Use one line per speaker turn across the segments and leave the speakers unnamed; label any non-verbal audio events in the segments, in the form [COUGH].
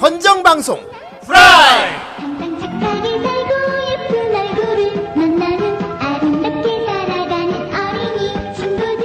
헌정 방송
프라이!
항상 착하게 살고 예쁜 얼굴을 만나는 아름답게 살아가는 어린이 친구들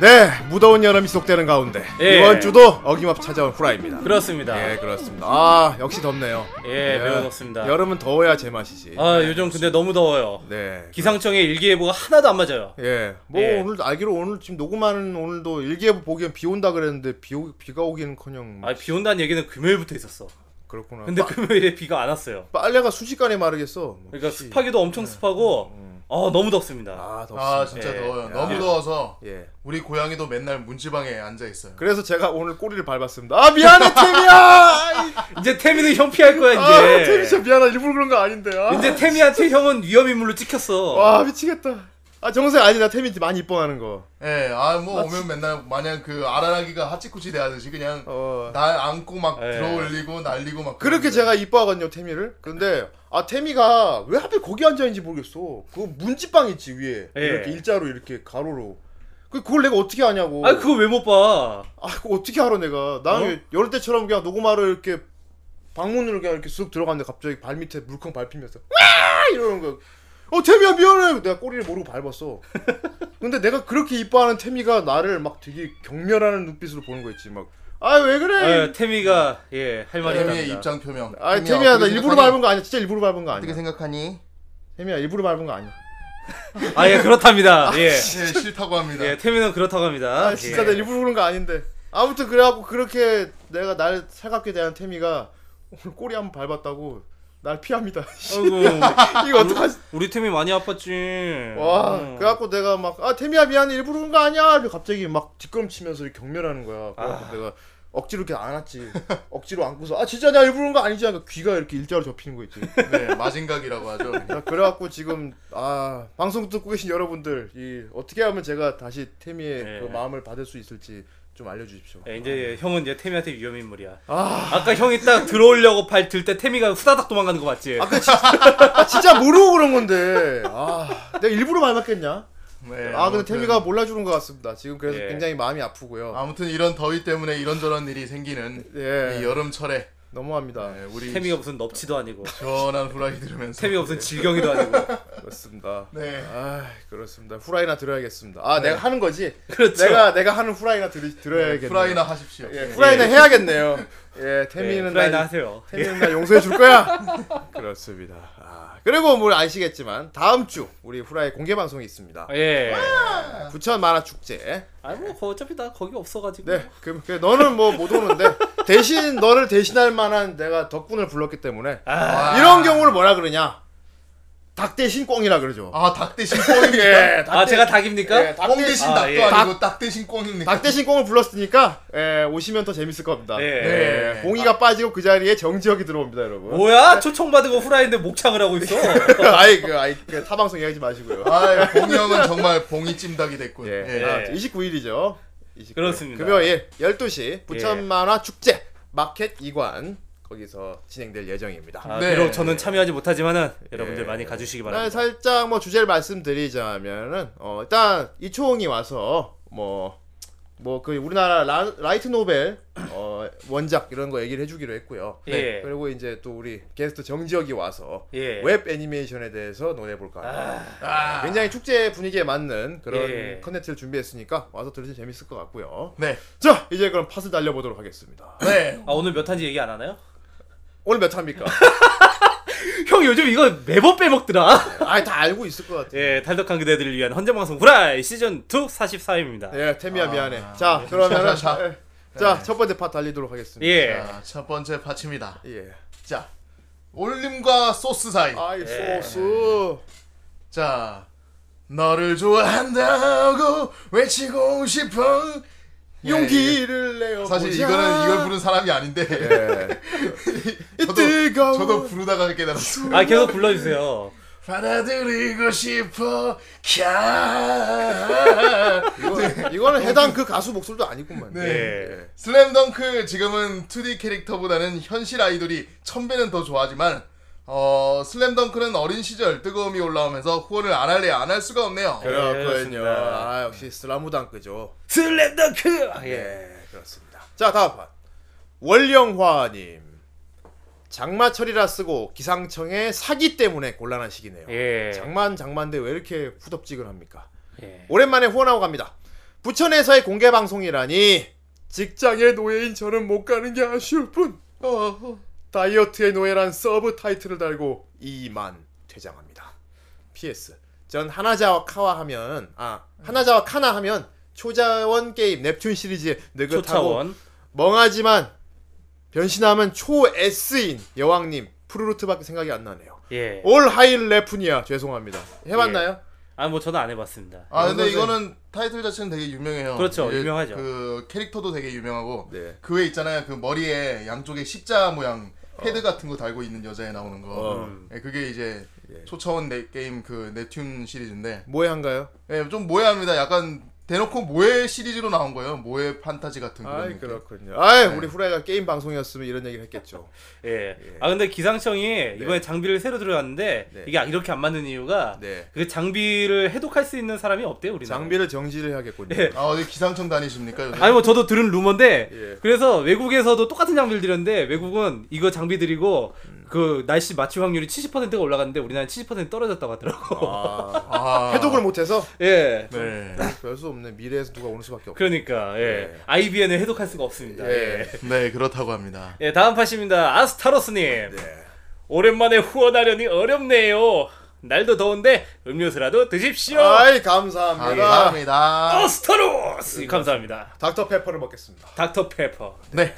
네 무더운 여름이 속되는 가운데
예.
이번 주도 어김없이 찾아온 후라입니다
그렇습니다.
예
예,
그렇습니다 아 역시 덥네요
매우 덥습니다.
여름은 더워야 제맛이지
아, 요즘 근데 너무 더워요.
네
기상청의 일기예보가 하나도 안 맞아요.
예. 뭐
예.
오늘 알기로 오늘 지금 녹음하는 오늘도 일기예보 보기엔 비 온다 그랬는데 비 오, 비가 오기는커녕
아, 비 온다는 얘기는 금요일부터 있었어. [LAUGHS]
그렇구나.
근데
빠-
금요일에 비가 안 왔어요.
빨래가 순식간에 마르겠어. 뭐
그러니까
씨.
습하기도 엄청
음,
습하고, 아, 너무 덥습니다.
아 덥습니다.
아 진짜
예.
더워요.
야.
너무 더워서
예.
우리 고양이도 맨날 문지방에 앉아 있어요.
그래서 제가 오늘 꼬리를 밟았습니다. 아
[LAUGHS]
미안해 태미야.
이제 태민은 형피할 거야,
아
이제.
태미 진짜 미안해. 일부러 그런 거 아닌데. 아,
이제 태민한테 형은 위험인물로 찍혔어.
와 미치겠다. 아 정세 아니 나 태미 많이 이뻐하는 거.
예, 아 뭐 오면 맨날 마냥 그 아라라기가 하치쿠치 대하듯이 그냥
어.
날 안고 막
예.
들어올리고 날리고 막
그렇게
그러는데.
제가 이뻐하거든요 태미를. 근데 아 태미가 왜 하필 거기 앉아 있는지 모르겠어. 그 문지방 있지 위에
예.
이렇게 일자로 이렇게 가로로. 그 그걸 내가 어떻게 아냐고.
아, 그거 왜 못 봐?
아, 그거 어떻게 알아 내가? 나는 여름 때처럼 그냥 노구마를 이렇게 방문으로 그냥 이렇게 쑥 들어갔는데 갑자기 발 밑에 물컹 밟히면서 와 이러는 거야. 어 태미야 미안해. 내가 꼬리를 모르고
[LAUGHS]
밟았어. 근데 내가 그렇게 이뻐하는 태미가 나를 막 되게 경멸하는 눈빛으로 보는 거 있지 막. 아 왜 그래?
아, 태미가, 예, 할 말이
태미의
있답니다.
입장 표명.
아
태미야,
태미야 나
어떻게
일부러
생각하니?
밟은 거 아니야. 진짜 일부러 밟은 거
어떻게
아니야.
생각하니?
태미야 일부러 밟은 거 아니야.
아, 예, 그렇답니다. 예.
예, 싫다고 합니다.
예, 태민은 그렇다고 합니다.
아 진짜
예.
내 일부러 그런 거 아닌데. 아무튼 그래갖고 그렇게 내가 날 살갑게 대한 태미가 오늘 꼬리 한번 밟았다고 날 피합니다. [LAUGHS]
아이고.
이거 어떡하지?
우리 팀이 많이 아팠지.
와,
음.
그래갖고 내가 막, 아, 태미야, 미안해, 일부러 그런 거 아니야! 이러고 갑자기 막 뒷걸음치면서 이렇게 경멸하는 거야. 그래갖고 내가 억지로 이렇게 안았지. [LAUGHS] 억지로 안고서, 아, 진짜 내가 일부러 그런 거 아니지? 하니까 귀가 이렇게 일자로 접히는 거 있지.
네, 마징각이라고 하죠.
자, 그래갖고 지금, 아, 방송 듣고 계신 여러분들, 이, 어떻게 하면 제가 다시 태미의
네.
그 마음을 받을 수 있을지 좀 알려주십시오.
예, 이제 형은 이제 태미한테 위험 인물이야.
네. 아,
아. 까 형이 딱 들어오려고 발 들 때 태미가 후다닥 도망가는 거 맞지?
아까 진짜, 진짜 모르고 그런 건데, 아, 내가 일부러 밟았겠냐?
네,
아, 근데
아무튼-
태미가 몰라주는 것 같습니다. 지금 그래서
예.
굉장히 마음이 아프고요.
아무튼 이런 더위 때문에 이런저런 일이 생기는
예.
이 여름철에
너무합니다.
예, 우리
태미가 무슨 넙치도
[LAUGHS]
아니고,
시원한 후라이 들으면서
태미가 무슨 질경이도 아니고.
그렇습니다.
네.
아 그렇습니다. 후라이나 들어야겠습니다. 아 내가 하는 거지.
그렇죠.
내가 내가 하는 후라이나 들, 들어야겠네요.
후라이나 하십시오.
예, 후라이나 해야겠네요. 예 태민은 날-
라이 나 하세요. 예.
태민은 나 용서해 줄 거야. 그렇습니다. 아 그리고 뭘 아시겠지만 다음 주 우리 후라이 공개 방송이 있습니다.
예.
부천 만화 축제.
아뭐 어차피 나 거기 없어가지고.
네. 그, 그 너는 뭐 못 오는데 대신 너를 대신할 만한 내가 덕분을 불렀기 때문에
아.
이런 경우를 뭐라 그러냐? 닭 대신 꽁이라 그러죠.
아닭 대신 꽁이니까
예. 닭
아
대-
제가 닭입니까?
예, 닭
꽁
대-
대신
아,
닭도
예.
아니고 닭 대신 꽁이니까
닭 대신 꽁을 불렀으니까 예, 오시면 더 재밌을 겁니다.
네.
예, 봉이가 빠지고 그 자리에 정지혁이 들어옵니다, 여러분.
뭐야? 초청 받은 거 후라이인데 목창을 하고 있어.
[LAUGHS] 아이 그 아이 그 타방송 얘기하지 마시고요.
아, 봉이 형은 정말 봉이 찜닭이 됐군.
예.
예.
아, 29일이죠. 29일.
네. 그렇습니다.
금요일 12시
예.
부천 만화 축제 마켓 2관 거기서 진행될 예정입니다.
아,
네.
비록 저는 참여하지 못하지만은 여러분들
예.
많이
네,
가주시기 바랍니다.
살짝 뭐 주제를 말씀드리자면은 어, 일단 이초홍이 와서 뭐 뭐 그 우리나라 라, 이트 노벨 어, 원작 이런 거 얘기를 해주기로 했고요. 네.
예.
그리고 이제 또 우리 게스트 정지혁이 와서
예.
웹 애니메이션에 대해서 논해볼까 합니다.
아,
굉장히 축제 분위기에 맞는 그런
예.
컨텐츠를 준비했으니까 와서 들으시면 재밌을 것 같고요.
네.
자 이제 그럼 팟을 달려보도록 하겠습니다.
네.
아 오늘 몇 한지 얘기 안 하나요?
오늘 몇
[LAUGHS]
합니까?
형 요즘 이거 매번 빼먹더라.
[LAUGHS] 아다 알고 있을 것 같아요.
예, 탈덕한 그대들을 위한 헌정방송 후라이 시즌 2 44회입니다.
예, 태미야
아,
미안해.
아,
자
네.
그러면은
자, 네. 자, 자.
예. 자, 첫 번째 팟 달리도록 하겠습니다.
예.
자, 첫 번째 파츠입니다.
예.
자, 올림과 소스 사이.
아이
예.
소스.
자, 너를 좋아한다고 외치고 싶어. 예,
용기를 내어
이게- 사실
아.
이거는 이걸 부른 사람이 아닌데 저도
뜨거운
[LAUGHS] 저도 부르다가 깨달았어요.
아, 계속 불러주세요.
받아들이고 싶어. 캬.
이거, 이거는 해당 그 가수 목소리도 아니구만.
네.
예.
슬램덩크 지금은 2D 캐릭터보다는 현실 아이돌이 천배는 더 좋아하지만 어 슬램덩크는 어린 시절 뜨거움이 올라오면서 후원을 안 할래 안 할 수가 없네요.
그렇군요.
그렇습니다.
아 역시 슬라무당크죠. 네,
슬램덩크! 아, 예.
예 그렇습니다. 자 다음 판 원령화님. 장마철이라 쓰고 기상청의 사기 때문에 곤란한 시기네요.
예.
장만 장만데 왜 이렇게 후덥지근합니까?
예.
오랜만에 후원하고 갑니다. 부천에서의 공개 방송이라니 직장의 노예인 저는 못 가는 게 아쉬울 뿐
어, 어.
다이어트의 노예란 서브 타이틀을 달고 이만 퇴장합니다. PS 전 하나자와 카와 하면 아 하나자와 카나 하면 초자원 게임 넵튠 시리즈의 느긋하고
초차원.
멍하지만 변신하면 초 S인 여왕님 푸르루트밖에 생각이 안 나네요.
예.
올 하일 레프니아 죄송합니다. 해봤나요?
아 뭐 저는 안 해봤습니다.
아 근데
선생님.
이거는 타이틀 자체는 되게 유명해요.
그렇죠,
예,
유명하죠.
그 캐릭터도 되게 유명하고
예.
네.
그 외 있잖아요. 그 머리에 양쪽에 십자 모양 패드 같은 거 달고 있는 여자에 나오는 거.
어.
예, 그게 이제 초차원 네, 게임 그 네튠 시리즈인데
모해한가요?
예, 좀 모해합니다. 약간 대놓고 모해 시리즈로 나온 거예요. 모해 판타지 같은 그런
아이
느낌.
그렇군요. 아이 우리 후라이가 게임 방송이었으면 이런 얘기를 했겠죠.
예. 아 근데 기상청이 이번에 장비를 새로 들어갔는데
네.
이게 이렇게 안 맞는 이유가
네.
그 장비를 해독할 수 있는 사람이 없대요 우리나라.
장비를 정지를 해야겠군요.
예.
아 어디 기상청 다니십니까? 요새?
아니 뭐 저도 들은 루머인데
예.
그래서 외국에서도 똑같은 장비를 들였는데 외국은 이거 장비 들이고
음.
그 날씨 맞출 확률이 70%가 올라갔는데 우리나라는 70% 떨어졌다고 하더라고.
아,
아.
[LAUGHS] 해독을 못해서
[LAUGHS] 예.
네.
별 수 없네. 미래에서 누가 오는 수밖에 없.
그러니까 예.
예.
IBN을 해독할 수가 없습니다. 예.
예.
네 그렇다고 합니다.
예, 다음 팟입니다. 아스타로스님.
네.
오랜만에 후원하려니 어렵네요. 날도 더운데 음료수라도 드십시오.
아이
예,
감사합니다.
감사합니다.
아스타로스. 감사합니다.
닥터 페퍼를 먹겠습니다.
닥터 페퍼.
네.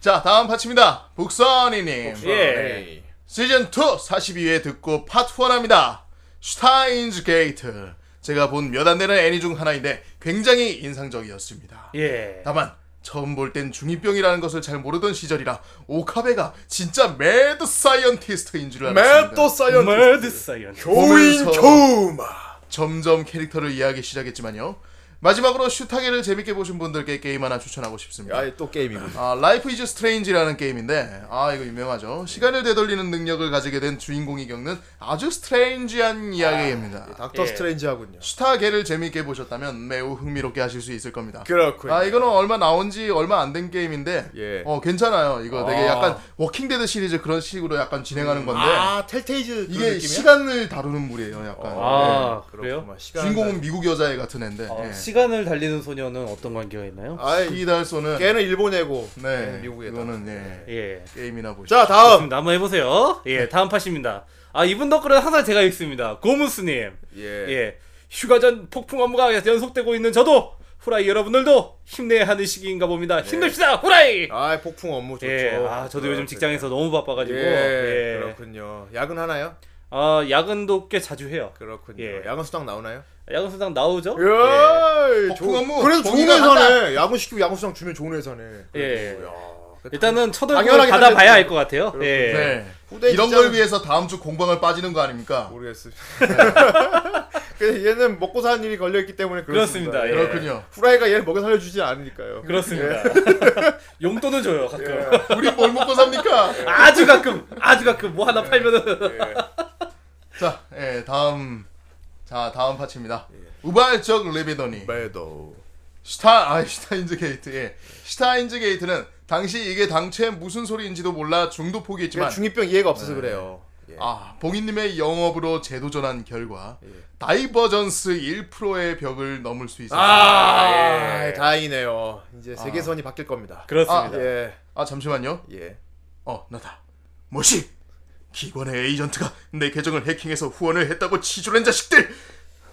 자 다음 파츠입니다. 북선이님.
네.
예.
시즌 2 42회 듣고 팟 후원합니다. 슈타인즈 게이트. 제가 본 몇 안 되는 애니 중 하나인데 굉장히 인상적이었습니다.
예.
다만 처음 볼 땐 중2병이라는 것을 잘 모르던 시절이라 오카베가 진짜 매드 사이언티스트인 줄 알았습니다.
맵도 사이언티스트.
머드 사이언스.
교인
보면서-
교우마.
점점 캐릭터를 이해하기 시작했지만요. 마지막으로 슈타게를 재밌게 보신 분들께 게임 하나 추천하고 싶습니다.
아이 또 게임이군.
아, 라이프 이즈 스트레인지라는 게임인데 아 이거 유명하죠. 시간을 되돌리는 능력을 가지게 된 주인공이 겪는 아주 스트레인지한 이야기입니다.
닥터
예.
스트레인지하군요.
스타게를 재미있게 보셨다면 매우 흥미롭게 하실 수 있을 겁니다.
그렇군요.
아 이거는 얼마 나온지 얼마 안 된 게임인데
예.
어 괜찮아요. 이거 되게
아.
약간 워킹데드 시리즈 그런 식으로 약간 진행하는 건데
아 텔테이즈
이게 시간을 다루는 물이에요. 약간
아,
네,
그래요?
그렇구만.
예.
시간
주인공은 미국 여자애 같은 애인데
어,
아,
예.
시간을 달리는 소녀는 어떤 관계가 있나요?
네. 아이
이달소는
걔는 일본애고
네
걔는 미국애다.
이거는 예
예.
게임이나 보시죠.
자 다음.
그럼 한번 해보세요.
네.
예, 다음 팟입니다. 아, 이분 덕분에 항상 제가 읽습니다. 고무스님.
예.
예. 휴가 전 폭풍 업무가 연속되고 있는 저도 후라이 여러분들도 힘내야 하는 시기인가 봅니다.
네.
힘냅시다, 후라이!
아이 폭풍 업무 좋죠.
예, 아, 저도 요즘
그렇군요.
직장에서 너무 바빠가지고.
예,
예.
그렇군요. 야근 하나요?
아, 야근도 꽤 자주 해요.
그렇군요.
예.
야근 수당 나오나요?
야근 수당 나오죠?
예.
폭풍 업무
그래도 좋은
정의가
회사네. 야근 시키고 야근 수당 주면 좋은 회사네.
예.
그래도, 야.
일단은
당연하게
쳐들고
하겠죠.
받아봐야 알 것 같아요. 예.
네.
후대
이런
직장은
걸 위해서 다음 주 공방을 빠지는 거 아닙니까?
모르겠어요. [LAUGHS] 근데 얘는 먹고 사는 일이 걸려 있기 때문에 그렇습니다.
그렇습니다. 예.
그렇군요.
후라이가 얘를 먹여 살려주지 않으니까요.
그렇습니다.
예.
[LAUGHS] 용돈은 줘요, 가끔.
우리 뭘 먹고 삽니까? [LAUGHS]
아주 가끔, 아주 가끔 뭐
예.
하나
아,
팔면은.
자, 예, 다음 자 다음 파츠입니다.
예.
우발적
네.
리비더니
매도.
스타 아 스타인즈 게이트 예. 스타인즈 게이트는 당시 이게 당최 무슨 소리인지도 몰라 중도 포기했지만
중이병 이해가 없어서 그래요. 예.
아 봉인님의 영업으로 재도전한 결과 다이버전스 1%의 벽을 넘을 수 있었습니다. 아,
아, 다행이네요. 이제 세계선이 바뀔 겁니다.
아. 그렇습니다.
아,
예,
잠시만요.
예.
어 나다. 뭐시? 기관의 에이전트가 내 계정을 해킹해서 후원을 했다고 치졸한 자식들!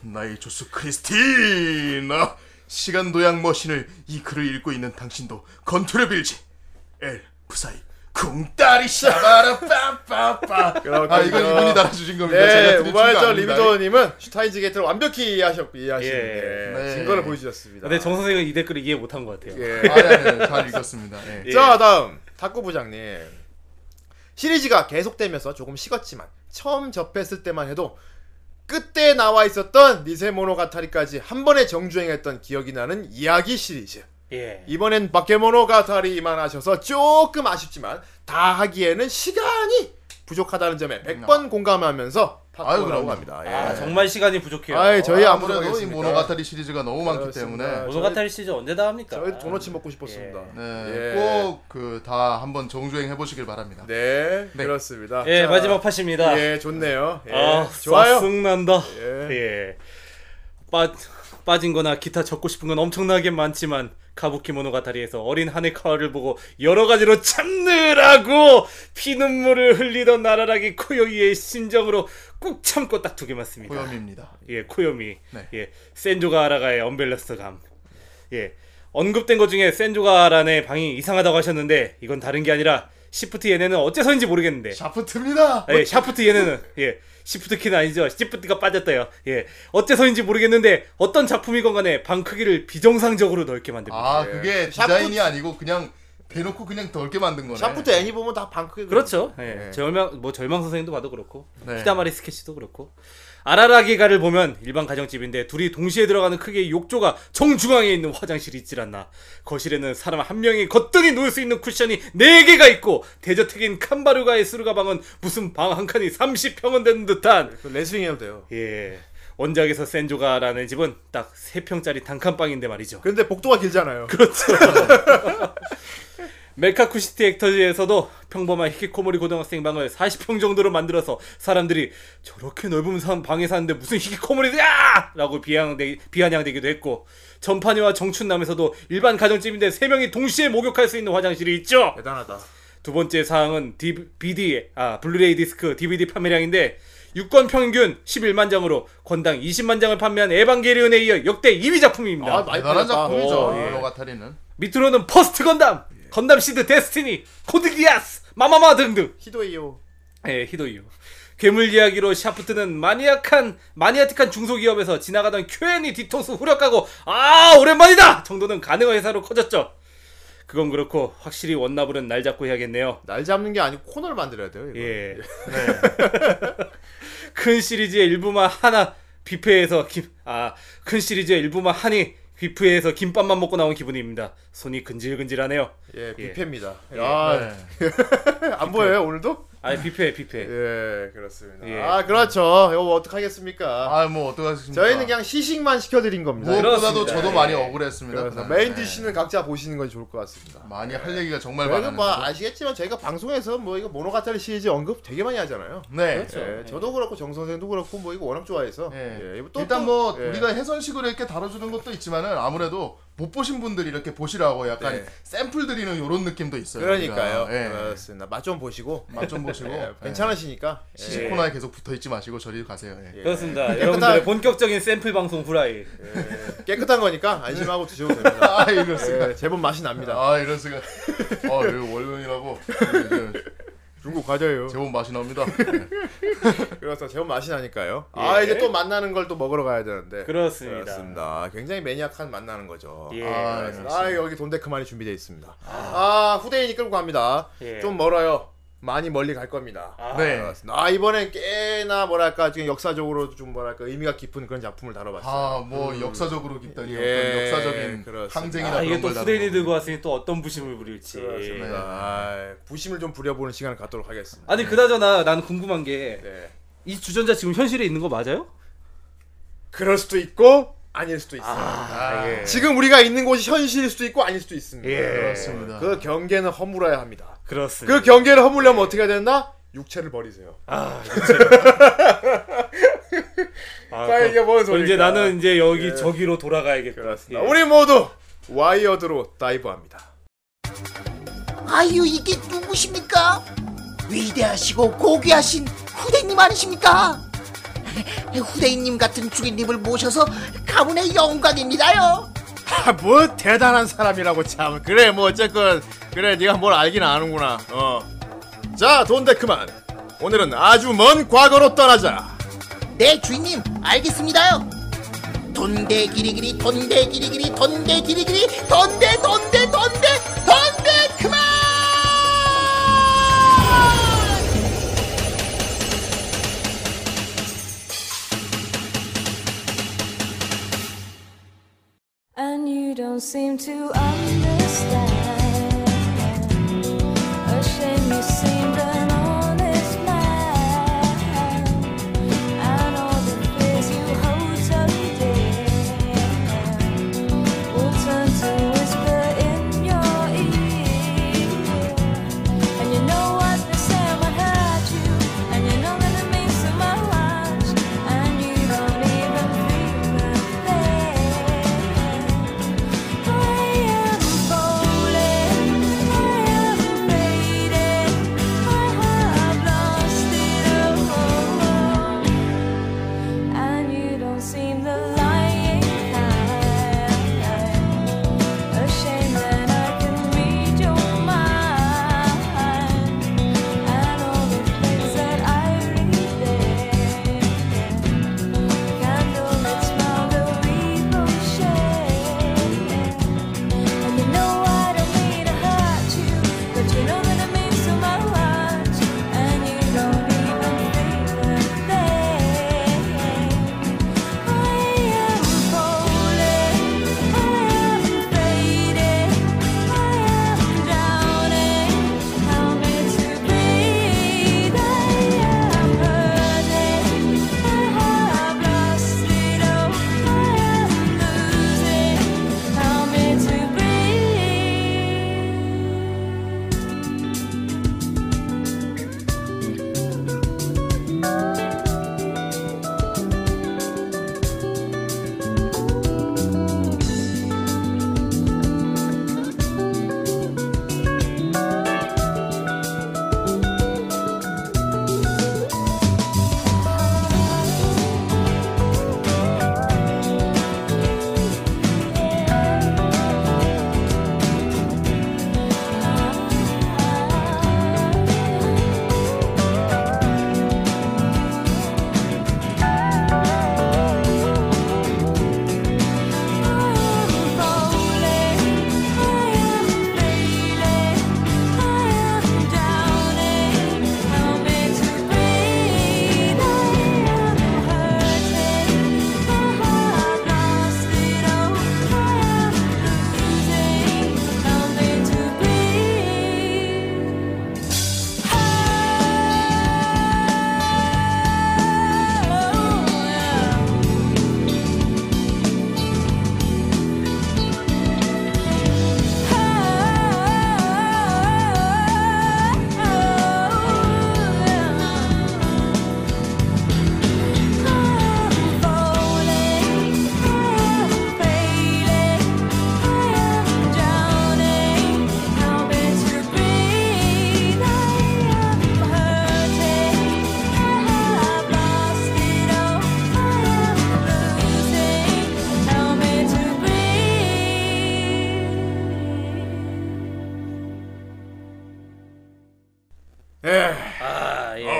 나의 조수 크리스티나! 시간 도약 머신을 이 글을 읽고 있는 당신도 건투를 빌지! 엘, 부사이, 궁따리 샤바라 빠빠빠! 아, 이건 이분이 달아주신 겁니다.
네,
제가 드린 거
우발전
아닙니다.
리비더님은 슈타인즈 게이트를 완벽히 이해하셨, 이해하신
예.
예.
네.
증거를 보여주셨습니다.
근데 정 선생은 이 댓글을 이해 못한 것 같아요.
예.
아, 네, 네, 잘 읽었습니다. 예.
자 다음 탁구 부장님 시리즈가 계속되면서 조금 식었지만 처음 접했을 때만 해도 끝에 나와 있었던 니세모노가타리까지 한 번에 정주행했던 기억이 나는 이야기 시리즈
예.
이번엔 바케모노가타리만 하셔서 조금 아쉽지만 다 하기에는 시간이 부족하다는 점에 100번 공감하면서
음, 아. 아유
팝콘하고.
그럼 갑니다. 예.
아, 정말 시간이 부족해요.
아이, 저- 저희 안
아무래도 이
부족하겠습니까?
모노가타리 시리즈가 너무 많기
그렇습니다.
때문에
모노가타리 시즌 언제 다 합니까?
저희 도넛이 먹고 싶었습니다.
예.
네,
예.
꼭 그 다 한번 정주행 해보시길 바랍니다.
네,
네.
그렇습니다.
예,
자,
마지막 팟입니다.
예, 좋네요. 예,
아,
좋아요.
짜증난다.
예.
예. 빠 빠진 거나 기타 적고 싶은 건 엄청나게 많지만 카부키 모노가타리에서 어린 하네카와를 보고 여러 가지로 참느라고 피눈물을 흘리던 나라라기 코요이의 심정으로 꾹 참고 딱 두 개만 씁니다.
고염입니다.
예, 코요미.
네.
예, 센조가하라가의 언밸런스 감. 예, 언급된 것 중에 센조가하라의 방이 이상하다고 하셨는데 이건 다른 게 아니라 시프트 얘네는 어째서인지 모르겠는데
샤프트입니다.
예, 샤프트 얘네는 예 시프트 키는 아니죠 시프트가 빠졌대요 예 어째서인지 모르겠는데 어떤 작품이건 간에 방 크기를 비정상적으로 넓게 만듭니다
아
예.
그게
샤프트-
디자인이 아니고 그냥 대놓고 그냥 덜게 만든 거네.
샤프트 애니 보면 다 방크.
그렇죠 예,
예.
절망 뭐 절망 선생님도 봐도 그렇고
네.
히다마리 스케치도 그렇고 아라라기가를 보면 일반 가정집인데 둘이 동시에 들어가는 크기의 욕조가 정중앙에 있는 화장실이 있질 않나 거실에는 사람 한 명이 거뜬히 누울 수 있는 쿠션이 4개가 있고 대저택인 칸바루가의 수르가방은 무슨 방 한 칸이 30평은 되는 듯한
그 레슬링 해도 돼요.
예. 원작에서 센조가라는 집은 딱 3평짜리 단칸방인데 말이죠.
근데 복도가 길잖아요.
그렇죠. 멜카쿠시티 액터즈에서도 평범한 히키코모리 고등학생 방을 40평 정도로 만들어서 사람들이 저렇게 넓은 산- 방에 사는데 무슨 히키코모리야! 라고 비양되, 비아냥되기도 했고 전파니와 정춘남에서도 일반 가정집인데 3명이 동시에 목욕할 수 있는 화장실이 있죠.
대단하다.
두 번째 사항은 DVD, 아, 블루레이 디스크 DVD 판매량인데 6권 평균 11만 장으로 권당 20만 장을 판매한 에반게리온에 이어 역대 2위 작품입니다.
아, 많이
대단한
팔렸다.
작품이죠.
오, 예.
모노가타리는.
밑으로는 퍼스트 건담, 건담 시드 데스티니, 코드 기아스, 마마마 등등.
히도이요.
예, 히도이요. 괴물 이야기로 샤프트는 마니악한 마니아틱한 중소기업에서 지나가던 큐엔이 뒤통수 후려까고 아 오랜만이다 정도는 가능한 회사로 커졌죠. 그건 그렇고 확실히 원나블은 날 잡고 해야겠네요.
날 잡는 게 아니고 코너를 만들어야 돼요. 이거.
예. [LAUGHS] 네. 큰 시리즈의 일부만 하나 뷔페에서 김아큰 시리즈의 일부만 하니 뷔페에서 김밥만 먹고 나온 기분입니다. 손이 근질근질하네요.
예,
예.
뷔페입니다. 아,
네.
안 보여요 오늘도?
아 뷔페 뷔페.
예, 그렇습니다.
예.
아, 그렇죠. 이거 뭐 어떡하겠습니까?
아뭐 어떡하십니까?
저희는 그냥 시식만 시켜드린 겁니다.
무엇보다도
그렇습니다.
저도
예.
많이 억울했습니다.
그래서
그날.
메인
네.
디시는 각자 보시는 건 좋을 것 같습니다.
많이 할 얘기가 정말
저희가
많았는데.
뭐 아시겠지만 저희가 방송에서 뭐 이거 모노가타리 시리즈 언급 되게 많이 하잖아요.
네.
예, 저도 그렇고 정 선생도 그렇고 뭐 이거 워낙 좋아해서
예.
예, 또-
일단
또-
뭐
예.
우리가 해설식으로 이렇게 다뤄주는 것도 있지만은 아무래도 못 보신 분들이 이렇게 보시라고 약간
네.
샘플 드리는 이런 느낌도 있어요.
그러니까요.
우리가. 예.
그렇습니다. 맛 좀 보시고
맛 좀 보시고
[LAUGHS] 예,
예.
괜찮으시니까 예.
시식 코너에 계속 붙어 있지 마시고 저리 가세요. 예.
그렇습니다.
깨끗한-
여러분들의 본격적인 샘플 방송 후라이.
예, 깨끗한 거니까 안심하고 드셔도 됩니다.
아 이럴 수가.
예, 제법 맛이 납니다.
아 이럴 수가. 아 여기 월요일이라고
중국 과자예요.
제법 맛이 납니다.
그래서 제법 맛이 나니까요. 아 이제 또 만나는 걸 또 먹으러 가야 되는데.
그렇습니다.
그렇습니다. 굉장히 매니악한 만나는 거죠.
예.
아,
아,
예.
아 여기 돈데크만이 준비되어 있습니다. 아, 후대인이 끌고 갑니다.
예.
좀 멀어요. 많이 멀리 갈 겁니다.
아,
네.
아 이번엔 꽤나 뭐랄까 지금 역사적으로 좀 뭐랄까 의미가 깊은 그런 작품을 다뤄봤어요.
아 뭐 역사적으로 깊다니
예,
어떤 역사적인
그렇습니다.
항쟁이나
아, 이게
그런
또
걸
후대인이
다루고.
들고 왔으니 또 어떤 부심을 부릴지.
그렇습니다.
네.
아, 부심을 좀 부려보는 시간을 갖도록 하겠습니다.
아니 그나저나 난 궁금한 게 이
네.
주전자 지금 현실에 있는 거 맞아요?
그럴 수도 있고 아닐 수도 있어요.
아, 예.
지금 우리가 있는 곳이 현실일 수도 있고 아닐 수도 있습니다.
그렇습니다.
그 경계는 허물어야 합니다.
그렇습니다.
그 경계를 허물려면 어떻게 해야 된다? 육체를 버리세요. [LAUGHS]
아,
자,
그럼-
이게 뭔
그럼 이제
소리일까?
나는 이제 여기 저기로 돌아가야겠다.
그렇습니다.
예.
우리 모두 와이어드로 다이브합니다.
아유 이게 누구십니까? 위대하시고 고귀하신 후대님 아니십니까? [LAUGHS] 후대님 같은 주인님을 모셔서 가문의 영광입니다요.
아, 뭐 대단한 사람이라고 참. 그래 뭐 어쨌건 그래 네가 뭘 알긴 아는구나. 어. 자, 돈데크만. 오늘은 아주 먼 과거로 떠나자.
네 주인님 알겠습니다요. 돈대 기리기리 돈대 기리기리 돈대 기리기리 돈대 돈대 돈대 돈대 그만!
And you don't seem to understand. A shame you seemed an honest man. Oh,
예.
아 예.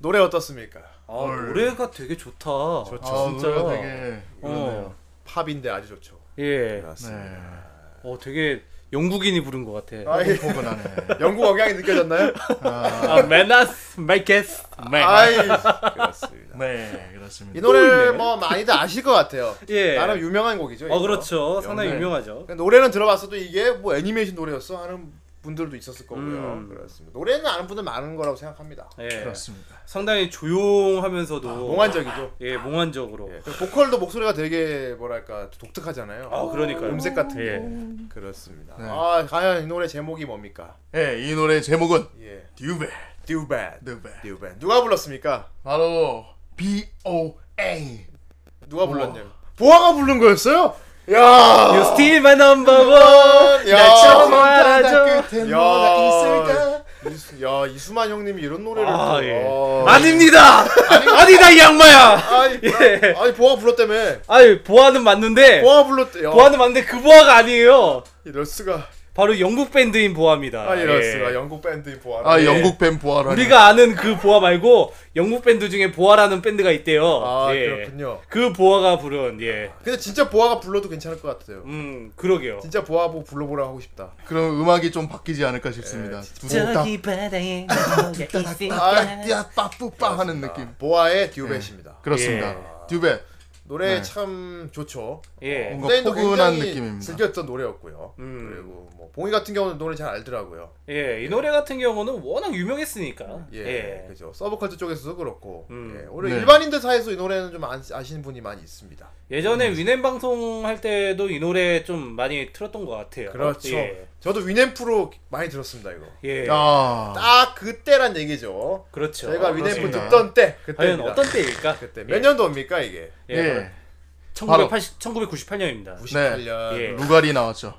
노래 어떻습니까?
아 노래가 되게 좋다.
좋죠.
아,
진짜.
노래가 되게
어.
그러네요.
팝인데 아주 좋죠.
예.
네.
어 되게 영국인이 부른 것 같아.
아, 예.
포근하네.
영국 억양이 [LAUGHS] 느껴졌나요?
아 메나스 마이케스
아이,
메.
그렇습니다.
네,
이
그렇습니다.
노래를 뭐 많이들 아실 것 같아요.
[LAUGHS] 예.
나름 유명한 곡이죠.
어
이거.
그렇죠. 상당히
영네.
유명하죠.
그러니까 노래는 들어봤어도 이게 뭐 애니메이션 노래였어 하는 분들도 있었을 거고요.
음.
그렇습니다. 노래는 아는 분들 많은 거라고 생각합니다.
예.
그렇습니다.
상당히 조용하면서도
몽환적이죠.
예 몽환적으로.
예. 그리고 보컬도 목소리가 되게 뭐랄까 독특하잖아요.
아 그러니까요.
음색 같은
예.
거. 그렇습니다.
네.
아 과연 이 노래 제목이 뭡니까?
예, 이 노래 제목은
예.
듀벨.
Do Bad.
듀벨.
Do Bad. 누가 불렀습니까?
바로 B O A.
누가 불렀냐? 보아가 부른 거였어요?
[LAUGHS]
야.
You still my number one.
야.
나 처음 알아줘.
끝에
야.
뭐가 있을까?
이수- 야 이수만 형님이 이런 노래를
아
또-
예.
그 아.
아닙니다. [LAUGHS] 아니다 이 양마야.
아니,
예.
아니 보아 불렀다며.
아니 보아는 맞는데
보아 불렀대. 야.
보아는 맞는데 그 보아가 아니에요.
이럴 수가.
바로 영국 밴드인 보아입니다.
아 이럴
예.
수가. 영국 밴드인 보아. 예.
아, 영국 뱀 보아라.
우리가 아는 그 보아 말고 영국 밴드 중에 보아라는 밴드가 있대요.
아
예.
그렇군요.
그 보아가 부른 예.
근데 진짜 보아가 불러도 괜찮을 것 같아요.
음 그러게요.
진짜 보아 보고 불러보라 하고 싶다.
그럼 음악이 좀 바뀌지 않을까 싶습니다.
예,
두둥딱 [LAUGHS]
바다에
아, 띠아 빠뿌빠 하는 느낌.
보아의 듀벳입니다.
예.
예.
그렇습니다. 듀벨.
노래
네.
참 좋죠.
예.
뭔가
선생님도
포근한
굉장히
느낌입니다.
즐겼던 노래였고요.
음.
그리고 뭐 봉이 같은 경우는 노래 잘 알더라고요.
예. 이 노래 같은 경우는 워낙 유명했으니까.
예,
예.
그죠. 서브컬트 쪽에서도 그렇고,
음.
예, 오히려
네.
일반인들 사이에서 이 노래는 좀 안- 아시는 분이 많이 있습니다.
예전에
음.
위넷 방송 할 때도 이 노래 좀 많이 틀었던 것 같아요.
그렇죠.
예.
저도 위넴프로 많이 들었습니다 이거.
예.
아.
딱 그때란 얘기죠.
그렇죠.
저희가 위넴프
그렇습니다.
듣던 때,
과연
그때입니다.
어떤 때일까?
그때
예.
몇 년도입니까 이게?
예.
예.
1980, 1998년입니다.
98년.
예.
루갈이 나왔죠.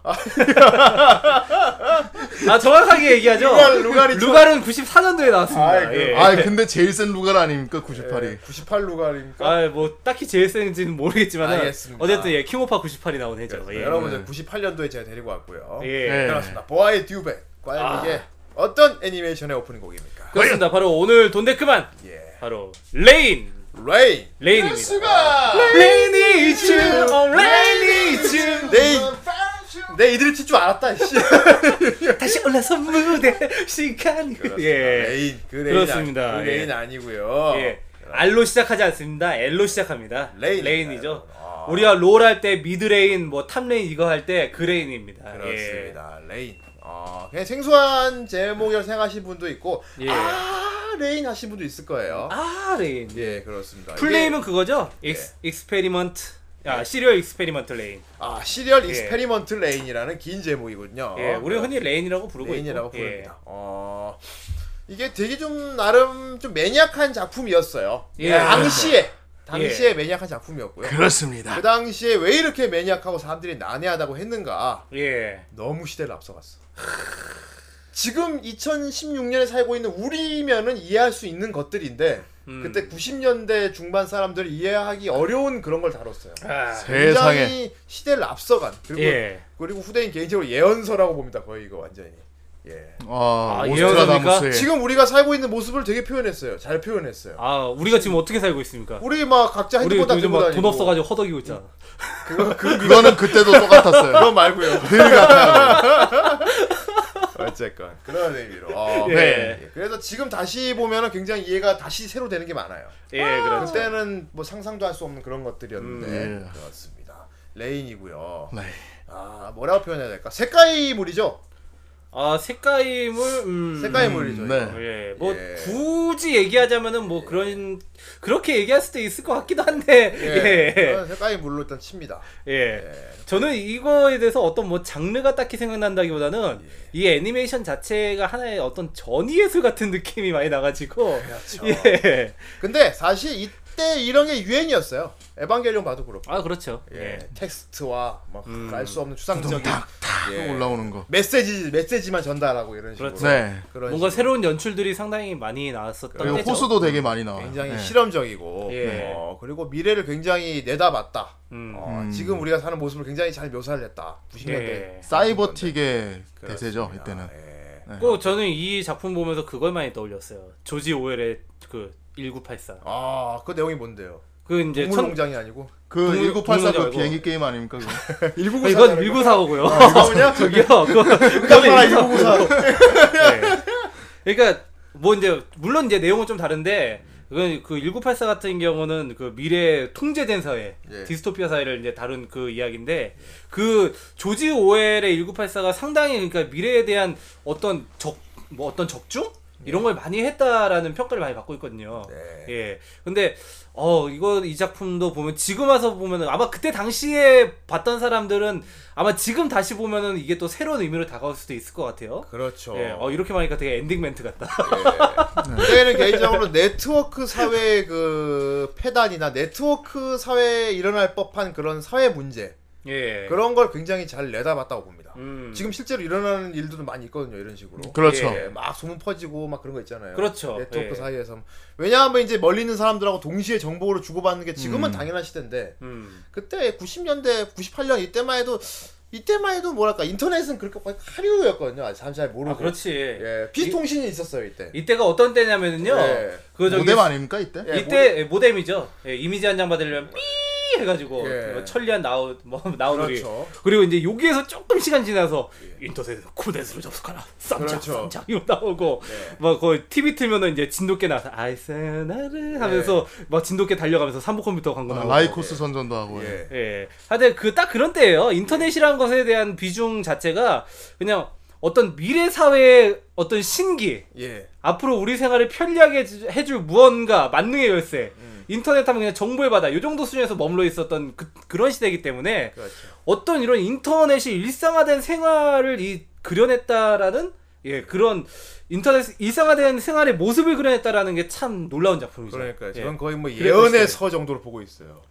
아 정확하게 얘기하죠.
루갈, 루갈이 참-
은 94년도에 나왔습니다.
아이, 그-
예.
아, 근데 제일 센 루갈 아닙니까? 98이.
예, 98루가입니까?
아, 뭐 딱히 제일 센지는 모르겠지만
알겠습니다.
어쨌든 예, 킹오파 98이 나온 해죠. 예.
여러분들 98년도에 제가 데리고 왔고요.
예. 아.
예.
그렇습니다. 보아의 듀벳. 과연 이게 어떤 애니메이션의 오프닝 곡입니까?
그렇습니다. 바로 오늘 돈데 그만.
예.
바로 레인.
레인.
레인입니다. 예.
수가!
레인이 있지. 어, 레인이 있지.
내, 내 이들을 칠줄 알았다. 씨.
네, 다시 올라서 무대 시간이. [LAUGHS] 예.
레인. 그 레인
그렇습니다.
아니, 그
예.
레인 아니고요.
예. 알로 시작하지 않습니다. 엘로 시작합니다.
레인입니다,
이죠
여러분. 아.
우리가 롤 할 때 미드레인, 뭐 탑레인 이거 할 때 그레인입니다. 예.
그렇습니다. 레인. 어, 그냥 생소한 제목이라고 생각하신 분도 있고
예.
아 레인 하신 분도 있을 거예요.
아, 레인.
예, 그렇습니다.
플레임은
이게-
그거죠? 익스, 익스페리먼트.
네.
아, 시리얼 익스페리먼트 레인.
아 시리얼
예.
익스페리먼트 레인이라는 긴 제목이군요.
예, 우리 흔히 레인이라고 부르고
레인이라고
있고.
어, 네.
예.
부릅니다. 어, 이게 되게 좀 나름 좀 매니악한 작품이었어요.
예.
당시에 당시에 매니악한 작품이었고요. 그...
그렇습니다.
당시에 왜 이렇게 매니악하고 사람들이 난해하다고 했는가?
예.
너무 시대를 앞서갔어. 지금 2016년에 살고 있는 우리면은 이해할 수 있는 것들인데
음.
그때 90년대 중반 사람들이 이해하기 어려운 그런 걸 다뤘어요.
아,
세상에.
굉장히 시대를 앞서간 그리고
예.
그리고 후대인 개인적으로 예언서라고 봅니다. 거의 이거 완전히. 예.
아,
아,
오스트라다무스의
지금 우리가 살고 있는 모습을 되게 표현했어요. 잘 표현했어요.
아, 우리가 지금 어떻게 살고 있습니까?
우리 막 각자
우리
핸드폰 다
요즘
들고 음.
막
다니고.
돈 없어가지고 허덕이고 있잖아.
그거 그
[LAUGHS] 그거는 그때도 똑같았어요.
그거 말고요.
[LAUGHS] 늘 같아요.
[LAUGHS] 어쨌건 그런 의미로. 어,
예.
네. 예. 그래서 지금 다시 보면은 굉장히 이해가 다시 새로 되는 게 많아요.
예, 그렇죠.
그때는 뭐 상상도 할 수 없는 그런 것들이었는데
음, 예.
그렇습니다. 레인이고요.
네.
아 뭐라고 표현해야 될까? 색깔이 물이죠.
아, 색깔임을, 음.
색깔이 물이죠.
네.
이거.
예, 뭐
예.
굳이 얘기하자면은 뭐 그런 그렇게 얘기할 수도 있을 것 같기도 한데
예.
예.
저는 색깔이 물로 일단 칩니다.
예. 저는 이거에 대해서 어떤 뭐 장르가 딱히 생각난다기보다는
예.
이 애니메이션 자체가 하나의 어떤 전위예술 같은 느낌이 많이 나가지고
그렇죠.
[LAUGHS] 예.
근데 사실 이때 이런 게 유행이었어요. 에반게리온 봐도 그렇고.
아 그렇죠.
예,
예. 음.
텍스트와 막그 알 수 없는 추상적인 예,
올라오는 거.
메시지 메시지만 전달하고 이런 식으로.
그렇죠.
네.
그런 식으로
뭔가 새로운 연출들이 상당히 많이 나왔었던
그리고
때죠.
호수도 되게 많이 나와요.
예. 굉장히
네.
실험적이고
예.
어, 그리고 미래를 굉장히 내다봤다.
음.
어,
음.
지금 우리가 사는 모습을 굉장히 잘 묘사를 했다. 90년대.
예.
사이버틱의
그렇습니다.
대세죠 이때는.
예.
네.
꼭 저는 이 작품 보면서 그걸 많이 떠올렸어요. 조지 오웰의 그 1984.
아, 그 내용이 뭔데요?
그 이제
동물
천
농장이 아니고
그
동물-
1984
동물인지
그
알고.
비행기 게임 아닙니까? 그거?
아,
1994.
이건 1945고요.
뭐냐?
[LAUGHS] 저기요. 그
깜빡아 1994.
네. 그러니까 뭐 이제 물론 이제 내용은 좀 다른데 그건 그1984 같은 경우는 그 미래에 통제된 사회,
예.
디스토피아 사회를 이제 다룬 그 이야기인데 그 조지 오웰의 1984가 상당히 그러니까 미래에 대한 어떤 적 뭐 어떤 적중 이런 걸 많이 했다라는 평가를 많이 받고 있거든요. 예. 근데 어 이거 이 작품도 보면 지금 와서 보면은 아마 그때 당시에 봤던 사람들은 아마 지금 다시 보면은 이게 또 새로운 의미로 다가올 수도 있을 것 같아요.
그렇죠.
예, 어 이렇게 말하니까 되게 엔딩 멘트 같다.
그때는 개인적으로 네트워크 사회의 그 폐단이나 네트워크 사회에 일어날 법한 그런 사회 문제
예.
그런 걸 굉장히 잘 내다봤다고 봅니다.
음.
지금 실제로 일어나는 일들도 많이 있거든요. 이런 식으로.
그렇죠.
예, 막 소문 퍼지고 막 그런 거 있잖아요.
그렇죠.
네트워크
예.
사이에서 왜냐하면 이제 멀리 있는 사람들하고 동시에 정보를 주고받는 게 지금은 당연한 시대인데
음.
그때 90년대 98년 이때만 해도 이때만 해도 뭐랄까 인터넷은 그렇게 거의 하류였거든요. 아직 사람 잘 모르고.
아 그렇지.
예, 피통신이 있었어요 이때.
이때가 어떤 때냐면요.
예.
그 저기
모뎀 아닙니까 이때?
예,
이때 예, 모뎀. 이죠 예, 이미지 한 장 받으려면 삐 해가지고
예.
뭐 천리안 나우 뭐 나우들이.
그렇죠. 예.
그리고 이제 여기에서 조금 시간 지나서 인터넷 코넷으로 접속하라. 쌈장
그렇죠.
쌈장 이거 나오고
예.
막 거의 TV 틀면은 이제 진돗개 나와서 아이스나르 하면서
예.
막 진돗개 달려가면서 삼보 컴퓨터 광고
아,
나오고.
라이코스 선전도 하고. 예.
예.
예. 하여튼 그 딱 그런 때예요. 인터넷이라는 것에 대한 비중 자체가 그냥 어떤 미래 사회의 어떤 신기,
예.
앞으로 우리 생활을 편리하게 해주- 해줄 무언가, 만능의 열쇠,
음.
인터넷 하면 그냥 정보의 바다, 이 정도 수준에서 머물러 있었던 그, 그런 시대이기 때문에
그렇죠.
어떤 이런 인터넷이 일상화된 생활을 이 그려냈다라는 예 그런 인터넷 일상화된 생활의 모습을 그려냈다라는 게 참 놀라운 작품이죠.
그러니까
예.
저는 거의 뭐
그랬어요.
예언의 서 정도로 보고 있어요.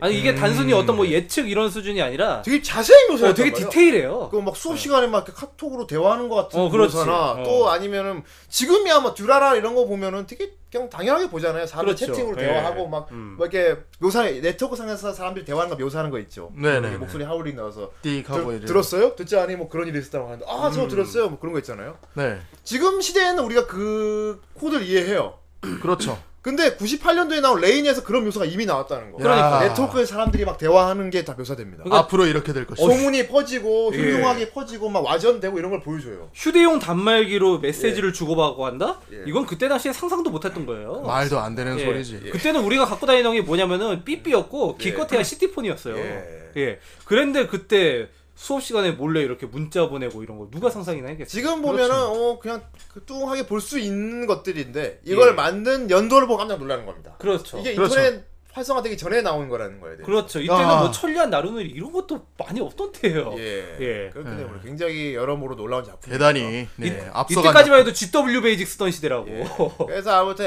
아니
그,
이게 단순히
음.
어떤 뭐 예측 이런 수준이 아니라
되게 자세히 묘사했단
어, 되게
말이야.
디테일해요.
그막 수업 시간에 막 이렇게 카톡으로 대화하는 것 같은
어, 그렇지.
묘사나
어.
또 아니면은 지금이야 뭐 듀라라 이런 거 보면은 되게 그냥 당연하게 보잖아요. 사람들
그렇죠.
채팅으로
예.
대화하고 막,
음.
막 이렇게 묘사 네트워크 상에서 사람들이 대화하는 거 묘사하는 거 있죠.
네네.
이렇게 목소리 하울링 나와서
딕
뭐
하고
들,
이래.
들었어요? 듣지 않으니 뭐 그런 일이 있었다고 하는데 아
음.
저 들었어요 뭐 그런 거 있잖아요.
네.
지금 시대에는 우리가 그 코드를 이해해요.
그렇죠.
근데 98년도에 나온 레인에서 그런 묘사가 이미 나왔다는 거.
그러니까.
네트워크의 사람들이 막 대화하는 게 다 묘사됩니다. 어,
그러니까-
앞으로 이렇게 될 것이다.
소문이 퍼지고
예.
흉흉하게 퍼지고 막 와전되고 이런 걸 보여줘요.
휴대용 단말기로 메시지를 주고받고 한다?
예.
이건 그때 당시에 상상도 못했던 거예요.
말도 안 되는
예.
그 소리지.
그때는 우리가 갖고 다니던 게 뭐냐면은 삐삐였고 기껏해야 시티폰이었어요.
예.
예. 그런데 그때 수업 시간에 몰래 이렇게 문자 보내고 이런 거 누가 상상이나 했겠어.
지금 보면은 어 그냥 그 뚱하게 볼 수 있는 것들인데 이걸
예.
만든 연도를 보고 깜짝 놀라는 겁니다.
그렇죠.
이게
그렇죠.
인터넷 활성화되기 전에 나온 거라는 거예요. 네.
그렇죠. 이때는
아.
뭐 천리안 나루누리 이런 것도 많이 없던 때예요.
예.
예.
그렇기 때문에 굉장히 여러모로 놀라운 작품. 어.
대단히 네.
이,
앞서간
이때까지만 해도 GW 베이직 쓰던 시대라고.
그래서 아무튼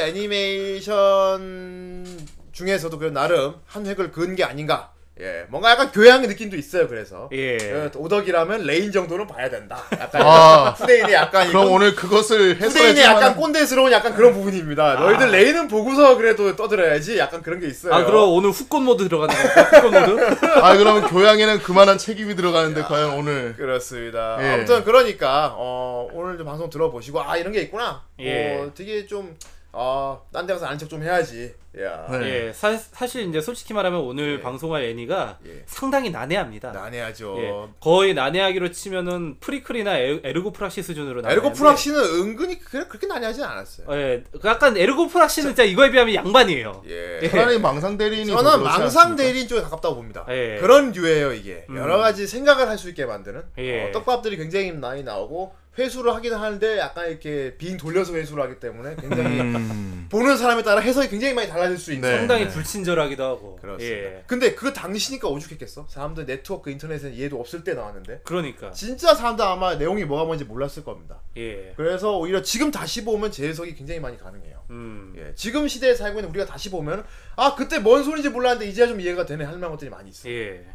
애니메이션 중에서도 그 나름 한 획을 그은 게 아닌가. 예, 뭔가 약간 교양의 느낌도 있어요. 그래서
예.
그 오덕이라면 레인 정도는 봐야 된다. 약간
아.
후대인의 약간
그럼
이건-
오늘 그것을 해설해
후대인의
줄
약간
만한
꼰대스러운 약간 그런
아.
부분입니다. 너희들 레인은 보고서 그래도 떠들어야지. 약간 그런 게 있어요.
아 그럼 오늘 후권 모드 들어가는 거야. 후권 모드.
아 그러면 교양에는 그만한 책임이 들어가는데 과연 오늘
그렇습니다.
예.
아무튼 그러니까 어, 오늘 좀 방송 들어보시고 아 이런 게 있구나.
예.
어, 되게 좀 어, 딴 데 가서 아는 척 좀 해야지. 야.
네.
예. 사, 사실 이제 솔직히 말하면 오늘 방송할 애니가
예. 어.
상당히 난해합니다.
난해하죠.
예, 거의 난해하기로 치면은 프리클이나 에- 에르고프락시 수준으로
아, 에르고
난해하는데,
프락시는 은근히 그- 그렇게 난해하지는 않았어요.
예, 그 약간 에르고프락시는 진짜 이거에 비하면 양반이에요.
예.
차라리 망상 대리인이 더
저는
그렇지
망상
않습니까?
대리인 쪽에 가깝다고 봅니다.
예.
그런 류예요 이게
음.
여러 가지 생각을 할 수 있게 만드는
예.
어, 떡밥들이 굉장히 많이 나오고 회수를 하긴 하는데 약간 이렇게 빈 돌려서 회수를 하기 때문에 굉장히
음.
보는 사람에 따라 해석이 굉장히 많이 달라질 수 있는
네.
상당히 불친절하기도 하고.
그렇습니다.
예.
근데 그 당시니까 오죽했겠어? 사람들 네트워크 인터넷에 얘도 없을 때 나왔는데
그러니까.
진짜 사람들 아마 내용이 뭐가 뭔지 몰랐을 겁니다.
예.
그래서 오히려 지금 다시 보면 재해석이 굉장히 많이 가능해요.
음.
예, 지금 시대에 살고 있는 우리가 다시 보면 아 그때 뭔 소리인지 몰랐는데 이제야 좀 이해가 되네 할 만한 것들이 많이 있어요.
예.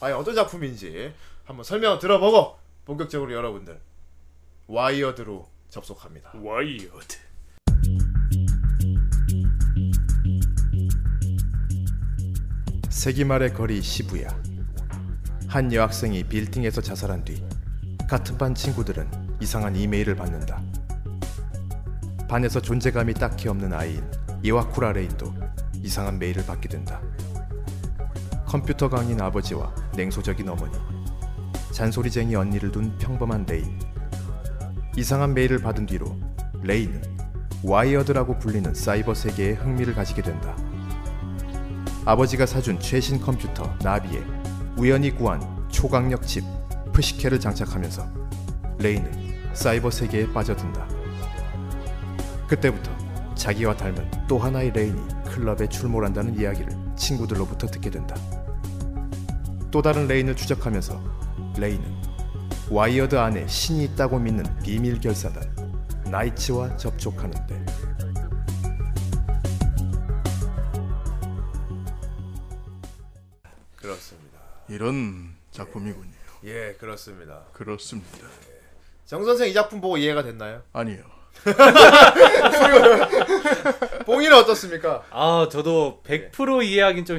과연 어떤 작품인지 한번 설명을 들어보고 본격적으로 여러분들 와이어드로 접속합니다.
와이어드.
세기말의 거리 시부야. 한 여학생이 빌딩에서 자살한 뒤 같은 반 친구들은
이상한 이메일을 받는다. 반에서 존재감이 딱히 없는 아이인 이와쿠라 레인도 이상한 메일을 받게 된다. 컴퓨터 강인 아버지와 냉소적인 어머니, 잔소리쟁이 언니를 둔 평범한 레인. 이상한 메일을 받은 뒤로 레인은 와이어드라고 불리는 사이버 세계에 흥미를 가지게 된다. 아버지가 사준 최신 컴퓨터 나비에 우연히 구한 초강력 칩 푸시케를 장착하면서 레이는 사이버 세계에 빠져든다. 그때부터 자기와 닮은 또 하나의 레인이 클럽에 출몰한다는 이야기를 친구들로부터 듣게 된다. 또 다른 레인을 추적하면서 레인은 와이어드 안에 신이 있다고 믿는 비밀 결사단 나이츠와 접촉하는데
그렇습니다.
이런 작품이군요.
예, 그렇습니다.
그렇습니다.
정 선생 이 작품 보고 이해가 됐나요?
아니요.
봉이는 어떻습니까?
아 저도 100% 이해하긴 좀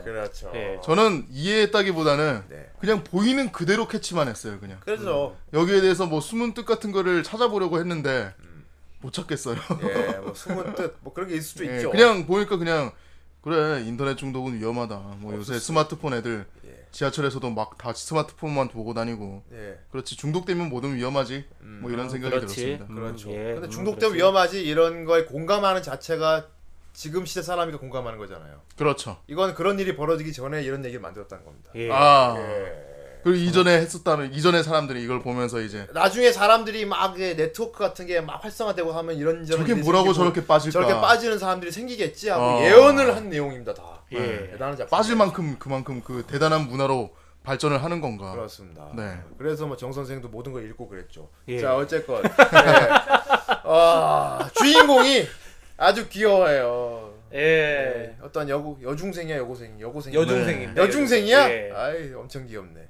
[LAUGHS] 예. 그렇죠.
예, 저-
저는 이해했다기보다는
네.
그냥 보이는 그대로 캐치만 했어요. 그냥
그래서
여기에 대해서 뭐 숨은 뜻 같은 거를 찾아보려고 했는데 못 찾겠어요.
음. 예, [LAUGHS] 뭐 숨은 뜻뭐 그런 게 있을 수도
예,
있죠.
그냥 보니까 그냥 그래 인터넷 중독은 위험하다. 뭐 요새 스마트폰 애들 지하철에서도 막 다 스마트폰만 보고 다니고
예.
그렇지 중독되면 뭐든 위험하지. 뭐 이런 생각이
그렇지.
들었습니다.
음,
음, 그렇죠.
예,
근데
음,
중독되면
그렇지.
위험하지 이런 거에 공감하는 자체가 지금 시대 사람이 공감하는 거잖아요.
그렇죠.
이건 그런 일이 벌어지기 전에 이런 얘기를 만들었다는 겁니다.
예.
아
예.
그리고 이전에 했었다는 이전에 사람들이 이걸 보면서 이제
나중에 사람들이 막 이게 네트워크 같은 게 막 활성화되고 하면 이런저런
저게
일이
뭐라고
생기고
저렇게 빠질까?
저렇게 빠지는 사람들이 생기겠지 하고
어.
예언을 한 내용입니다 다.
예.
대단한 작품.
빠질 만큼 그만큼 그 대단한 문화로 발전을 하는 건가?
그렇습니다.
네.
그래서 뭐 정 선생도 모든 걸 읽고 그랬죠.
예.
자 어쨌건 네. 아, 주인공이 아주 귀여워요.
예.
네. 어떤 여고 여중생이야 여고생 여고생
여중생입니다.
여중생이야?
예.
아이 엄청 귀엽네.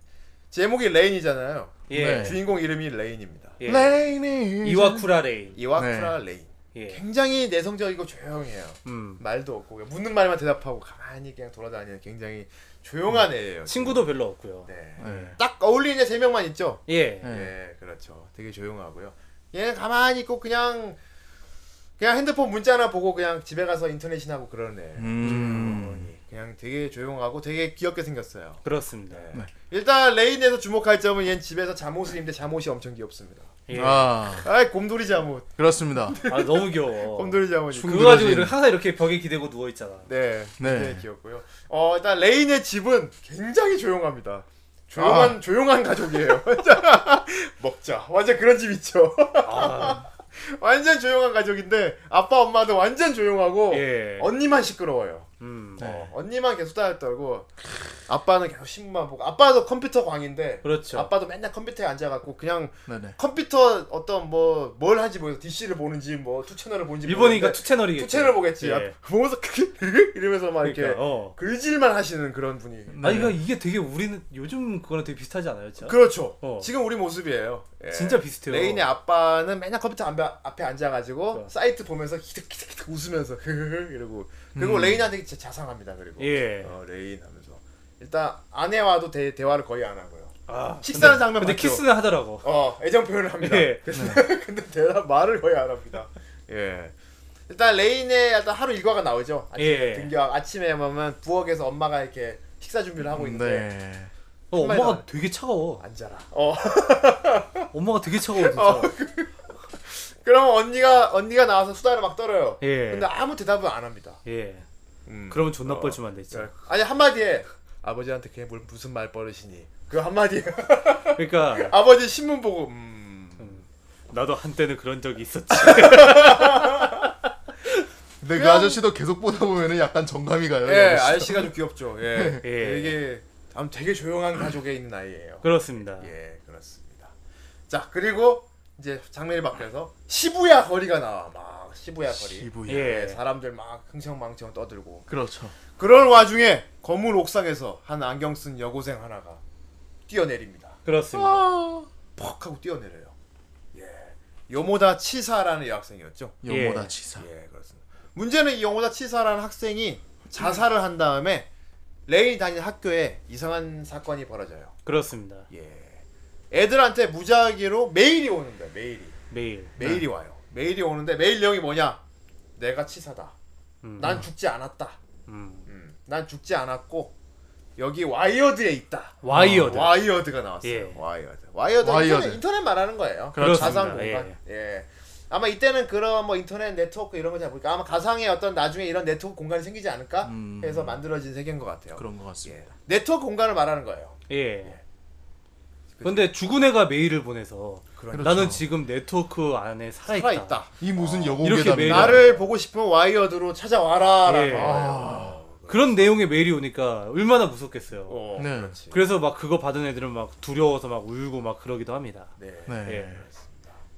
제목이 레인이잖아요.
예.
네.
주인공 이름이 레인입니다.
예.
레인이
이와쿠라레인.
네. 이와쿠라 레인. 네.
예.
굉장히 내성적이고 조용해요.
음.
말도 없고 그냥 묻는 말만 대답하고 가만히 그냥 돌아다니는 굉장히 조용한 애예요.
친구도 별로 없고요.
네.
네.
딱 어울리는 애 세 명만 있죠.
예.
네.
예, 그렇죠. 되게 조용하고요. 얘는 가만히 있고 그냥 그냥 핸드폰 문자나 보고 그냥 집에 가서 인터넷이나 하고 그러네.
음.
그냥 되게 조용하고 되게 귀엽게 생겼어요.
그렇습니다.
네. 일단 레인에서 주목할 점은 얘는 집에서 잠옷을 입는데 잠옷이 엄청 귀엽습니다.
예. 아,
아
아이 곰돌이 잠옷, [LAUGHS]
그렇습니다.
너무 귀여워.
곰돌이 잠옷.
충-
그거 가지고
둥그러진-
이렇게 항상 이렇게 벽에 기대고 누워 있잖아.
네,
네.
네, 귀엽고요. 어 일단 레인의 집은 굉장히 조용합니다. 조용한
아.
조용한 가족이에요. [LAUGHS] 먹자. 완전 그런 집 있죠.
아,
[LAUGHS] 완전 조용한 가족인데 아빠 엄마도 완전 조용하고
예.
언니만 시끄러워요.
음.
어, 언니만 계속 따라 떨고 아빠는 계속 신문만 보고 아빠도 컴퓨터 광인데
그렇죠.
아빠도 맨날 컴퓨터에 앉아갖고 그냥
네네.
컴퓨터 어떤 뭐 뭘 하는지 모르겠어 DC를 보는지 뭐 투채널을 보는지
일본이니까
모르겠는데
투 채널이겠지.
네. 투 채널을 보겠지 아,
예.
보면서 [LAUGHS] 이러면서 막 이렇게
그러니까, 어.
글질만 하시는 그런 분이
아니 그러니까 이게 되게 우리는 요즘 그거랑 되게 비슷하지 않아요, 진짜?
그렇죠
어.
지금 우리 모습이에요 예.
진짜 비슷해요.
레인의 아빠는 맨날 컴퓨터 앞에, 앞에 앉아가지고
그러니까.
사이트 보면서 히득히득히득 웃으면서 [LAUGHS] 흐흐흐 이러고 그리고 레인한테 진짜 자상합니다 그리고
음. 예.
어, 레인 하면서 일단 아내와도 대, 대화를 거의 안 하고요
아,
식사는 장면
근데
맞죠?
키스는 하더라고.
어 애정 표현을 합니다
예.
[LAUGHS] 근데 대답 말을 거의 안 합니다 예 일단 레인의 일단 하루 일과가 나오죠 아침에
예.
등교 아침에 보면 부엌에서 엄마가 이렇게 식사 준비를 하고 있는데
네.
어,
정말
엄마가
나와요.
되게 차가워.
앉아라 네. 어 [LAUGHS]
엄마가 되게 차가워 진짜.
그러면 언니가 언니가 나와서 수다를 막 떨어요
예.
근데 아무 대답을 안 합니다
예.
음.
그러면 존나
어.
뻘쭘한 데 있지.
예. 아니 한마디에 아버지한테 그게 뭘 무슨 말 버릇이니 그 한마디에 [LAUGHS]
그러니까
아버지 신문 보고 음
나도 한때는 그런
[LAUGHS]
적이 있었지.
근데 그
그냥-
아저씨도 계속 보다 보면은 약간 정감이 가요.
예,
이 아저씨.
아저씨가 좀 귀엽죠. 예.
[LAUGHS] 예.
되게 아무 되게 조용한 가족에 있는 아이예요.
그렇습니다.
예, 그렇습니다. 자, 그리고 이제 장면이 바뀌어서 시부야 거리가 나와. 막 시부야 거리.
시부야.
예,
예.
사람들 막 흥청망청 떠들고.
그렇죠.
그런 와중에 건물 옥상에서 한 안경 쓴 여고생 하나가 뛰어내립니다.
그렇습니다.
퍽 하고 뛰어내려요. 예. 요모다 치사라는 여학생이었죠.
예.
영모다 치사.
예, 그렇습니다. 문제는 이 영호다 치사라는 학생이 자살을 한 다음에 레인이 다니는 학교에 이상한 사건이 벌어져요.
그렇습니다.
예. 애들한테 무작위로 메일이 오는 거야. 메일이.
매일.
메일이 와요. 메일이 오는데 메일 내용이 뭐냐? 내가 치사다. 난 죽지 않았다.
음.
음, 난 죽지 않았고 여기 와이어드에 있다.
와이어드.
어, 와이어드가 나왔어요.
예.
와이어드. 와이어드.
와이어드.
인터넷, 인터넷 말하는 거예요.
그렇습니다.
가상 공간. 예. 아마 이때는 그런 뭐 인터넷 네트워크 이런 거잘 모르니까 아마 가상의 어떤 나중에 이런 네트워크 공간이 생기지 않을까
음.
해서 만들어진 세계인 것 같아요.
그런 것
예.
같습니다.
네트워크 공간을 말하는 거예요.
예. 근데 죽은 애가 메일을 보내서
그렇죠.
나는 지금 네트워크 안에 살아있다.
살아 있다.
이 무슨
이렇게
여고괴담이
매일-
나를 보고 싶으면 와이어드로 찾아와라라고.
예.
아.
그런 내용의 메일이 오니까 얼마나 무섭겠어요.
어,
네.
그렇지.
그래서 막 그거 받은 애들은 막 두려워서 막 울고 막 그러기도 합니다.
네.
네.
예.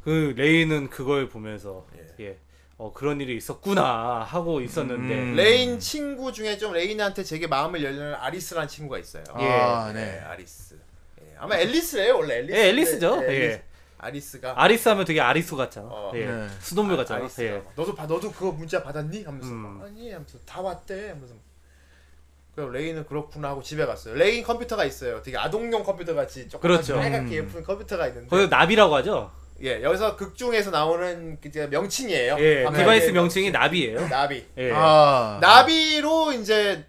그 레이는 그걸 보면서 예. 어 그런 일이 있었구나 하고 있었는데
음.
레인 친구 중에 좀 레인한테 제게 마음을 열려는 아리스라는 친구가 있어요.
아,
네,
네.
아리스. 예, 아마 앨리스래요 원래 앨리스.
예, 앨리스죠.
예,
예.
앨리스. 아리스가.
아리스 하면 되게 아리소 같잖아.
어,
예.
네.
수돗물 같잖아.
아리스가
예.
막, 너도 봐, 너도 그거 문자 받았니? 하면서
음.
막, 아니, 하면서 다 왔대. 하면서. 그래서 레인은 그렇구나 하고 집에 갔어요. 레인 컴퓨터가 있어요. 되게 아동용 컴퓨터 같이 조금
그렇죠.
빨갛게 예쁜 컴퓨터가 있는데.
거기서 나비라고 하죠.
예, 여기서 극 중에서 나오는 그 이제 명칭이에요.
예.
방금
디바이스
얘기했던
명칭이 나비예요.
나비.
예.
아.
나비로 이제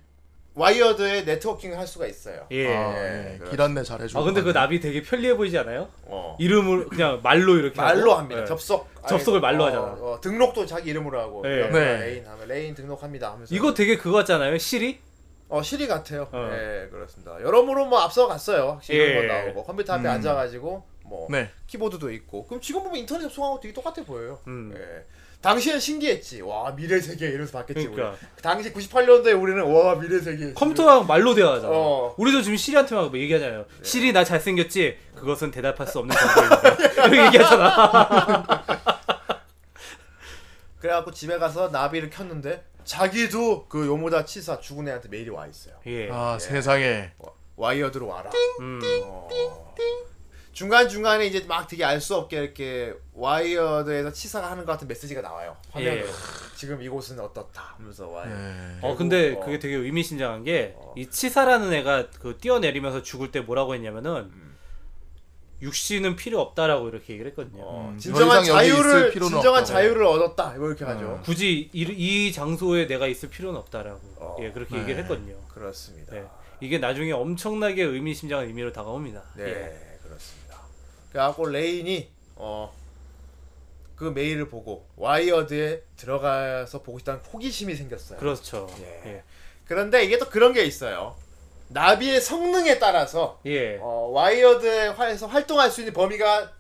와이어드에 네트워킹을 할 수가 있어요.
예.
아,
아,
예.
그렇죠.
길 안내 잘해줘.
근데 그 나비 되게 편리해 보이지 않아요?
어.
이름을 그냥 말로 이렇게
말로
하고.
합니다.
예.
접속 아니,
접속을 말로
어,
하잖아.
어, 등록도 자기 이름으로 하고.
예.
네.
네.
레인 하면 레인 등록합니다 하면서.
이거 되게 그거 같잖아요. 시리?
어 시리 같아요.
어.
예 그렇습니다. 여러모로 뭐 앞서갔어요. 확실히
예.
이런 건 나오고 컴퓨터 앞에
음.
앉아가지고 뭐
네.
키보드도 있고. 그럼 지금 보면 인터넷 접속하고 되게 똑같아 보여요.
음.
예. 당시엔 신기했지. 와 미래 세계 이러면서 봤겠지
그러니까.
우리. 그 당시 98년도에 우리는 와 미래 세계.
컴퓨터랑 말로 대화하잖아.
어. 네.
우리도 지금 시리한테 막 얘기하잖아요. 시리 나 잘생겼지? 그것은 대답할 수
[LAUGHS]
없는 정보입니다. 이렇게 얘기하잖아.
그래갖고 집에 가서 나비를 켰는데 자기도 그 요모다 치사 죽은 애한테 메일이 와 있어요.
예.
아, 세상에.
와- 와이어드로 와라.
음.
중간 중간에 이제 막 되게 알 수 없게 이렇게 와이어드에서 치사가 하는 것 같은 메시지가 나와요. 화면으로.
예. 지금
이곳은 어떻다 하면서 와요.
네.
어 근데
어.
그게 되게 의미심장한 게 이
어.
치사라는 애가 그 뛰어내리면서 죽을 때 뭐라고 했냐면은
음.
육신은 필요 없다라고 이렇게 얘기를 했거든요.
어,
음,
진정한
더 이상 여기 있을
자유를
필요는
진정한
없다고. 예. 음.
자유를 얻었다. 뭐 이렇게 하죠.
굳이 이, 이 장소에 내가 있을 필요는 없다라고
어.
예 그렇게
네.
얘기를 했거든요.
그렇습니다.
네. 이게 나중에 엄청나게 의미심장한 의미로 다가옵니다.
네,
예.
그렇습니다. 그래갖고 레인이 어, 그 메일을 보고 와이어드에 들어가서 보고 싶다는 호기심이 생겼어요.
그렇죠.
예.
예.
그런데 이게 또 그런 게 있어요. 나비의 성능에 따라서
예.
어, 와이어드에서 활동할 수 있는 범위가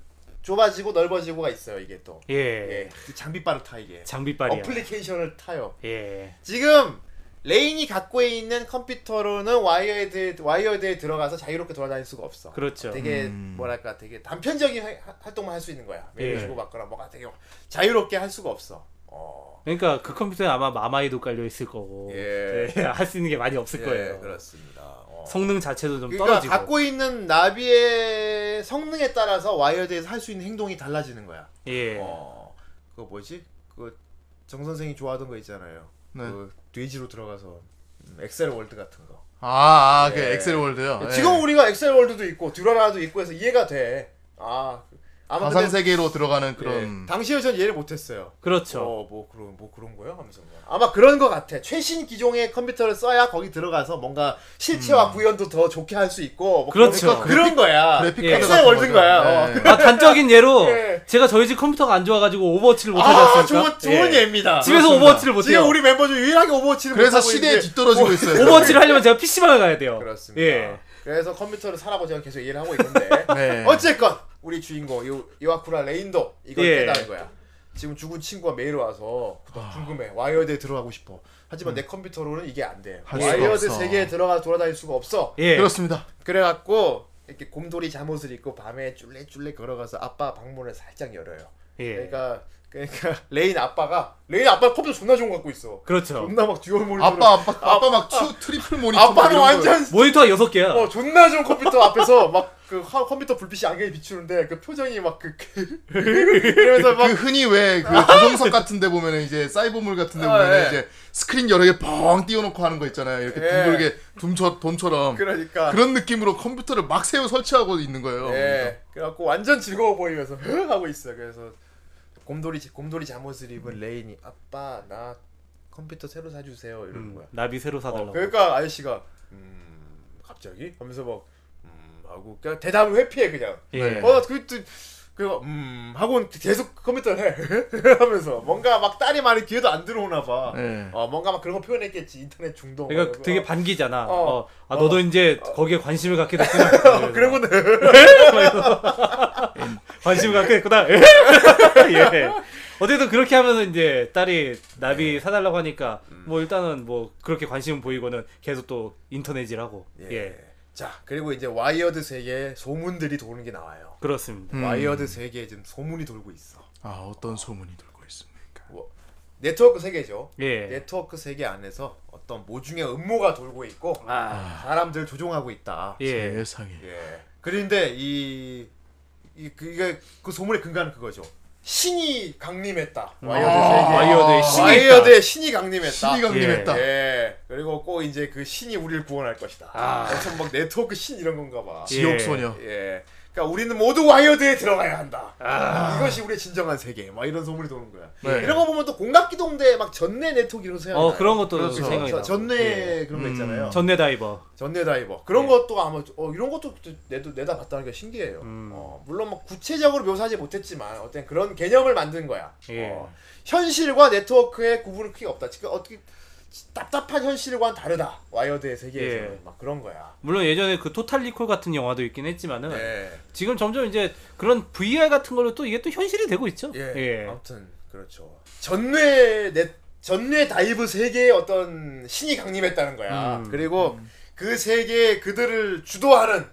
좁아지고 넓어지고가 있어요. 이게 또
예.
예. 이 장비빨을 타 이게
장비빨이야.
어플리케이션을 타요.
예.
지금 레인이 갖고 있는 컴퓨터로는 와이어드 와이어드에 들어가서 자유롭게 돌아다닐 수가 없어.
그렇죠.
되게
음.
뭐랄까 되게 단편적인 하- 활동만 할 수 있는 거야. 메일
예.
주고 받거나 뭐가 되게 자유롭게 할 수가 없어. 어.
그러니까 그 컴퓨터에 아마 마마이도 깔려 있을 거고
예.
[LAUGHS] 할 수 있는 게 많이 없을
예,
거예요.
그렇습니다. 어.
성능 자체도 좀
그러니까
떨어지고.
갖고 있는 나비의 성능에 따라서 와이어드에서 할 수 있는 행동이 달라지는 거야.
예.
어. 그거 뭐지? 그정 선생이 좋아하던 거 있잖아요.
네.
그 돼지로 들어가서 음, 엑셀 월드 같은 거.
아, 아, 그
예.
엑셀 월드요. 예.
지금 우리가 엑셀 월드도 있고 듀라라도 있고 해서 이해가 돼. 아 그- 아마
가상
근데-
세계로 들어가는
예,
그런
당시에 전 이해를 못했어요.
그렇죠.
어뭐 그런 뭐 그런 거요 하면서 그냥. 아마 그런 거 같아. 최신 기종의 컴퓨터를 써야 거기 들어가서 뭔가 실체와 구현도 더 좋게 할 수 있고 뭐
음. 그렇죠.
그런, 그런 거야.
그래픽
예.
카드
엑셀
같은
월드인
거죠.
거야. 어.
예.
아 단적인 예로
[LAUGHS] 예.
제가 저희 집 컴퓨터가 안 좋아가지고 오버워치를 못 하지
아
않습니까?
좋은 좋은
예.
예입니다. 그렇죠.
집에서
그렇습니다.
오버워치를 못
지금
해요.
우리 멤버 중 유일하게 오버워치를 [LAUGHS]
그래서
못하고
시대에
있는데- 뭐
뒤떨어지고 있어요.
오버워치를 하려면 제가 PC방을 가야 돼요.
그렇습니다.
예.
그래서 컴퓨터를 사라고 제가 계속 이해를 하고 있는데
[LAUGHS] 네.
어쨌건 우리 주인공 요, 요아쿠라 레인도 이걸
예.
깨달은 거야. 지금 죽은 친구가 메일 와서 나
아.
궁금해 와이어드에 들어가고 싶어. 하지만 내 컴퓨터로는 이게 안 돼.
음. 할 수가
와이어드
없어.
세계에 들어가 돌아다닐 수가 없어.
예.
네. 그렇습니다.
그래갖고 이렇게 곰돌이 잠옷을 입고 밤에 쫄래쫄래 걸어가서 아빠 방문을 살짝 열어요.
예.
그러니까 그러니까 레인 아빠가 레인 아빠 컴퓨터 존나 좋은 거 갖고 있어.
그렇죠.
존나 막 듀얼 모니터.
아빠 아빠 아빠 막 추, 트리플 모니터 막
아빠는
이런 거.
완전
모니터가 6개야.
어 존나 좋은 컴퓨터 앞에서 막 그 컴퓨터 불빛이 안경에 비추는데 그 표정이 막그 이러면서 막 네.
그 흔히 왜그 조정석 같은데 보면은 이제 사이버물 같은데
아,
보면은
예.
이제 스크린 여러 개 뻥 띄워놓고 하는 거 있잖아요. 이렇게
예.
둥글게 둠처 돈처럼
그러니까
그런 느낌으로 컴퓨터를 막 세워 설치하고 있는 거예요.
예. 그래갖고 완전 즐거워 보이면서 [LAUGHS] 흥 하고 있어요. 그래서 곰돌이 곰돌이 잠옷을 입은 레인이 아빠 나 컴퓨터 새로 사주세요 이러는
음,
거야.
나비 새로 사달라고.
어, 그러니까 아저씨가 음 갑자기 하면서 막 음, 하고 그냥 대답을 회피해 그냥.
예.
어그그음 하고 계속 컴퓨터를 해 [LAUGHS] 하면서 뭔가 막 딸이 많이 귀에도 안 들어오나 봐.
예.
어 뭔가 막 그런 거 표현했겠지 인터넷 중독.
그러니까
어,
되게 반기잖아.
어.
어. 아 너도 이제 거기에 관심을 갖게
[LAUGHS]
됐구나. 네. 뭐
어, 그러고는
관심을 갖게 됐구나. 예. [LAUGHS] 예. 어쨌든 그렇게 하면은 이제 딸이
네.
나비 사달라고 하니까
음.
뭐 일단은 뭐 그렇게 관심 보이고는 계속 또 인터넷이라고. 예.
자 그리고 이제 와이어드 세계에 소문들이 도는 게 나와요. 음.
그렇습니다.
와이어드 세계에 지금 소문이 돌고 있어.
음. 아 어떤 소문이 돌고 있습니까?
뭐, 네트워크 세계죠.
예.
네트워크 세계 안에서 어떤 모종의 음모가 돌고 있고
아.
사람들 조종하고 있다.
예.
세상에.
예. 그런데 이, 이 그, 이게 그 소문의 근간은 그거죠. 신이 강림했다. 와이어드 세계.
아, 와이어드의 신이
와이어드의 신이 강림했다.
아. 신이 강림했다.
예. 그리고 꼭 이제 그 신이 우리를 구원할 것이다.
아.
엄청 막 네트워크 신 이런 건가 봐.
예.
지옥 소녀.
예. 그러니까 우리는 모두 와이어드에 들어가야 한다.
아.
이것이 우리의 진정한 세계. 막 이런 소문이 도는 거야.
네.
이런 거 보면 또 공각기동대 막 전내 네트워크 이런 거 생각나.
어 그런 것도
그렇죠.
생각이 예. 나.
전내 그런 거
음,
있잖아요. 전...
전내 다이버.
내 다이버 그런
예.
것도 아마 어, 이런 것도 내도 내다 봤다는 게 신기해요.
음.
어, 물론 막 구체적으로 묘사하지 못했지만 어떤 그런 개념을 만든 거야.
예.
어, 현실과 네트워크의 구분은 크게 없다. 지금 어떻게 답답한 현실과는 다르다. 와이어드의 세계에서는
예.
막 그런 거야.
물론 예전에 그 토탈 리콜 같은 영화도 있긴 했지만은
예.
지금 점점 이제 그런 VR 같은 걸로 또 이게 또 현실이 되고 있죠.
예. 아무튼 그렇죠. 전뇌 넷 전뇌 다이브 세계의 어떤 신이 강림했다는 거야.
음.
그리고 그 세계에 그들을 주도하는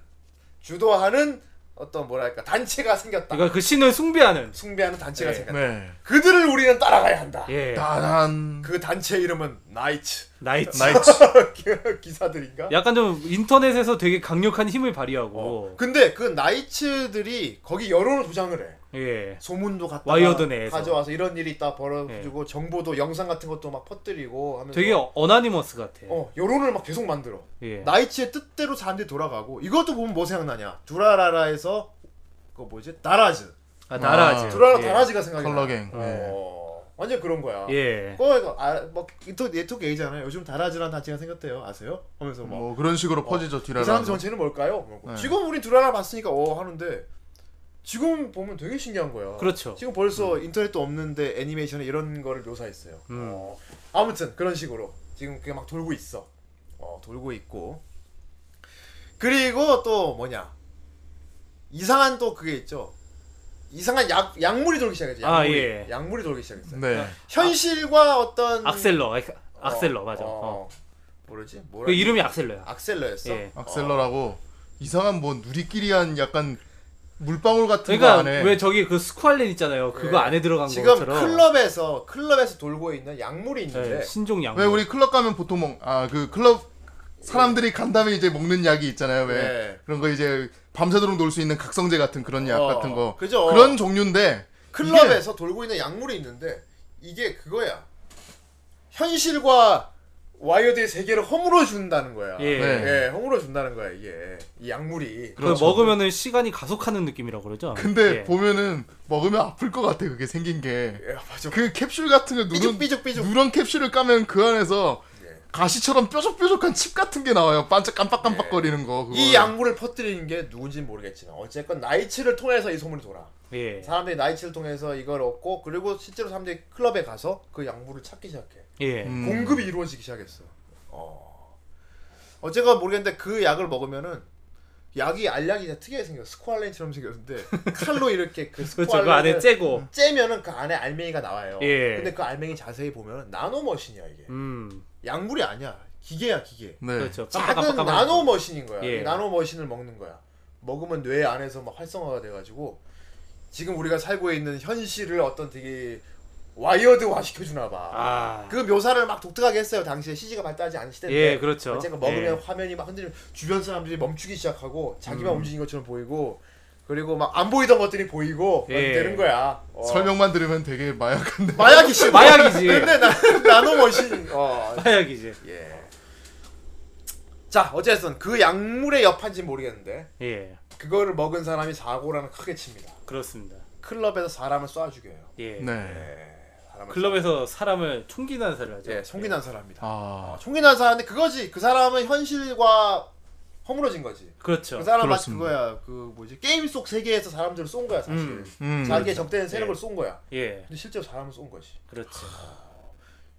주도하는 어떤 뭐랄까 단체가 생겼다.
그러니까 그 신을 숭배하는.
숭배하는 단체가
예.
생겼다.
네.
그들을 우리는 따라가야 한다.
예.
따란
그 단체 이름은 나이츠
나이츠.
나이츠.
[LAUGHS] 기사들인가?
[LAUGHS] 약간 좀 인터넷에서 되게 강력한 힘을 발휘하고.
어. 근데 그 나이츠들이 거기 여론을 도장을 해.
예.
소문도 갖다가
와이어드 내에서. 예.
가져와서 이런 일이 있다 벌어지고 정보도 영상 같은 것도 막 퍼뜨리고 하면서
되게 어나니머스 같아.
어 여론을 막 계속 만들어.
예.
나이츠의 뜻대로 사람들이 돌아가고 이것도 보면 뭐 생각나냐? 두라라라에서 그 뭐지? 다라즈.
아, 나라지.
아,
두라라
예.
다라즈가 생각나.
컬러갱. 네.
어 완전 그런 거야.
예.
그거 어, 아뭐 이토 네트워크 얘기잖아요. 요즘 다라즈라는 단체가 생겼대요. 아세요? 하면서 막
뭐 그런 식으로 퍼지죠
이
뒤라라.
어, 사람 전체는 뭘까요? 그러고
네.
지금 우린 드라마 봤으니까 어 하는데 지금 보면 되게 신기한 거야.
그렇죠.
지금 벌써
음.
인터넷도 없는데 애니메이션에 이런 거를 묘사했어요.
음.
어, 아무튼 그런 식으로 지금 그게 막 돌고 있어. 어, 돌고 있고 그리고 또 뭐냐 이상한 또 그게 있죠. 이상한 약 약물이 돌기 시작했죠.
아,
약물이,
예.
약물이 돌기 시작했어요.
네.
현실과 어떤
악셀러. 아,
어, 아,
악셀러 맞아. 어.
뭐라지? 뭐라?
그 이름이 악셀러야.
악셀러였어.
예.
악셀러라고 이상한 뭐 누리끼리한 약간 물방울 같은 거
그러니까
안에
왜 저기 그 스쿠알렌 있잖아요. 그거
예.
안에 들어간
지금
것처럼.
클럽에서 클럽에서 돌고 있는 약물이 있는데
예, 신종 양.
왜 우리 클럽 가면 보통 아그 클럽 사람들이 간 다음에 이제 먹는 약이 있잖아요. 왜
네.
그런 거 이제 밤새도록 놀 수 있는 각성제 같은 그런 약
어,
같은 거
그죠.
그런 종류인데
클럽에서 돌고 있는 약물이 있는데 이게 그거야 현실과 와이어드의 세계를 허물어 준다는 거야.
예.
네.
예, 허물어 준다는 거야 이게 이 약물이.
그걸 먹으면은 시간이 가속하는 느낌이라고 그러죠.
이게 근데
예.
보면은 먹으면 아플 것 같아 그게 생긴 게.
예, 맞아.
그 캡슐 같은 거 누런
삐죽삐죽삐죽.
누런 capsule을 까면 그 안에서
예.
가시처럼 뾰족뾰족한 칩 같은 게 나와요. 반짝 깜빡깜빡거리는 거. 그거.
예. 이 약물을 퍼뜨리는 게 누군지는 모르겠지만 어쨌건 나이츠를 통해서 이 소문이 돌아.
예.
사람들이 나이츠를 통해서 이걸 얻고 그리고 실제로 사람들이 클럽에 가서 그 약물을 찾기 시작해.
예.
음.
공급이 이루어지기 시작했어. 어. 어쨌건 모르겠는데 그 약을 먹으면은 약이 알약이 그냥 특이하게 생겨. 스코알렌처럼 생겼는데 칼로 이렇게 그
그렇죠. 그 안에
스코알렌을
째고.
째면은 그 안에 알맹이가 나와요.
예.
근데 그 알맹이 자세히 보면 나노 머신이야 이게.
음.
약물이 아니야. 기계야 기계.
네.
그렇죠.
작은
깜빡깜빡
나노 뭐 머신인 거야.
예.
이 나노 머신을 먹는 거야. 먹으면 뇌 안에서 막 활성화가 돼가지고 지금 우리가 살고 있는 현실을 어떤 되게 와이어드화 시켜주나 봐.
아.
그 묘사를 막 독특하게 했어요. 당시에 CG가 발달하지 않은 시대인데.
예, 그렇죠.
어쨌든 먹으면
예.
화면이 막 흔들리면 주변 사람들이 멈추기 시작하고 자기만
음.
움직인 것처럼 보이고 그리고 막 안 보이던 것들이 보이고 막
예.
되는 거야. 어.
설명만 들으면 되게 마약한데.
[LAUGHS]
마약이 씨
그 마약이지.
근데 나 나노 머신. 어.
화약이지.
예. 자 어쨌든 그 약물의 여파인지 모르겠는데
예.
그거를 먹은 사람이 사고라는 크게 칩니다. 죽습니다.
그렇습니다.
클럽에서 사람을 쏴 죽여요.
예.
네.
사람을
클럽에서 사람을 총기 난사를
쏴-
하죠.
예, 총기 난사합니다.
아,
총기 난사하는데 그거지. 그 사람은 현실과 허물어진 거지.
그렇죠.
그 사람은 막
그렇습니다.
그거야. 그 뭐지 게임 속 세계에서 사람들을 쏜 거야 사실.
음,
음.
자기의 적대는 세력을
예.
쏜 거야.
예.
근데 실제로 사람을 쏜 거지.
그렇죠.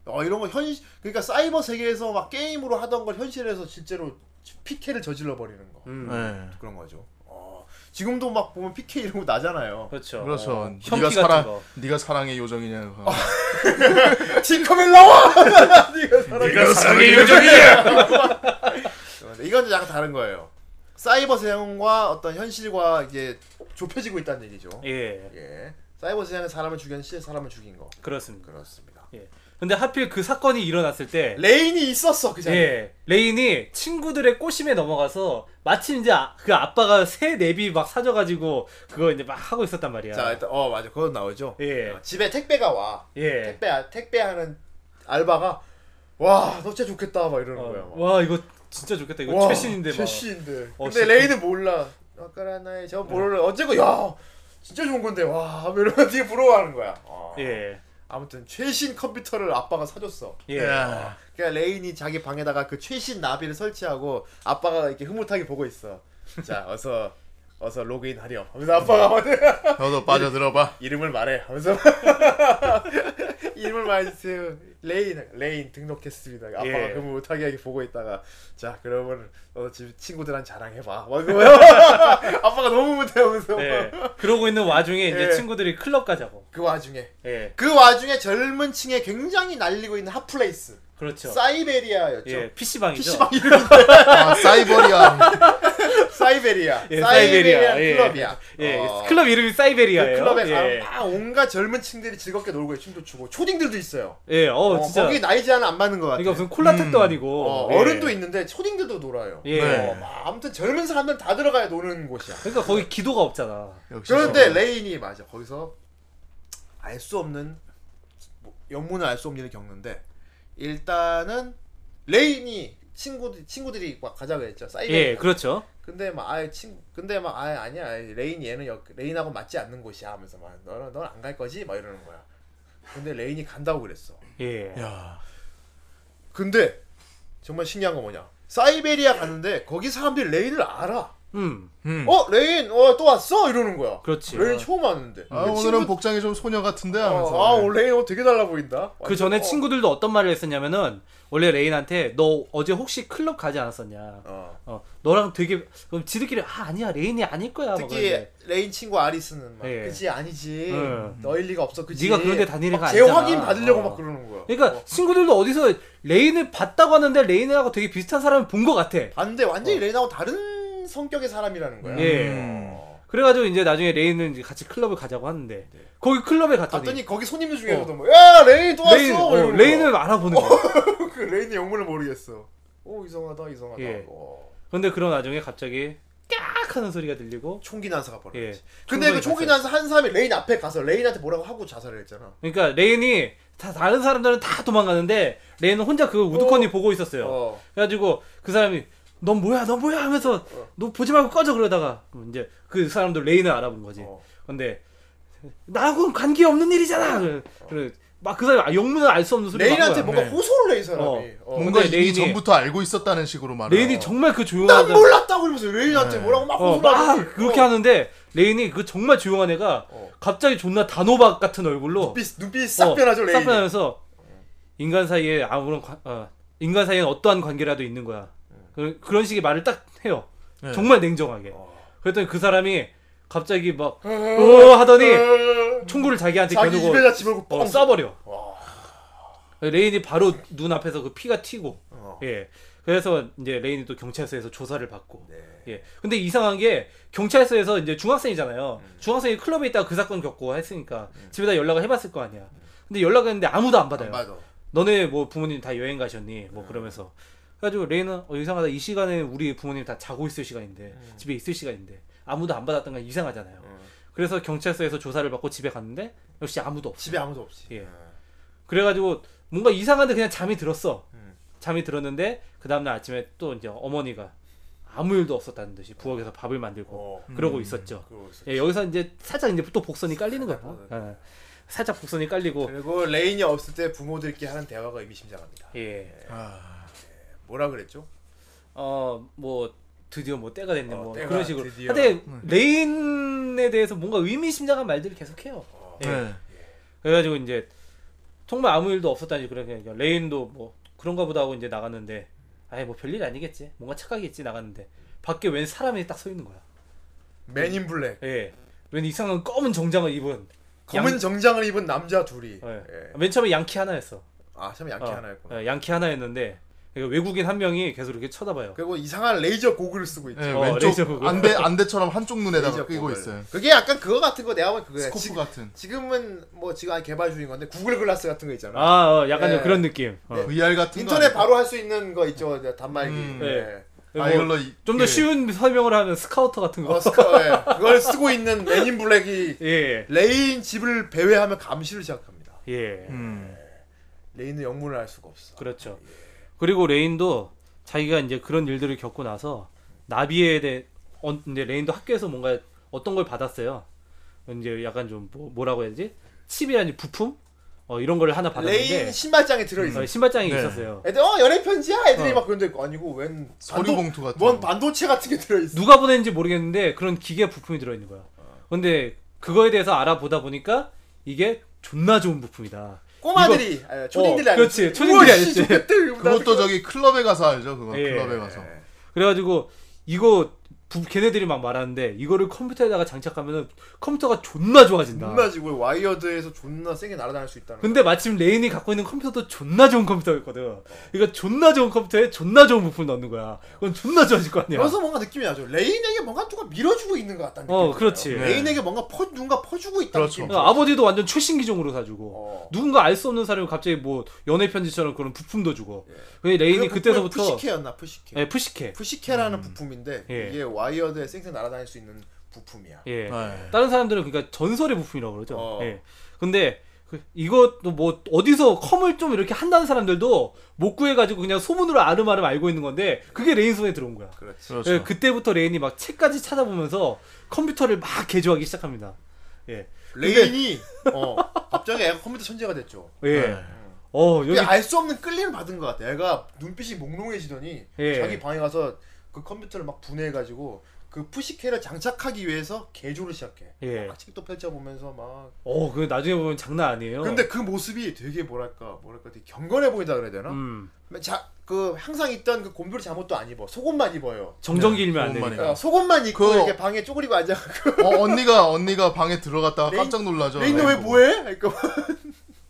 어 이런 거 현실 그러니까 사이버 세계에서 막 게임으로 하던 걸 현실에서 실제로 피케를 저질러 버리는 거.
음.
네.
그런 거죠. 어, 지금도 막 보면 PK 이런 거 나잖아요.
그렇죠.
그렇죠.
어, 현피
네가
같은
사랑,
거.
네가 사랑의 요정이냐.
[LAUGHS]
그
팀커맨 나와! 네가 사람.
네가 사랑의 요정이냐.
근데 이건 약간 다른 거예요. 사이버 세상과 어떤 현실과 이게 좁혀지고 있다는 얘기죠.
예.
예. 사이버 세상에 사람을 죽인 실 사람을 죽인 거.
그렇습니다.
그렇습니다.
예. 근데 하필 그 사건이 일어났을 때
레인이 있었어 그 자리에.
예, 레인이 친구들의 꼬심에 넘어가서 마침 이제 아- 그 아빠가 새 내비 막 사줘가지고 그거 이제 막 하고 있었단 말이야.
자 일단 어 맞아 그건 나오죠.
예.
어, 집에 택배가 와.
예.
택배 택배하는 알바가 와너 진짜 좋겠다 막 이러는 거야.
어,
막.
와 이거 진짜 좋겠다. 이거
와,
최신인데 막.
최신인데.
어,
근데
진짜. 네.
레이는 몰라. 아까라 나의 저 모르는 어쨌고 야 진짜 좋은 건데 와 하면 이러면 되게 부러워하는 거야. 어.
예.
아무튼 최신 컴퓨터를 아빠가 사줬어.
예.
야.
그러니까 레인이 자기 방에다가 그 최신 나비를 설치하고 아빠가 이렇게 흐뭇하게 보고 있어. 자 어서 어서 로그인 하렴. 하면서
[LAUGHS]
아빠가 막
너도 빠져들어봐.
이름을 말해 하면서 [LAUGHS] 이름을 말해주세요 레인 레인 등록했습니다 아빠가
예.
그걸 못하게 하게 보고 있다가 자 그러면 너 집 친구들한 자랑해봐 막 그거야 [LAUGHS] 아빠가 너무 못해하면서
예. 그러고 있는 와중에 이제
예.
친구들이 클럽 가자고.
그 와중에
예.
그 와중에 젊은 층에 굉장히 날리고 있는 핫플레이스
그렇죠.
사이베리아였죠 [LAUGHS]
예. PC 방이죠.
PC방 이름인데
아, 사이버리아.
[LAUGHS] 사이베리아
예,
사이베리아,
사이베리아. 예.
클럽이야
예.
어.
클럽 이름이
그
사이베리아예요.
클럽에
예.
가면 막 온갖 젊은 층들이 즐겁게 놀고 춤도 추고 초딩들도 있어요
예. 어,
어,
진짜.
거기 나이 제한은 안 맞는 것 같아
이게 무슨 콜라텍도
음.
아니고.
어,
예.
어른도 있는데 초딩들도 놀아요.
예.
어, 막 아무튼 젊은 사람들 다 들어가야 노는 곳이야.
그러니까 거기 기도가 없잖아.
역시
그런데 레인이 맞아 거기서 알 수 없는 뭐, 영문을 알 수 없는 일을 겪는데 일단은 레인이 친구들 친구들이 막 가자고 했죠 사이버.
예, 그렇죠.
근데 막 아예 친 근데 막 아예 아니야 아예 레인 얘는 역, 레인하고 맞지 않는 곳이야 하면서 막 너는 넌 안 갈 거지 막 이러는 거야. 근데 레인이 간다고 그랬어.
예.
야.
근데 정말 신기한 건 뭐냐? 사이베리아 갔는데 거기 사람들이 레인을 알아.
음.
음.
어 레인 어 또 왔어 이러는 거야.
그렇지.
레인 처음 왔는데.
아,
그
오늘은
친구-
복장이 좀 소녀 같은데 하면서.
어, 아 오늘 레인 옷 되게 달라 보인다.
그
완전-
전에
어.
친구들도 어떤 말을 했었냐면은 원래 레인한테 너 어제 혹시 클럽 가지 않았었냐?
어.
어, 너랑 되게 그럼 지들끼리 아 아니야 레인이 아닐 거야. 막
특히
그러는데.
레인 친구 아리스는 막
예.
그지 아니지
응.
너일 리가 없어 그지.
네가 그런데 다니는
막
애가 아니잖아.
재확인 받으려고
어.
막 그러는 거야.
그러니까 친구들도 어디서 레인을 봤다고 하는데 레인하고 되게 비슷한 사람을 본 것 같아.
반대 완전히 레인하고 다른 성격의 사람이라는
음.
거야.
어. 예.
어.
그래가지고 이제 나중에 레인은 이제 같이 클럽을 가자고 하는데 거기 클럽에 갔더니,
네. 갔더니 거기 손님들 중에서도 뭐야 레인 또 왔어.
예. 어. 레인,
막
어,
이러는 거야.
레인을 알아보는 거야.
그 레인의 영문을 모르겠어. 오 이상하다 이상하다.
예.
어.
근데 그런 와중에 갑자기 깍 하는 소리가 들리고
총기 난사가
예.
벌어졌지. 근데 그 총기 난사 한 사람이 레인 앞에 가서 레인한테 뭐라고 하고 자살을 했잖아.
그러니까 레인이 다 다른 사람들은 다 도망가는데 레인은 혼자 그 우두커니 보고 있었어요.
어.
그래가지고 그 사람이 넌 뭐야 넌 뭐야 하면서 너 보지 말고 꺼져 그러다가 그럼 이제 그 사람도 레인을 알아본 거지
어.
근데 나하고는 관계없는 일이잖아 그래 막 그 사람이 아, 영문을 알 수 없는 소리
어. 레인한테
뭐
뭔가
네.
호소를 해이 사람이.
어.
어.
뭔가
근데
이미
레인이-
전부터 알고 있었다는 식으로 말해.
레인이 정말 그 조용한
난 몰랐다고 이러면서 레인한테
네.
뭐라고 막
어,
호소를 하더니,
막 그렇게
어.
하는데 레인이 그 정말 조용한 애가
어.
갑자기 존나 단호박 같은 얼굴로
눈빛 눈빛 싹 변하죠 레인.
어, 싹 변하면서 인간 사이에 아무런 관- 어, 인간 사이엔 어떠한 관계라도 있는 거야. 그, 그런 식의 말을 딱 해요.
네.
정말 냉정하게.
어.
그랬더니 그 사람이 갑자기 막 어, 하더니
어.
총구를 자기한테
자기
겨누고
입에다 집어넣고
어,
뻥 어.
쏴버려. 레인이 바로 눈 앞에서 그 피가 튀고. 예. 그래서 이제 레인이 또 경찰서에서 조사를 받고.
네.
예. 근데 이상한 게 경찰서에서 이제 중학생이잖아요.
음.
중학생이 클럽에 있다가 그 사건 겪고 했으니까 집에다 연락을 해봤을 거 아니야. 근데 연락했는데 아무도 안 받아요.
맞아.
너네 뭐 부모님 다 여행 가셨니?
네.
뭐 그러면서. 그래가지고 레이는 어, 이상하다. 이 시간에 우리 부모님 다 자고 있을 시간인데
음.
집에 있을 시간인데 아무도 안 받았던 건 이상하잖아요.
예.
그래서 경찰서에서 조사를 받고 집에 갔는데 역시 아무도 없어.
집에 아무도 없이.
예. 그래가지고 뭔가 이상한데 그냥 잠이 들었어.
음.
잠이 들었는데 그 다음날 아침에 또 이제 어머니가 아무 일도 없었다는 듯이 부엌에서 밥을 만들고
어.
그러고 있었죠.
그러고 아, 네. 있었지.
예, 여기서 이제 살짝 이제 또 복선이 깔리는 거야. 예. 살짝 복선이 깔리고
그리고 레인이 없을 때 부모들끼리 하는 대화가 의미심장합니다.
예.
아,
뭐라 그랬죠?
어 뭐 드디어 뭐 때가 됐네
어,
뭐
때가
그런 식으로
드디어.
근데 레인에 대해서 뭔가 의미심장한 말들을 계속해요 예.
네.
그래가지고 이제 정말 아무 일도 없었다니 그렇게 레인도 뭐 그런가 보다 하고 이제 나갔는데 아예 뭐 별일 아니겠지 뭔가 착각이겠지 나갔는데 밖에 웬 사람이 딱 서 있는 거야
맨인 블랙.
예웬 이상한 검은 정장을 입은
검은
양-
정장을 입은 남자 둘이.
예.
예.
맨 처음에 양키 하나였어
아, 참 양키
어,
하나였구나.
예, 양키 하나였는데 외국인 한 명이 계속 이렇게 쳐다봐요
그리고 이상한 레이저 고글을 쓰고 있죠.
예,
어, 레이저
왼쪽
그거.
안대 안대처럼 한쪽 눈에다가
레이저 네,
끼고
고글.
있어요.
그게 약간 그거 같은 거 내가 보면 그거야.
스코프
지-
같은
지금은 뭐 지금 아직 개발 중인 건데 구글 글라스 같은 거 있잖아.
아 어, 약간
예.
좀 그런 느낌 어.
VR 같은 거
인터넷
아니고.
바로 할 수 있는 거 있죠. 이제 단말기.
음.
네.
예.
아 이걸로 이-
좀 더
예.
쉬운 설명을 하면 스카우터 같은 거.
어, 스카- 예. 그걸 쓰고 있는 맨인 블랙이
예.
레인 집을 배회하며 감시를 시작합니다.
예.
음.
레인은 영문을 알 수가 없어.
그렇죠. 그리고 레인도 자기가 이제 그런 일들을 겪고 나서 나비에 대해 어, 이제 레인도 학교에서 뭔가 어떤 걸 받았어요. 이제 약간 좀 뭐, 라고 해야 되지? 칩이라니 부품? 어, 이런 걸 하나
레인
받았는데
신발장에 들어 있어.
어, 신발장이
네.
있었어요.
애들 어 연애 편지야 애들이
어.
막 그런데 아니고 웬
서류 봉투 같은
뭔
거.
반도체 같은 게 들어 있어.
누가 보냈는지 모르겠는데 그런 기계 부품이 들어있는 거야. 근데 그거에 대해서 알아보다 보니까 이게 존나 좋은 부품이다.
꼬마들이 아, 초딩들이
어,
아니지.
그렇지.
우와,
초딩들이
씨,
아니지.
좋겠들.
그것도 저기 클럽에 가서 알죠 그거
예.
클럽에 가서
그래가지고 이거 부- 걔네들이 막 말하는데 이거를 컴퓨터에다가 장착하면은 컴퓨터가 존나 좋아진다.
존나 지고 와이어드에서 존나 세게 날아다닐 수 있다는.
근데 마침 레인이 갖고 있는 컴퓨터도 존나 좋은 컴퓨터였거든. 그러니까 존나 좋은 컴퓨터에 존나 좋은 부품을 넣는 거야. 그건 존나 좋아질 거
거.
아니야.
그래서 뭔가 느낌이 나죠. 레인에게 뭔가 누가 밀어주고 있는 것 같다는
어,
느낌.
그렇지.
네.
레인에게 뭔가 퍼 누가 퍼주고 있다는
그렇죠.
느낌.
그러니까 아버지도 완전 최신 기종으로 사주고
어.
누군가 알 수 없는 사람이 갑자기 뭐 연애 편지처럼 그런 부품도 주고. 그래서 레인이
그
그때서부터
푸시케였나 푸시케.
예, 푸시케.
음.
푸시케라는 부품인데
예.
이게 와이어드에 쌩쌩 날아다닐 수 있는 부품이야.
예.
네.
다른 사람들은 그러니까 전설의 부품이라고 그러죠.
어.
예. 근데 그- 이것도 뭐 어디서 컴을 좀 이렇게 한다는 사람들도 못 구해가지고 그냥 소문으로 아름아름 알고 있는 건데 그게 레인 손에 들어온 거야.
그렇지.
그렇죠.
예, 그때부터 레인이 막 책까지 찾아보면서 컴퓨터를 막 개조하기 시작합니다. 예.
레인이 어, 갑자기 애가 컴퓨터 천재가 됐죠.
예.
네.
어, 여기
근데 알 수 없는 끌림을 받은 것 같아. 애가 눈빛이 몽롱해지더니
예.
자기 방에 가서 그 컴퓨터를 막 분해해가지고 그 푸시케를 장착하기 위해서 개조를 시작해.
예.
막 책도 펼쳐보면서 막.
어, 그 나중에 보면 장난 아니에요.
근데 그 모습이 되게 뭐랄까 뭐랄까 되게 경건해 보인다 그래야 되나?
음.
자, 그 항상 입던 그 곰돌이 잠옷도 안 입어. 속옷만 입어요.
정전기 일면 안
그건
되니까.
말이에요.
어, 속옷만 입고
그-
이렇게 방에 쪼그리고 앉아.
어, 언니가 언니가 방에 들어갔다가
레인-
깜짝 놀라죠.
레인 너왜
레인 보고.
뭐해? 그러니까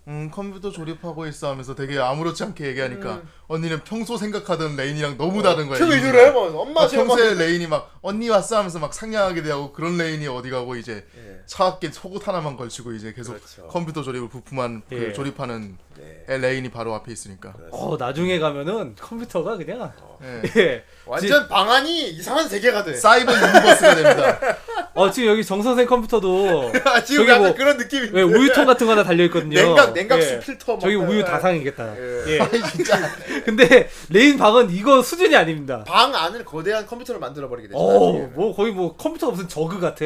음 컴퓨터 조립하고 있어 하면서 되게 아무렇지 않게 얘기하니까 언니는 평소 생각하던 레인이랑 너무 다른 거야.
왜 음.
이미지가.
어. 저래? 뭐 엄마
아,
지금
평소에 레인이 막 언니 왔어 하면서 막 상냥하게 대하고 그런 레인이 어디 가고 이제
예.
차갑게 속옷 하나만 걸치고 이제 계속
그렇죠.
컴퓨터 조립을 부품한 그
예.
조립하는
네. 그렇죠.
레인이 바로 앞에 있으니까
어, 나중에
음.
가면은 컴퓨터가 그냥
어.
예.
예.
완전 방안이 이상한 세계가 돼.
사이버 유니버스가 됩니다.
어, 지금 여기 정 선생 컴퓨터도
아, [LAUGHS] [LAUGHS] 지금
저기
약간
뭐-
그런 느낌인데.
예, 우유통 같은 거 하나 달려 있거든요. 예.
냉각- 냉각수 필터 막
저기 우유
하나.
다상이겠다.
예. [LAUGHS]
예. 근데 레인 방은 이거 수준이 아닙니다.
방 안을 거대한 컴퓨터를 만들어 버리게 되죠.
어, 뭐 거의 뭐 컴퓨터가 무슨 저그 같아.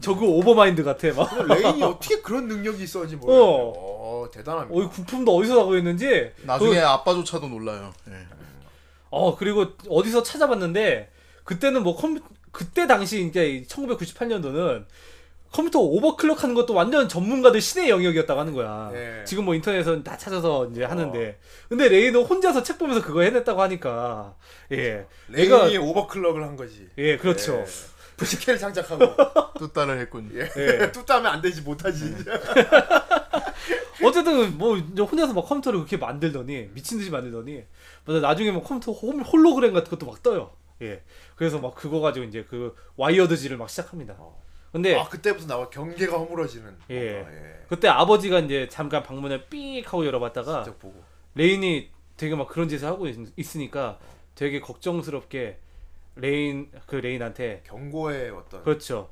저그 오버마인드 같아. 막. [LAUGHS]
레인이 어떻게 그런 능력이 있었는지 모르겠네. 어, 대단합니다.
어, 이 부품도 어디서 나고 있는지.
나중에
그-
아빠조차도 놀라요. 예.
어, 그리고 어디서 찾아봤는데, 그때는 뭐 컴, 그때 당시 이제 1998년도는 컴퓨터 오버클럭 하는 것도 완전 전문가들 신의 영역이었다고 하는 거야.
예. 어.
지금 뭐 인터넷에서는 다 찾아서 이제 하는데. 근데 레이는 혼자서 책 보면서 그거 해냈다고 하니까. 예.
레인이
내가-
오버클럭을 한 거지.
예, 그렇죠.
예. 부시케를 장착하고
또 딸을 했군.
예.
[LAUGHS] 예.
뚜따면 안 되지 못하지.
[LAUGHS] 어쨌든 뭐 이제 혼자서 막 컴퓨터를 그렇게 만들더니 미친 듯이 만들더니 맞아, 나중에 막 컴퓨터 홈- 홀로그램 같은 것도 막 떠요. 예. 그래서 막 그거 가지고 이제 그 와이어드질을 막 시작합니다. 근데
아 그때부터 나와 경계가 허물어지는.
예.
뭔가, 예.
그때 아버지가 이제 잠깐 방문을 삑 하고 열어봤다가
직접 보고.
레인이 되게 막 그런 짓을 하고 있, 으니까 되게 걱정스럽게 레인 그 레인한테
경고의 어떤.
그렇죠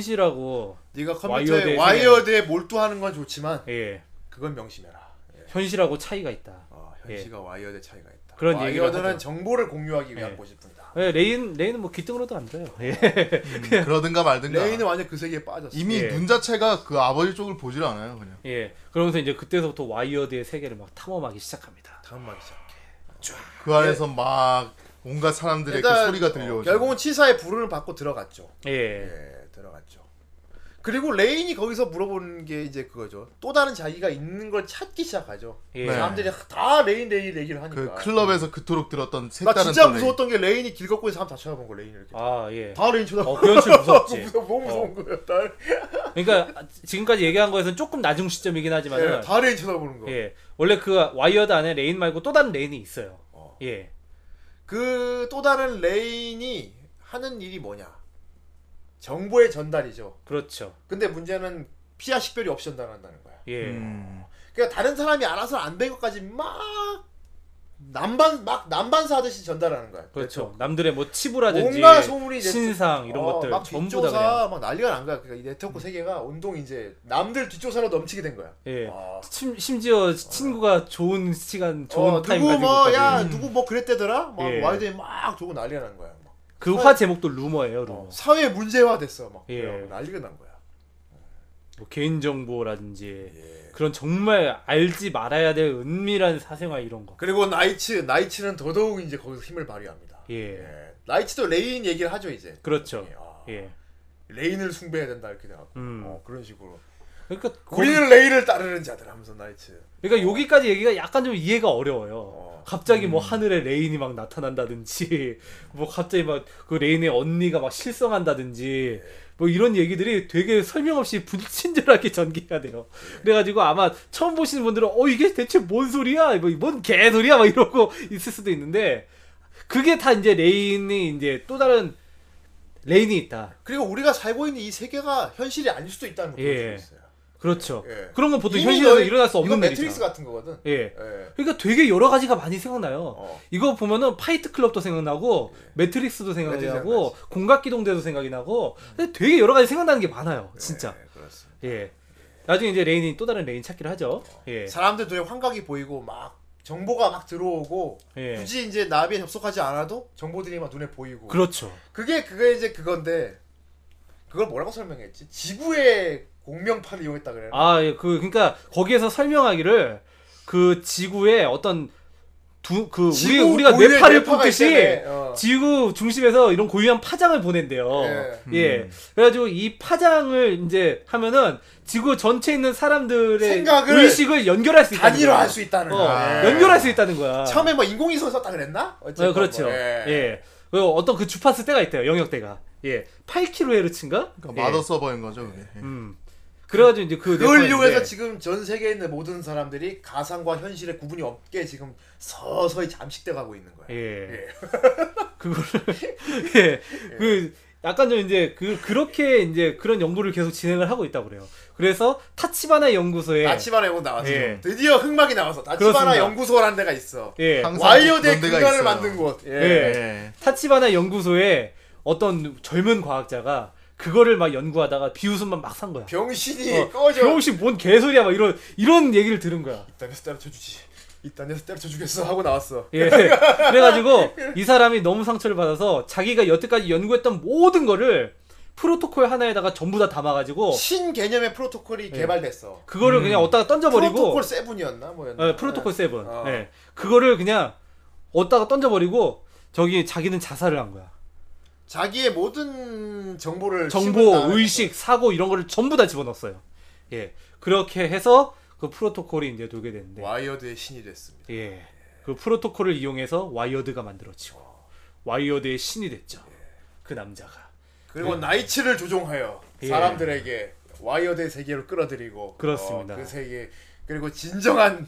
현실하고
네가
와이어드에
컴퓨터에
손해.
와이어드에 몰두하는 건 좋지만
예
그건 명심해라. 예.
현실하고 차이가 있다.
어, 현실과 와이어드 차이가 있다.
예. 그런 얘기를
와이어드는
하죠.
정보를 공유하기 위한
예.
곳일 뿐이다.
예, 레인 레인은 뭐 기등으로도 안 돼요. 예.
음, 그러든가
그러니까
말든가.
레인은 완전 그 세계에 빠졌어.
이미
예.
눈 자체가 그 아버지 쪽을 보질 않아요, 그냥.
예. 그러면서 이제 그때서부터 와이어드의 세계를 막 탐험하기 시작합니다.
다음 말이 시작해.
그 안에서 막 온갖 사람들의 그 소리가 들려오죠.
어, 결국은 치사의 부름을 받고 들어갔죠.
예.
예, 들어갔죠. 그리고 레인이 거기서 물어보는 게 이제 그거죠. 또 다른 자기가 있는 걸 찾기 시작하죠.
예.
사람들이 다 레인 레인 얘기를
네. 그
하니까.
클럽에서 그토록 들었던
나
색다른
진짜
또 레인.
무서웠던 게 레인이 길 걷고 있는 사람 다 쳐다본 거 레인 이렇게.
아 예.
다 레인 쳐다보고.
어, 그 현실 무섭지. 어.
무서 [LAUGHS] 너무 무서운 거야. 다,
그러니까 지금까지 얘기한 거에서는 조금 낮은 시점이긴 하지만
예,
은
다 레인 쳐다보는 거.
예. 원래 그 와이어드 안에 레인 말고 또 다른 레인이 있어요.
어.
예.
그 또 다른 레인이 하는 일이 뭐냐? 정보의 전달이죠.
그렇죠.
근데 문제는 피아 식별이 없이 전달한다는 거야.
예.
음.
그러니까 다른 사람이 알아서 안 된 것까지 막 남반 막 남반사 하듯이 전달하는 거야.
그렇죠. 남들의 뭐 치부라든지
뭔가 소문이 이제
신상 이런
어,
것들
막
전부
뒷조사,
다 음.
막 난리가 난 거야. 그러니까 이 네트워크 세계가 온통 이제 남들 뒷조사로 넘치게 된 거야.
그냥 예.
아,
침, 심지어 친구가 좋은 시간 좋은
어,
타임
누구
가지고
뭐
있거든.
야 누구 뭐 그랬대더라. 막
예.
와이드에 막 저거 난리가 난 거야. 막.
그
사회-
화 제목도 루머예요, 루머.
어, 사회 문제화 됐어. 막
예.
그래갖고 난리가 난 거야.
뭐 개인 정보라든지
예.
그런 정말 알지 말아야 될 은밀한 사생활 이런 거.
그리고 나이츠 나이츠는 더더욱 이제 거기서 힘을 발휘합니다.
예.
나이츠도 레인 얘기를 하죠 이제.
그렇죠.
예, 아,
예.
레인을 숭배해야 된다 이렇게 돼갖고
음.
어, 그런 식으로
그러니까 거-
우리는 레인을 따르는 자들 하면서 나이츠.
그러니까 여기까지 얘기가 약간 좀 이해가 어려워요.
어.
갑자기 뭐 하늘에 레인이 막 나타난다든지, 뭐 갑자기 막 그 레인의 언니가 막 실성한다든지, 뭐 이런 얘기들이 되게 설명 없이 불친절하게 [LAUGHS] 전개가 돼요.
네.
그래가지고 아마 처음 보시는 분들은 어 이게 대체 뭔 소리야? 뭐 뭔 개소리야? 막 이러고 [LAUGHS] 있을 수도 있는데 그게 다 이제 레인이 이제 또 다른 레인이 있다.
그리고 우리가 살고 있는 이 세계가 현실이 아닐 수도 있다는 걸
예.
보여주고 있어요.
그렇죠.
예.
그런 건 보통
이미
현실에서
너희-
일어날 수 없는
이건 매트릭스
일이죠.
같은 거거든.
예.
예.
그러니까 되게 여러 가지가 많이 생각나요.
어. 예.
이거 보면은 파이트 클럽도 생각나고 매트릭스도 생각이
매트릭스 음.
나고 공각 기동대도 생각이 나고 근데 되게 여러 가지 생각나는 게 많아요. 진짜.
예, 그렇습니다.
예. 나중에 이제 레인이 또 다른 레인 찾기를 하죠. 예.
사람들 눈에 환각이 보이고 막 정보가 막 들어오고
예.
굳이 이제 나비에 접속하지 않아도 정보들이 막 눈에 보이고.
그렇죠.
그게 그게 이제 그건데 그걸 뭐라고 설명했지? 지구의 공명판을 이용했다 그래. 나
아, 예. 그 그러니까 거기에서 설명하기를 그 지구의 어떤 두 그 우리
지구
우리가
고유의
뇌파를
뇌파가
뽑듯이
있다네. 어.
지구 중심에서 이런 고유한 파장을 보낸대요.
예.
예.
음.
그래가지고 이 파장을 이제 하면은 지구 전체에 있는 사람들의
생각을
의식을 연결할 수 있다는 거예요.
단일화할 수 있다는
어,
거야. 예.
연결할 수 있다는 거야.
처음에 뭐 인공위성 썼다 그랬나? 어쨌든
어, 그렇죠.
뭐,
예. 그리고 어떤 그 주파수 대가 있대요. 영역대가. 예. 8kHz인가?
그러니까 마더 서버인 거죠, 그게. 예.
음. 그래가지고 이제 그
그걸
뇌파인데
이용해서 지금 전 세계에 있는 모든 사람들이 가상과 현실의 구분이 없게 지금 서서히 잠식돼 가고 있는 거야.
예. [LAUGHS] 그거를 예. 그 약간 좀 이제 그 그렇게 이제 그런 연구를 계속 진행을 하고 있다고 그래요. 그래서 타치바나 연구소에
나치바나 연구 나왔어.
예.
드디어 흑막이 나와서 나치바나
그렇습니다.
연구소라는 데가 있어.
예.
항상
와이어드의
그런 데가
근간을
있어요.
만든 곳. 예.
예. 타치바나 연구소에 어떤 젊은 과학자가 그거를 막 연구하다가 비웃음만 막 산 거야.
병신이
어,
꺼져.
병신 뭔 개소리야 막 이런 이런 얘기를 들은 거야.
이딴에서 때려쳐주지. 이딴에서 때려쳐주겠어 하고 나왔어. [LAUGHS]
예. 그래가지고 이 사람이 너무 상처를 받아서 자기가 여태까지 연구했던 모든 거를 프로토콜 하나에다가 전부 다 담아가지고
신개념의 프로토콜이 개발됐어.
그거를 그냥 어디다가 예. 던져버리고
음. 프로토콜 세븐이었나 뭐였나?
예, 프로토콜 세븐.
어.
예. 그거를 그냥 어디다가 던져버리고 저기 자기는 자살을 한 거야.
자기의 모든 정보를
정보, 의식, 사고 이런 거를 전부 다 집어넣었어요. 예. 그렇게 해서 그 프로토콜이 이제 돌게 되는데.
와이어드의 신이 됐습니다.
예. 그 프로토콜을 이용해서 와이어드가 만들어지고 와이어드의 신이 됐죠.
예.
그 남자가.
그리고 나이츠를 조종하여
네. 예.
사람들에게 와이어드의 세계로 끌어들이고
그렇습니다.
어, 그 세계 그리고 진정한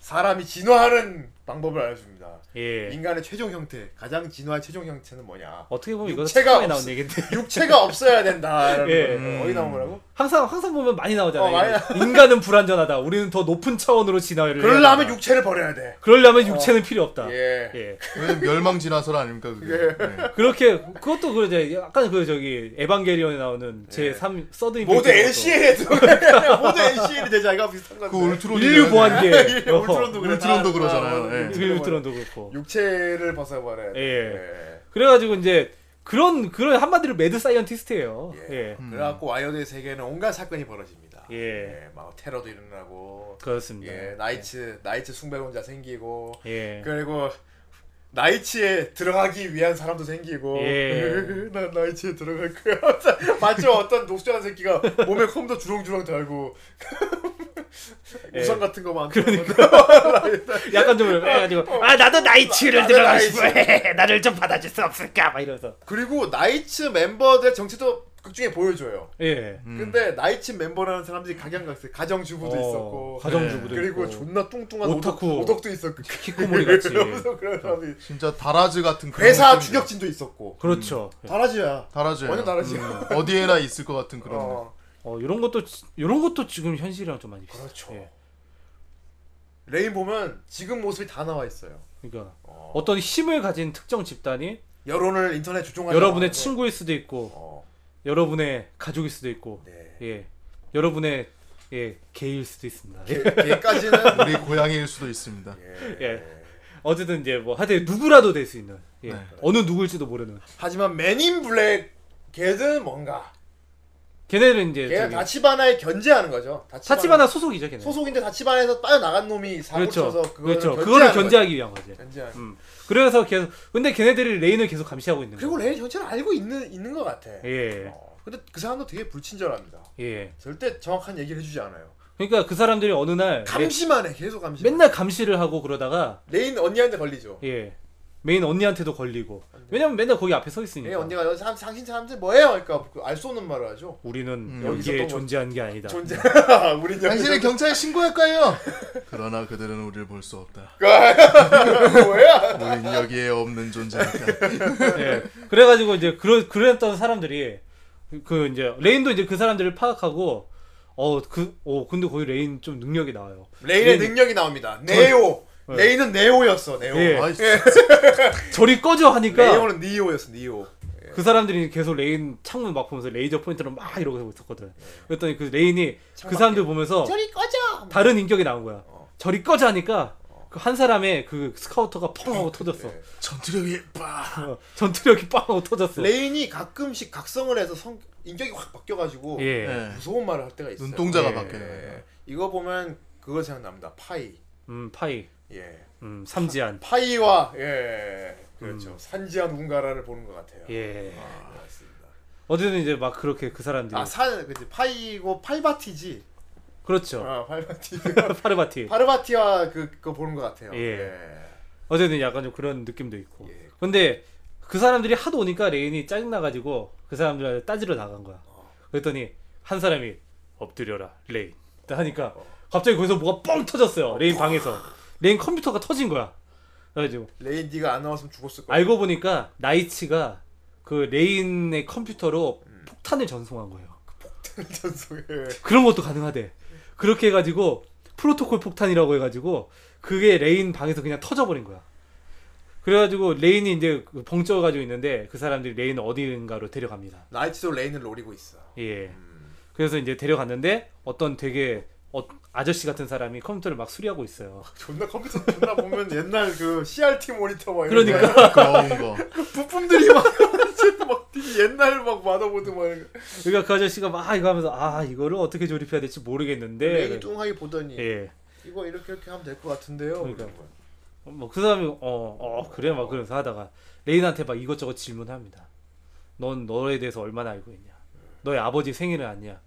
사람이 진화하는 방법을 알려줍니다.
예.
인간의 최종 형태, 가장 진화의 최종 형태는 뭐냐?
어떻게 보면 이거
육체가
책에 나온
없어.
얘기인데
육체가 없어야 된다.
예.
예. 어디 나온 거라고?
항상 항상 보면 많이 나오잖아요.
어, 많이
이거. 인간은 불완전하다. 우리는 더 높은 차원으로 진화를.
그러려면
해야 한다.
육체를 버려야 돼.
그러려면 육체는 필요 없다.
예.
예. 예.
왜냐면 멸망진화설 아닙니까 그게. 네.
그렇게 그것도 그 이제 약간 그 저기 에반게리온에 나오는 제3 서드 인피니티
예. 모두
워도
LCA에
[LAUGHS]
들어가야 모두 LCA를 되자 이거 비슷한
그
건데.
울트론이
인류
[LAUGHS]
보안계
예, 울트론도 그래.
울트론도
아,
그러잖아요.
아,
예.
울트론.
드릴트론도 그렇고.
육체를 벗어버려야 돼.
예. 그래가지고 이제 그런 그런 한마디로 매드 사이언티스트예요.
예.
예.
그래갖고 와이어드의 세계는 온갖 사건이 벌어집니다.
예.
막 테러도 일어나고,
그렇습니다.
예, 나이츠 나이츠 숭배론자 생기고,
예.
그리고 나이츠에 들어가기 위한 사람도 생기고,
예.
[LAUGHS] 나 나이츠에 들어갈 거야. [LAUGHS] 맞죠? 어떤 녹수한 새끼가 몸에 컴퓨터 주렁주렁 달고 [LAUGHS]
예.
우산 같은 거만.
그러니까. 약간 좀 해가지고 아 나도 나이츠를
어, 나도
들어가고
나이츠.
싶어 예, 나를 좀 받아줄 수 없을까 막 이러면서
[LAUGHS] 그리고 나이츠 멤버들 정체도 극 중에 보여줘요.
예
근데 나이츠 멤버라는 사람들이 각양각색 가정주부도
어,
있었고 네.
가정주부도
그리고
있고.
존나 뚱뚱한
오타쿠.
오덕, 오덕도 있었고
키코모리 같이.
[LAUGHS]
어.
그러면서 그런 사람이
진짜 다라즈 같은 그런
회사
느낌이에요.
주격진도 있었고
그렇죠
다라지야
다라즈예요. 음.
완전 다라지야
어디에나 있을 것 같은 그런.
어,
어 이런 것도 이런 것도 지금 현실이랑 좀 많이 비슷해
그렇죠.
예.
레인 보면 지금 모습이 다 나와 있어요
그러니까
어.
어떤 힘을 가진 특정 집단이
여론을 인터넷 조종하는
여러분의
거라고.
친구일 수도 있고
어,
여러분의 가족일 수도 있고
네.
예 여러분의 예 게일 수도 있습니다 예.
걔까지는 [LAUGHS]
우리 고양이일 수도 있습니다.
예. 어쨌든 이제 뭐 하여튼 누구라도 될 수 있는 예.
네.
어느 누구일지도 모르는
하지만 맨인 블랙 걔는 뭔가
걔네들은 이제
걔
저기
다치바나에 견제하는 거죠
사치바나 소속이죠 걔네
소속인데 다치바나에서 빠져나간 놈이 사고
그렇죠
쳐서 그거를
그렇죠
견제하는 네.
그거를
거죠.
견제하기 위한 거지
견제하는
음. 그래서 계속 근데 걔네들이 레인을 계속 감시하고 있는
그리고
거예요.
레일 전체를 알고 있는 있는 것 같아.
예.
어, 근데 그 사람도 되게 불친절합니다.
예.
절대 정확한 얘기를 해주지 않아요.
그러니까 그 사람들이 어느 날
감시만 해 계속 감시.
레- 맨날 감시를 하고 그러다가
레인 언니한테 걸리죠.
예. 메인 언니한테도 걸리고. 왜냐면 맨날 거기 앞에 서 있으니까.
레인 네. 예, 언니가 여기 사람 당신 사람들 뭐예요? 그러니까 알 수 없는 말을 하죠.
우리는
여기서
여기에
또 뭐-
존재한 게 아니다.
존재. [LAUGHS] 우린 여기서
당신이 경찰에 신고할 거예요. 그러나 그들은 우리를 볼 수 없다.
뭐야?
[LAUGHS]
우린 여기에 없는 존재니까.
예. 그래 가지고 이제 그러 그랬던 사람들이 그 이제 레인도 이제 그 사람들을 파악하고 어 그 어 근데 거기 레인 좀 능력이 나와요.
레인의
레인-
능력이 나옵니다. 네오. 레인은 네오였어. 네오.
예. 그러니까
아이,
저리 꺼져 하니까
네오는 니오였어. 니오.
그 사람들이 계속 레인 창문 막 보면서 레이저 포인트로 막 이러고 하고 있었거든.
네.
그랬더니 그 레인이 그 사람들 보면서
저리 꺼져!
다른 인격이 나온 거야.
어.
저리 꺼져 하니까 그 한 사람의 그 스카우터가 펑 하고 터졌어.
네.
전투력이 빠.
어, 전투력이 빵 하고 터졌어.
레인이 가끔씩 각성을 해서 성 인격이 확 바뀌어가지고
예.
예.
무서운 말을 할 때가 있어요.
눈동자가
예.
바뀌어요.
이거 보면 그거 생각납니다. 파이.
음, 파이.
예.
음, 삼지안.
파이와 예
음.
그렇죠 산지한 운가라를 보는 것 같아요.
예.
맞습니다.
어쨌든 이제 막 그렇게 그 사람들이
아산 그치 파이고 팔바티지.
그렇죠.
아 [LAUGHS] 팔바티.
[LAUGHS] 파르바티.
파르바티와 그 그거 보는 것 같아요.
예.
예.
어쨌든 약간 좀 그런 느낌도 있고. 근데 그 사람들이 하도 오니까 레인이 짜증나가지고 그 사람들한테 따지러 나간 거야. 그랬더니 한 사람이 어. 엎드려라 레인. 딱 하니까 갑자기 거기서 뭐가 뻥 터졌어요. 레인 방에서. 레인 컴퓨터가 터진 거야. 그래가지고
레인 디가 안 나왔으면 죽었을 거야.
알고 보니까 나이츠가 그 레인의 컴퓨터로 폭탄을 전송한 거예요.
전속에 [LAUGHS]
그런 것도 가능하대. 그렇게 해가지고 프로토콜 폭탄이라고 해가지고 그게 레인 방에서 그냥 터져버린 거야. 그래가지고 레인이 이제 그 벙쪄가지고 있는데 그 사람들이 레인을 어디인가로 데려갑니다.
나이츠도 레인을 노리고 있어.
예. 그래서 이제 데려갔는데 어떤 되게 어- 아저씨 같은 사람이 컴퓨터를 막 수리하고 있어요.
존나 컴퓨터 존나 보면 옛날 그 CRT 모니터 막 이런
그러니까
그런 거.
부품들이 막 [LAUGHS] 진짜 막 되게 옛날 막 마더보드 막 이런 거.
그러니까 그 아저씨가 막 이거 하면서 아 이거를 어떻게 조립해야 될지
레인이
모르겠는데
뚱하게 보더니
예.
이거 이렇게 이렇게 하면 될 것 같은데요.
그러니까.
이런 거.
뭐 그 사람이 어, 어 그래 막 그래서 하다가 레인한테 막 이것저것 질문합니다. 넌 너에 대해서 얼마나 알고 있냐? 너의 아버지 생일은 아니야.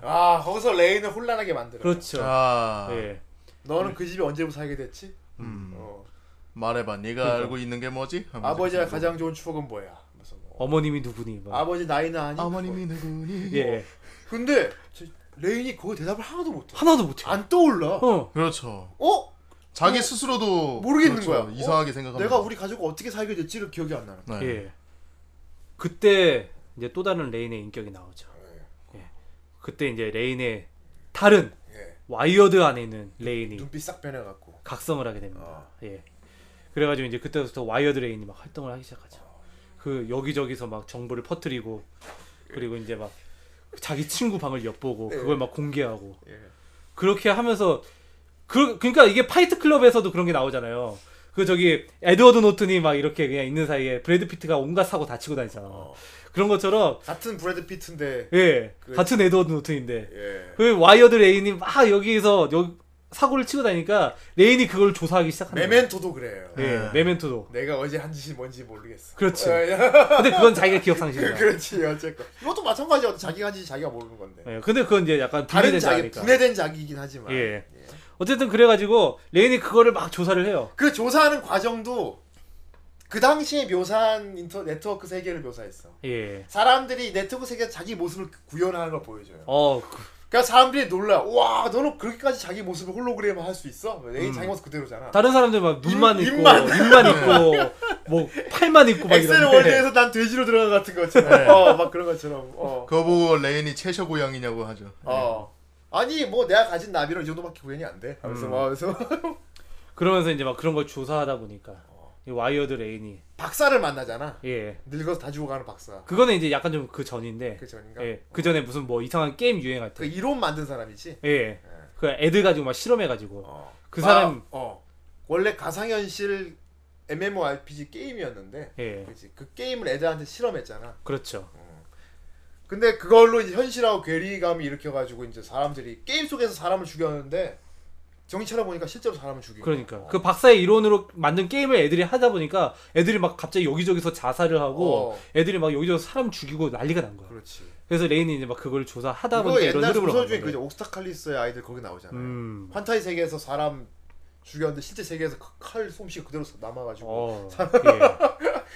아 거기서 레인을 혼란하게 만들어.
그렇죠.
자,
아.
예.
너는 그 집에 언제부터 살게 됐지?
음.
음.
어.
말해봐. 네가
그러니까.
알고 있는 게 뭐지? 하면서.
아버지와 가장 좋은 추억은 뭐야? 하면서 뭐.
음. 어머님이 누구니? 막.
아버지 뭐 나이는 아니.
아버님이 누구니?
예.
근데 저- 레인이 거기 대답을 하나도 못해.
하나도 못해.
안 떠올라. 어?
어.
그렇죠. 자기 스스로도
모르겠는
그렇죠.
거야.
이상하게
어?
생각합니다.
내가 우리 가족과 어떻게 살게 됐지를 기억이 안 나는. 거야.
네.
예. 그때 이제 또 다른 레인의 인격이 나오죠.
네.
예. 그때 이제 레인의 다른
예.
와이어드 안에 있는 레인이
눈빛 싹 변해갖고.
각성을 하게 됩니다.
아.
예. 그래가지고 이제 그때부터 와이어드 레인이 막 활동을 하기 시작하죠. 그 여기저기서 막 정보를 퍼뜨리고 그리고 이제 막 자기 친구 방을 엿보고 그걸 막 공개하고
예.
그렇게 하면서 그 그러니까 이게 파이트 클럽에서도 그런 게 나오잖아요. 그 저기 에드워드 노튼이 막 이렇게 그냥 있는 사이에 브래드 피트가 온갖 사고 다치고 다니잖아.
어.
그런 것처럼
같은 브래드 피트인데.
예
그-
같은 에드워드 노튼인데
예.
그 와이어드 레인이 막 여기에서 여 사고를 치고 다니까 레인이 그걸 조사하기 시작한다.
메멘토도 그래요.
예 메멘토도.
내가 어제 한 짓이 뭔지 모르겠어.
그렇지. 예.
예.
근데 그건 자기가 기억 상실이야.
[LAUGHS] 그렇지 어쨌건 이것도 마찬가지야. 자기가 한 짓이 자기가 모르는 건데.
예, 근데 그건 이제 약간
다른
분해되지
자기
않으니까.
분해된 자기이긴 하지만.
예. 어쨌든 그래가지고 레인이 그거를 막 조사를 해요.
그 조사하는 과정도 그 당시에 묘사한 인터 네트워크 세계를 묘사했어.
예.
사람들이 네트워크 세계에서 자기 모습을 구현하는 걸 보여줘요.
어, 그,
그러니까 사람들이 놀라. 와, 너는 그렇게까지 자기 모습을 홀로그램 할 수 있어? 레인 자기 모습 그대로잖아.
음. 다른 사람들 막 눈만
입-
있고,
입만.
입만 있고, 뭐 팔만 있고 막
엑셀
이런데. 네.
월드에서 난 돼지로 들어간 것 같은 것처럼. 어, 막 그런 것처럼. 어.
그거 보고 레인이 채셔 고양이냐고 하죠.
네.
어. 아니 뭐 내가 가진 나비로 이 정도밖에 구현이 안 돼. 하면서
음.
막 하면서 [LAUGHS]
그러면서 이제 막 그런 걸 조사하다 보니까 이 와이어드 레인이
박사를 만나잖아.
예.
늙어서 다 죽어가는 박사.
그거는 이제 약간 좀 그 전인데.
그 전인가?
예. 그 전에 무슨 뭐 이상한 게임 유행할
그
때.
이론 만든 사람이지.
예. 그 애들 가지고 막 실험해가지고
어.
그
아,
사람
어. 원래 가상현실 MMORPG 게임이었는데
예.
그치. 그 게임을 애들한테 실험했잖아.
그렇죠.
근데 그걸로 이제 현실하고 괴리감을 일으켜가지고 이제 사람들이 게임 속에서 사람을 죽였는데 정신 차려보니까 실제로 사람을 죽이고
그러니까
어.
그 박사의 이론으로 만든 게임을 애들이 하다 보니까 애들이 막 갑자기 여기저기서 자살을 하고
어.
애들이 막 여기저기서 사람 죽이고 난리가 난 거야.
그렇지
그래서 레인이 이제 막 그걸 조사하다
그거
보니까 이런
옛날
흐름으로
소설
간
중에
거예요.
그 옥스타칼리스의 아이들 거기 나오잖아요
음.
환타지 세계에서 사람 죽였는데 실제 세계에서 그칼 솜씨가 그대로 남아가지고
어. 예.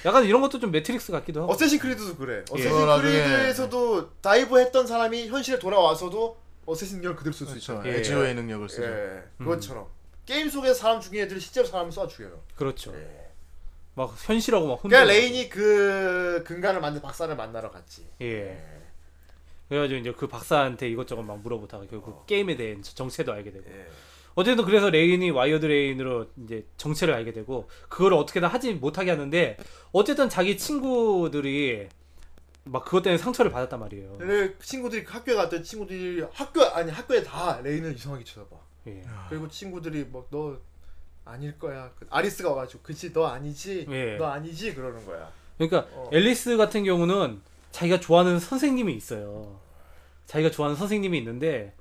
약간 이런 것도 좀 매트릭스 같기도 하고.
어쌔신 크리드도 그래 어쌔신
그거 나중에-
크리드에서도 다이브 했던 사람이 현실에 돌아와서도 어쌔신 기를 그대로 쓸 수 있잖아
그렇죠.
예.
에즈오의 능력을 쓰죠.
예, 그것처럼 게임 속에서 사람 죽이는 애들이 실제로 사람을 쏴 죽여요.
그렇죠. 막 현실하고 막 혼돈.
예. 그러니까 레인이 그 근간을 만든 박사를 만나러 갔지.
예. 그래가지고 이제 그 박사한테 이것저것 막 물어보다가 결국 게임에 대한 정체도 알게 되고. 어쨌든 그래서 레인이 와이어드 레인으로 이제 정체를 알게 되고 그걸 어떻게든 하지 못하게 하는데 어쨌든 자기 친구들이 막 그것 때문에 상처를 받았단 말이에요.
근데 친구들이 그 학교에 갔더니 친구들이 학교 아니 학교에 다 레인을 이상하게 쳐다봐.
예.
그리고 친구들이 막 너 아닐 거야. 그 아리스가 와가지고 그치 너 아니지.
예.
너 아니지 그러는 거야.
그러니까
어.
앨리스 같은 경우는 자기가 좋아하는 선생님이 있어요. 자기가 좋아하는 선생님이 있는데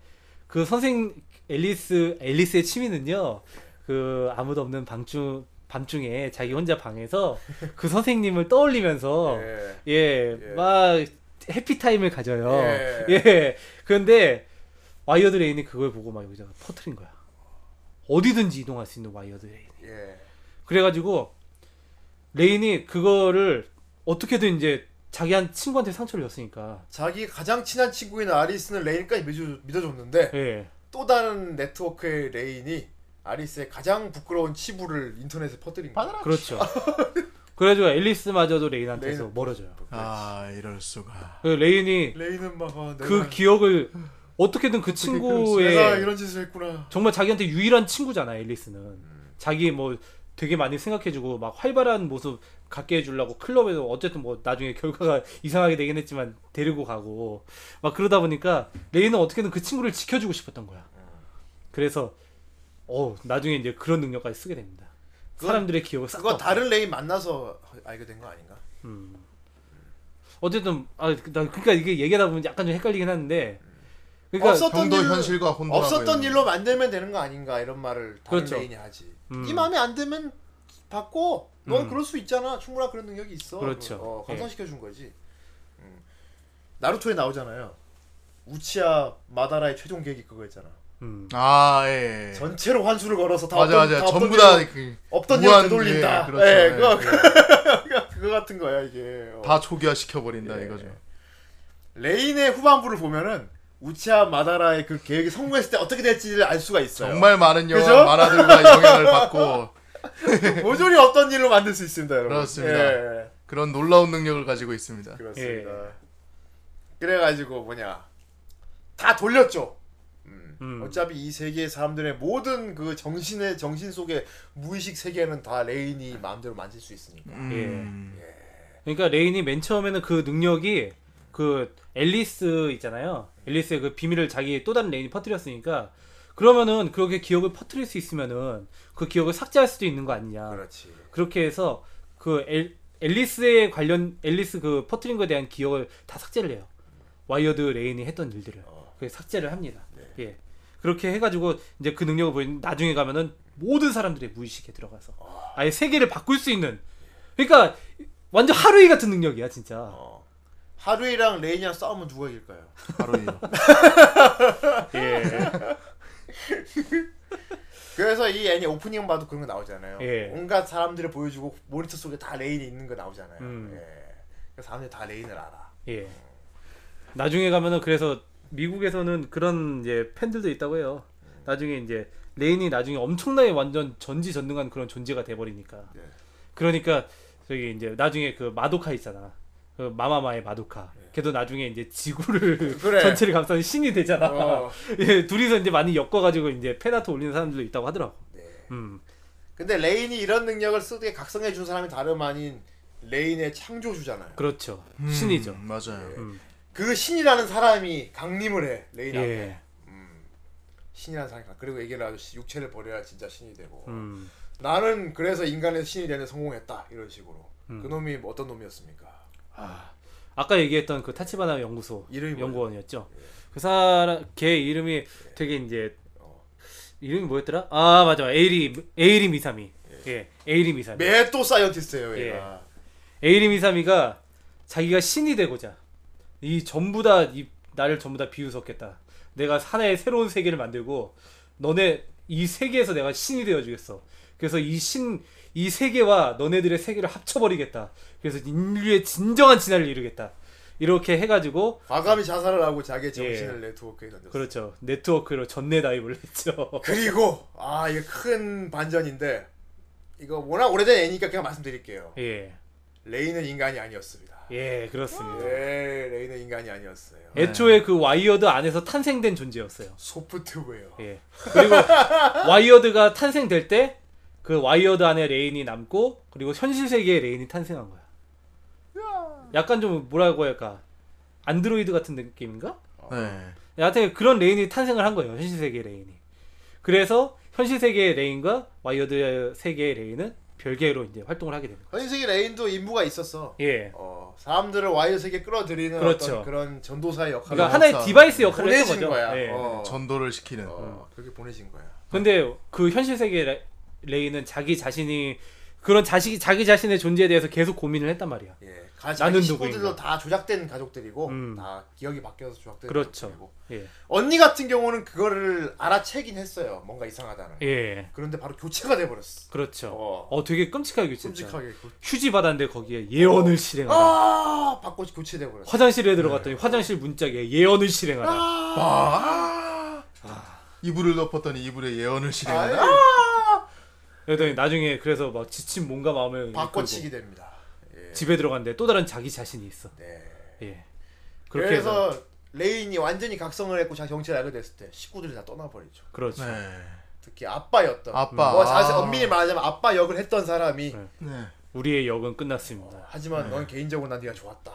그 선생 앨리스 앨리스의 취미는요. 그 아무도 없는 방중 밤중에 자기 혼자 방에서 그 선생님을 떠올리면서
예.
예,
예.
막 해피 타임을 가져요.
예.
예. 그런데 와이어드 레인이 그걸 보고 막 여기다가 퍼뜨린 거야. 어디든지 이동할 수 있는 와이어드 레인.
예.
그래가지고 레인이 그거를 어떻게든 이제 자기 한 친구한테 상처를 줬으니까
자기 가장 친한 친구인 아리스는 레인까지 믿어, 믿어줬는데
예
또 다른 네트워크의 레인이 아리스의 가장 부끄러운 치부를 인터넷에 퍼뜨린 거야.
그렇죠 그래가지고 앨리스마저도 레인한테서
레인은-
멀어져요
아 이럴 수가.
그 레인이
레인은 막 아, 내가,
그 기억을 어떻게든 그
내가
친구의
이런 짓을 했구나.
정말 자기한테 유일한 친구잖아
음.
앨리스는 자기 뭐 되게 많이 생각해주고 막 활발한 모습 갖게 해주려고 클럽에서 어쨌든 뭐 나중에 결과가 [LAUGHS] 이상하게 되긴 했지만 데리고 가고 막 그러다 보니까 레이는 어떻게든 그 친구를 지켜주고 싶었던 거야.
음.
그래서 어 나중에 이제 그런 능력까지 쓰게 됩니다. 사람들의 기억을 싹
그거
다.
다른 레인 만나서 알게 된 거 아닌가?
어쨌든 아나 그러니까 이게 얘기하다 보면 약간 좀 헷갈리긴 하는데 그러니까
음. 없었- 어떤
형도
일로-
현실과 혼돈.
없었던 일로 만들면 되는 거 아닌가 이런 말을 다른
그렇죠.
레인이 하지.
음.
네 마음에 안 들면 바꿔. 넌 그럴 수 있잖아. 충분한 그런 능력이 있어.
그렇죠.
어, 감상시켜 준 거지. 음. 나루토에 나오잖아요. 우치야 마다라의 최종 계획이 그거였잖아.
음,
아 예.
전체로 환수를 걸어서 다
맞아
어떤-
맞아.
어떤
전부
일로-
다 그,
없던
무한,
일 되돌린다.
예,
예,
그렇죠. 예,
그거
예.
그거 같은 거야 이게. 어.
다 초기화 시켜버린다
예.
이거죠.
레인의 후반부를 보면은 우치아 마다라의 그 계획이 성공했을 때 어떻게 될지를 알 수가 있어요.
정말 많은 영화
그죠? [LAUGHS]
만화들과 영향을 받고
그 모조리 없던 일로 만들 수 있습니다, 여러분.
그렇습니다.
예,
그런 놀라운 능력을 가지고 있습니다.
그렇습니다. 그래가지고 뭐냐 다 돌렸죠.
음.
어차피 이 세계의 사람들의 모든 그 정신의 정신 속의 무의식 세계는 다 레인이 마음대로 만질 수 있으니까.
음.
그러니까 레인이 맨 처음에는 그 능력이 그 앨리스 있잖아요. 앨리스의 그 비밀을 자기 또 다른 레인이 퍼뜨렸으니까 그러면은 그렇게 기억을 퍼뜨릴 수 있으면은 그 기억을 삭제할 수도 있는 거 아니냐.
그렇지.
그렇게 해서 그 엘, 앨리스에 관련 앨리스 그 퍼트린 거에 대한 기억을 다 삭제를 해요. 와이어드 레인이 했던 일들을 그게 삭제를 합니다. 예. 그렇게 해가지고 이제 그 능력을 보인 나중에 가면은 모든 사람들의 무의식에 들어가서 아예 세계를 바꿀 수 있는 그러니까 완전 하루이 같은 능력이야 진짜.
어. 하루이랑 레인이랑 싸우면 누가 이길까요?
바로 이
예.
그래서 이 애니 오프닝 봐도 그런 거 나오잖아요.
예.
온갖 사람들을 보여주고 모니터 속에 다 레인이 있는 거 나오잖아요.
음.
예. 그래서 사람들이 다 레인을 알아.
예. 나중에 가면은 그래서 미국에서는 그런 이제 팬들도 있다고 해요. 나중에 이제 레인이 나중에 엄청나게 완전 전지전능한 그런 존재가 돼버리니까.
네.
그러니까 저기 이제 나중에 그 마도카 있잖아. 그 마마마의 마도카. 걔도 나중에 이제 지구를
예. [LAUGHS] 그래.
전체를 감싸는 신이 되잖아.
어.
[LAUGHS] 예, 둘이서 이제 많이 엮어가지고 이제 팬아트 올리는 사람들도 있다고 하더라고.
네.
음.
근데 레인이 이런 능력을 쓰게 각성해 준 사람이 다름 아닌 레인의 창조주잖아요.
그렇죠.
음.
신이죠.
맞아요.
그 신이라는 사람이 강림을 해 레인 앞에.
예.
신이라는 사람이 강- 그리고 얘기를 아주 씨, 육체를 버려야 진짜 신이 되고
음.
나는 그래서 인간의 신이 되는 데 성공했다 이런 식으로
음.
그 놈이 어떤 놈이었습니까?
아까 얘기했던 그 타치바나 연구소
이름이 뭐죠? 예.
연구원이었죠. 그 사람 걔 이름이 되게 이제
어.
이름이 뭐였더라? 아 맞아 에이리 에이리 미사미. 예, 에이리 미사미.
매또 사이언티스트예요
예.
얘가.
에이리 미사미가 자기가 신이 되고자 이 전부 다 이 나를 전부 다 비웃었겠다. 내가 하나의 새로운 세계를 만들고 너네 이 세계에서 내가 신이 되어주겠어. 그래서 이 신 이 세계와 너네들의 세계를 합쳐버리겠다. 그래서 인류의 진정한 진화를 이루겠다. 이렇게 해가지고
과감히 자살을 하고 자기의 정신을 네트워크에 던졌어.
예. 그렇죠. 네트워크로 전내 다이브를 했죠.
그리고 아 이게 큰 반전인데 이거 워낙 오래된 애니까 그냥 말씀드릴게요.
예.
레이는 인간이 아니었습니다.
예, 그렇습니다.
예, 레이는 인간이 아니었어요.
애초에 그 와이어드 안에서 탄생된 존재였어요.
소프트웨어.
예. 그리고 와이어드가 탄생될 때 그 와이어드 안에 레인이 남고 그리고 현실 세계에 레인이 탄생한 거야. 약간 좀 뭐라고 할까? 안드로이드 같은 느낌인가?
예.
네.
여하튼 그런 레인이 탄생을 한 거예요. 현실 세계 레인이. 그래서 현실 세계의 레인과 와이어드 세계의 레인은 별개로 이제 활동을 하게 되는 거예요.
현실의 레인도 임무가 있었어.
예.
어 사람들을 와이어 세계 끌어들이는
그렇죠.
어떤 그런 전도사의 역할을
그러니까 하나의
항상
디바이스 역할을 했던
보내진
거죠.
거야.
예. 음.
어.
전도를 시키는.
어, 그렇게 보내진 거야.
근데 그 현실 세계 레- 레이는 자기 자신이 그런 자식이 자기 자신의 존재에 대해서 계속 고민을 했단 말이야.
예, 가,
나는
자기 식구들도
누구인가?
다 조작된 가족들이고
음.
다 기억이 바뀌어서 조작된
그렇죠.
가족들이고
예.
언니 같은 경우는 그거를 알아채긴 했어요. 뭔가 이상하다는.
예.
그런데 바로 교체가 돼 버렸어.
그렇죠.
어.
어, 되게 끔찍하게 진짜.
끔찍하게. 그-
휴지 받았는데 거기에 예언을 실행하라.
아 네. 바꿔 교체돼 버렸어.
화장실에 들어갔더니 화장실 문짝에 예언을 실행하라.
아,
아! 이불을 덮었더니 이불에 예언을 실행하나?
아이,
그랬더니 나중에 그래서 막 지친 몸과 마음을
바꿔치기
이끌고
됩니다. 예.
집에 들어갔는데 또 다른 자기 자신이 있어.
네.
예. 그렇게 해서
그래서 레인이 완전히 각성을 했고 자기 정체를 알게 됐을 때 식구들이 다 떠나버리죠.
그렇죠.
네.
특히 아빠였던.
아빠.
뭐 사실
아.
엄밀히 말하자면 아빠 역을 했던 사람이
네.
네.
우리의 역은 끝났습니다.
하지만 넌 개인적으로 난 네가 좋았다.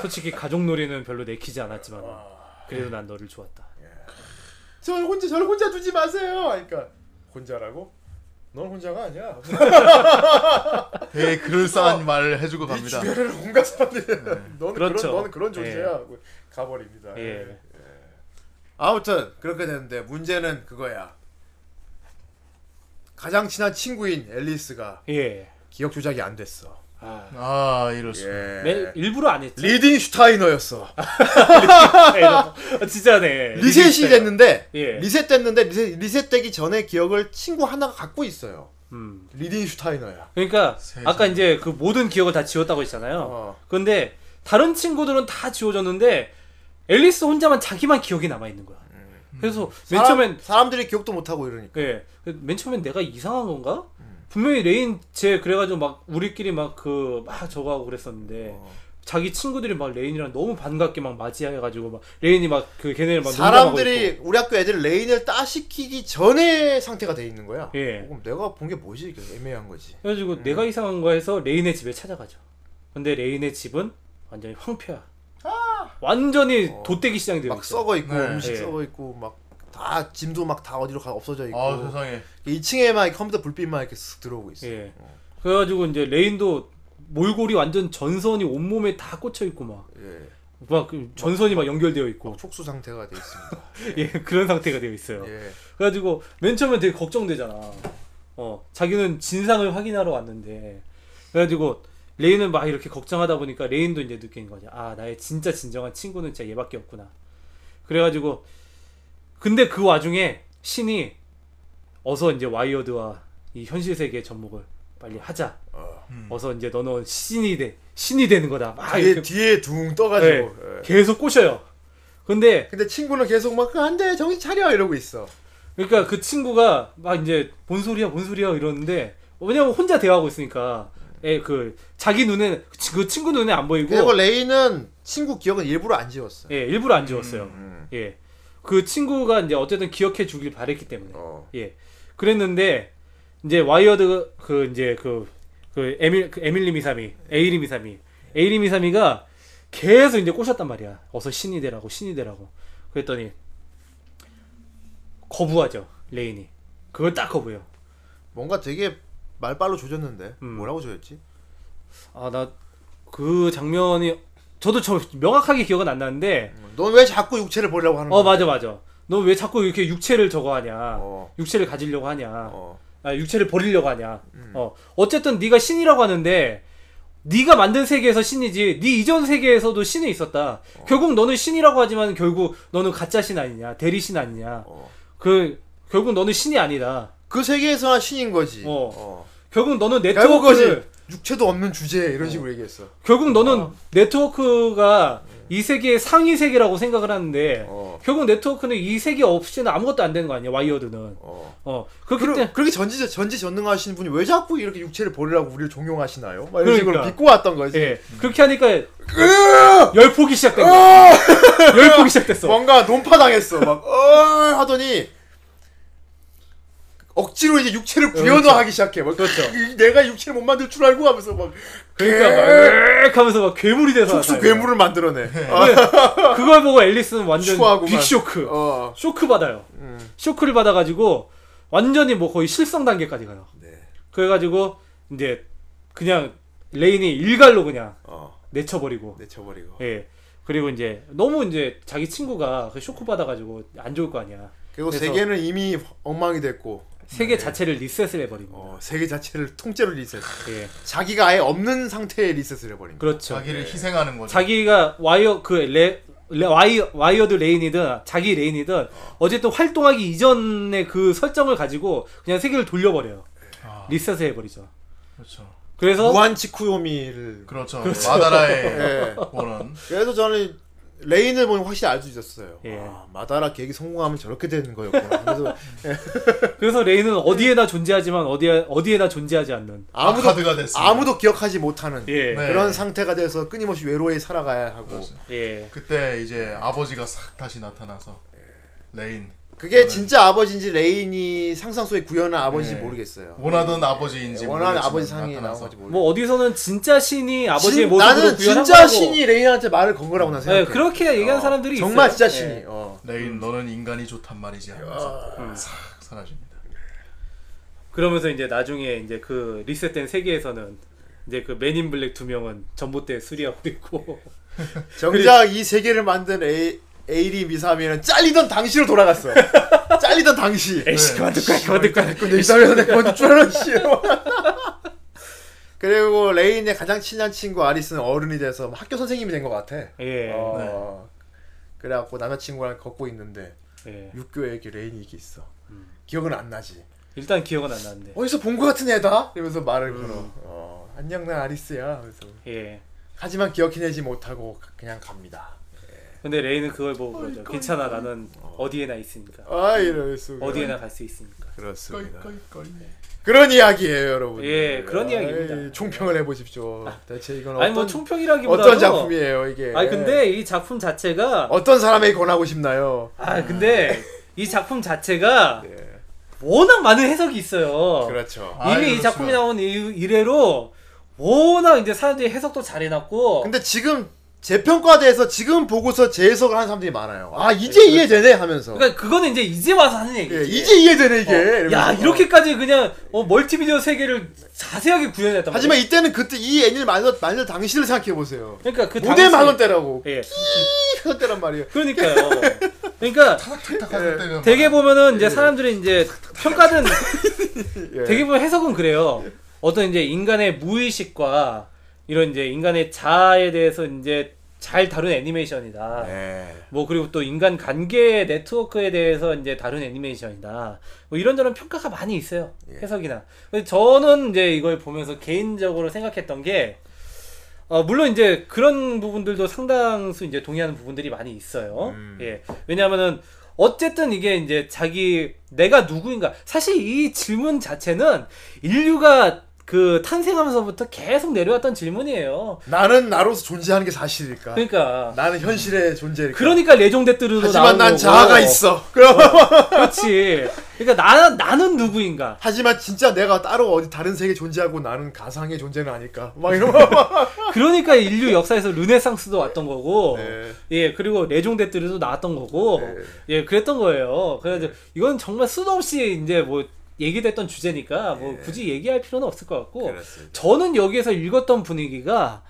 솔직히 가족놀이는 별로 내키지 않았지만 그래도 난 너를 좋았다.
저를 혼자 저를 혼자 두지 마세요. 그러니까 혼자라고? 넌 혼자가 아니야.
되게
어.
그럴싸한 말을 해주고
이
갑니다.
주변에는 온갖 사람들이 [LAUGHS] 넌
그렇죠.
그런 넌 그런
예.
존재야. 하고 가버립니다.
예.
아무튼 그렇게 됐는데 문제는 그거야. 가장 친한 친구인 앨리스가
예.
기억 조작이 안 됐어.
아, 이럴 수.
예.
맨- 일부러 안 했지.
리딘 슈타이너였어.
[LAUGHS] 아, 진짜네.
리셋이 됐는데
예.
리셋됐는데 리셋, 리셋되기 전에 기억을 친구 하나가 갖고 있어요.
음.
리딘 슈타이너야.
그러니까
세상에.
아까 이제 그 모든 기억을 다 지웠다고 했잖아요.
어.
근데 다른 친구들은 다 지워졌는데 앨리스 혼자만 자기만 기억이 남아 있는 거야. 그래서 맨 처음엔
음. 사람, 들이 기억도 못 하고 이러니까.
예, 맨 처음엔 내가 이상한 건가?
음.
분명히 레인 쟤 그래가지고 막 우리끼리 막 그 막 저거 하고 그랬었는데
어.
자기 친구들이 막 레인이랑 너무 반갑게 막 맞이해가지고 막 레인이 막 그 걔네를 막 농담하고
사람들이
있고.
우리 학교 애들 레인을 따시키기 전에 상태가 돼 있는 거야.
예.
그럼 내가 본 게 뭐지? 이게 애매한 거지.
그래가지고 내가 이상한 거 해서 레인의 집에 찾아가죠. 근데 레인의 집은 완전히 황폐야. 완전히 도떼기 시장이 되고
아! 어. 막
있어.
썩어 있고
네.
음식
예.
썩어 있고 막 다 짐도 막 다 어디로 가 없어져 있고.
아 세상에
2층에만 컴퓨터 불빛만 이렇게 쓱 들어오고 있어.
예. 그래가지고 이제 레인도 몰골이 완전 전선이 온몸에 다 꽂혀 있고 막.
예. 뭐
막그 전선이 막 연결되어 있고
촉수 상태가 돼
[LAUGHS]
있습니다.
예 그런 상태가 되어 있어요.
예.
그래가지고 맨 처음엔 되게 걱정되잖아. 어 자기는 진상을 확인하러 왔는데 그래가지고 레인은 막 이렇게 걱정하다 보니까 레인도 이제 느끼는 거지. 아 나의 진짜 진정한 친구는 진짜 얘밖에 없구나. 그래가지고 근데 그 와중에 신이 어서 이제 와이어드와 이 현실 세계 접목을 빨리 하자. 어. 서 이제 너는 신이 돼 신이 되는 거다. 막
뒤에
이렇게
뒤에 둥 떠가지고.
네,
예.
계속 꼬셔요. 근데
근데 친구는 계속 막 그 안돼 정신 차려 이러고 있어.
그러니까 그 친구가 막 이제 뭔 소리야 뭔 소리야 이러는데 왜냐면 혼자 대화하고 있으니까 에 그 자기 눈에 그 친구 눈에 안 보이고
그리고 레이는 친구 기억은 일부러 안 지웠어.
예 일부러 안 지웠어요 예 그 친구가 이제 어쨌든 기억해 주길 바랬기 때문에
어.
예 그랬는데 이제 와이어드 그 이제 그, 그 에밀 그 에밀리 미사미 에이리 미사미 에이리 미사미가 계속 이제 꼬셨단 말이야 어서 신이 되라고 신이 되라고 그랬더니 거부하죠 레인이 그걸 딱 거부해요
뭔가 되게 말빨로 조졌는데
음.
뭐라고 조였지?
아 나 그 장면이 저도 저 명확하게 기억은 안 나는데
음, 넌 왜 자꾸 육체를 보려고 하는 거야?
어 맞아 맞아 너 왜 자꾸 이렇게 육체를 저거 하냐
어.
육체를 가지려고 하냐
어. 음.
아, 육체를 버리려고 하냐 어 어쨌든 네가 신이라고 하는데 네가 만든 세계에서 신이지 네 이전 세계에서도 신이 있었다
어.
결국 너는 신이라고 하지만 결국 너는 가짜 신 아니냐 대리 신 아니냐
어.
그 결국 너는 신이 아니다
그 세계에서나 신인 거지.
어.
어.
결국 너는
결국
네트워크를
거지. 육체도 없는 주제에 이런 식으로 얘기했어. 음.
결국 너는 네트워크가 이 세계의 상위 세계라고 생각을 하는데
어.
결국 네트워크는 이 세계 없이는 아무것도 안 되는 거 아니야 와이어드는
어.
어 그렇기
그러,
때문에
그렇게 전지 전지 전능하신 분이 왜 자꾸 이렇게 육체를 버리라고 우리를 종용하시나요? 막 이런 식으로
그러니까.
비꼬 왔던 거지.
예 그렇게 하니까 열폭이 시작된 거야 열폭이 시작됐어
뭔가 논파당했어. 막 [LAUGHS] 어, 하더니 억지로 이제 육체를
그렇죠.
구현화하기 시작해. 막 그렇죠. 내가 육체를 못 만들 줄 알고 하면서 막
그러니까 막 하면서 막 괴물이 돼서
예. 촉수
나타나요.
괴물을 만들어내.
그걸 보고 앨리스는 완전
추하구만.
빅쇼크
어. 음.
쇼크 받아요. 쇼크를 받아가지고 완전히 뭐 거의 실성 단계까지 가요.
네.
그래가지고 이제 그냥 레인이 일갈로 그냥
어.
내쳐버리고
내쳐버리고.
예 그리고 이제 너무 이제 자기 친구가 그 쇼크 받아가지고 안 좋을 거 아니야.
그리고
그래서-
세계는 이미 엉망이 됐고
세계 자체를 리셋을 해버린 거.
네. 어, 세계 자체를 통째로 리셋.
예
자기가 아예 없는 상태에 리셋을 해버린 거.
그렇죠.
자기를 희생하는 거죠.
자기가 와이어 그레 와이어, 와이어드 레인이든 자기 레인이든 어쨌든 활동하기 이전의 그 설정을 가지고 그냥 세계를 돌려버려요.
아.
리셋을 해버리죠.
그렇죠.
그래서
무한 치쿠요미를.
그렇죠. [LAUGHS] 네. 마다라의
예.
원한.
그래서 저는 레인을 보면 확실히 알 수 있었어요.
예.
아, 마다라 계획이 성공하면 저렇게 되는 거였구나. 그래서
그래서 레인은 어디에나 존재하지만 어디에 어디에나 존재하지 않는.
아무도
카드가 됐습니다.
아무도 기억하지 못하는
예.
네.
그런 상태가 돼서 끊임없이 외로이 살아가야 하고
그렇죠.
예.
그때 이제 아버지가 싹 다시 나타나서
예.
레인
그게 진짜 아버지인지 레인이 상상 속에 구현한 아버지인지
네.
모르겠어요.
원하던 아버지인지
예, 원하는
모르겠지만
아버지 상이
나타나서.
나와가지 모르겠어요.
뭐 어디서는 진짜 신이 아버지의
진-
모습으로
나는
구현한
진짜
거고.
신이 레인한테 말을 건 거라고 난
예,
생각해.
그렇게 얘기하는
어,
사람들이
정말
있어요. 예. 네.
진짜 신이. 어.
레인 너는 인간이 좋단 말이지 하면서
음.
싹 사라집니다.
예.
그러면서 이제 나중에 이제 그 리셋된 세계에서는 이제 그 맨인 블랙 두 명은 전봇대에 수리하고 있고 [LAUGHS]
정작 이 세계를 만든 에이, 에이리 미사미는 잘리던 당시로 [LAUGHS] 돌아갔어. 잘리던 당시.
에이씨 그만둘 거야 그만둘 거야
근데 이사람이 내가 먼저 줄알았 [LAUGHS] 그리고 레인의 가장 친한 친구 아리스는 어른이 돼서 학교 선생님이 된 것 같아.
예,
어. 그래갖고 남자친구랑 걷고 있는데
예.
육교에 이렇게 레인이 이렇게 있어.
음.
기억은 안 나지.
일단 기억은 안 나는데
어디서 본 것 같은 애다? 이러면서 말을
음.
걸어. 어, 안녕 난 아리스야. 하면서.
예
하지만 기억해내지 못하고 그냥 갑니다.
근데 레이는 그걸 보고 그러죠. 괜찮아 나는 어디에나 있으니까.
아 이럴 수가.
어디에나 갈 수 있으니까.
그렇습니다.
네. 그런 이야기예요, 여러분.
예, 그런 이야기입니다.
아이, 총평을 해보십시오. 대체 이건
아니
어떤
뭐 총평이라기보다
어떤 작품이에요 이게? 예.
아니 근데 이 작품 자체가
어떤 사람에게 권하고 싶나요?
아 근데 이 작품 자체가
예,
워낙 많은 해석이 있어요. 아.
그렇죠.
이미 이 작품이 나온 이후- 이래로 워낙 이제 사람들이 해석도 잘 해놨고
근데 지금 재평가대에서 지금 보고서 재해석을 하는 사람들이 많아요. 아 이제 이해되네 하면서.
그러니까 그거는 이제 이제 와서 하는 얘기.
예, 이제 이해되네 이게. 이러면서.
야 이렇게까지 그냥 어, 멀티미디어 세계를 자세하게 구현했단 말이야.
하지만 이때는 그때 이 애니를 만들 만들 당시를 생각해 보세요.
그러니까 그
모델
당시-
만 원대라고. [LAUGHS]
예.
만 원대란 말이에요.
그러니까요. 그러니까
탁탁할 때는
되게 보면은 이제 사람들이 이제 평가는
예.
되게 보면 해석은 그래요. 어떤 이제 인간의 무의식과 이런 이제 인간의 자아에 대해서 이제 잘 다룬 애니메이션이다.
예.
뭐 그리고 또 인간 관계 네트워크에 대해서 이제 다룬 애니메이션이다. 뭐 이런저런 평가가 많이 있어요.
예.
해석이나. 근데 저는 이제 이걸 보면서 개인적으로 생각했던 게 어, 물론 이제 그런 부분들도 상당수 이제 동의하는 부분들이 많이 있어요.
음.
예. 왜냐면은 어쨌든 이게 이제 자기 내가 누구인가 사실 이 질문 자체는 인류가 그 탄생하면서부터 계속 내려왔던 질문이에요.
나는 나로서 존재하는 게 사실일까?
그러니까
나는 현실의 존재일까?
그러니까 레종대뜨르도
아, 하지만
나오고
난 자아가 있어. 그럼
그렇지. 그러니까 나 나는 누구인가.
하지만 진짜 내가 따로 어디 다른 세계 존재하고 나는 가상의 존재는 아닐까? 막 이런
[LAUGHS]
거.
그러니까 인류 역사에서 르네상스도 왔던 거고,
네.
예 그리고 레종대뜨르도 나왔던 거고, 예 그랬던 거예요.
네.
그래서 이건 정말 수도 없이 이제 뭐 얘기됐던 주제니까 뭐
네.
굳이 얘기할 필요는 없을 것 같고, 저는 여기에서 읽었던 분위기가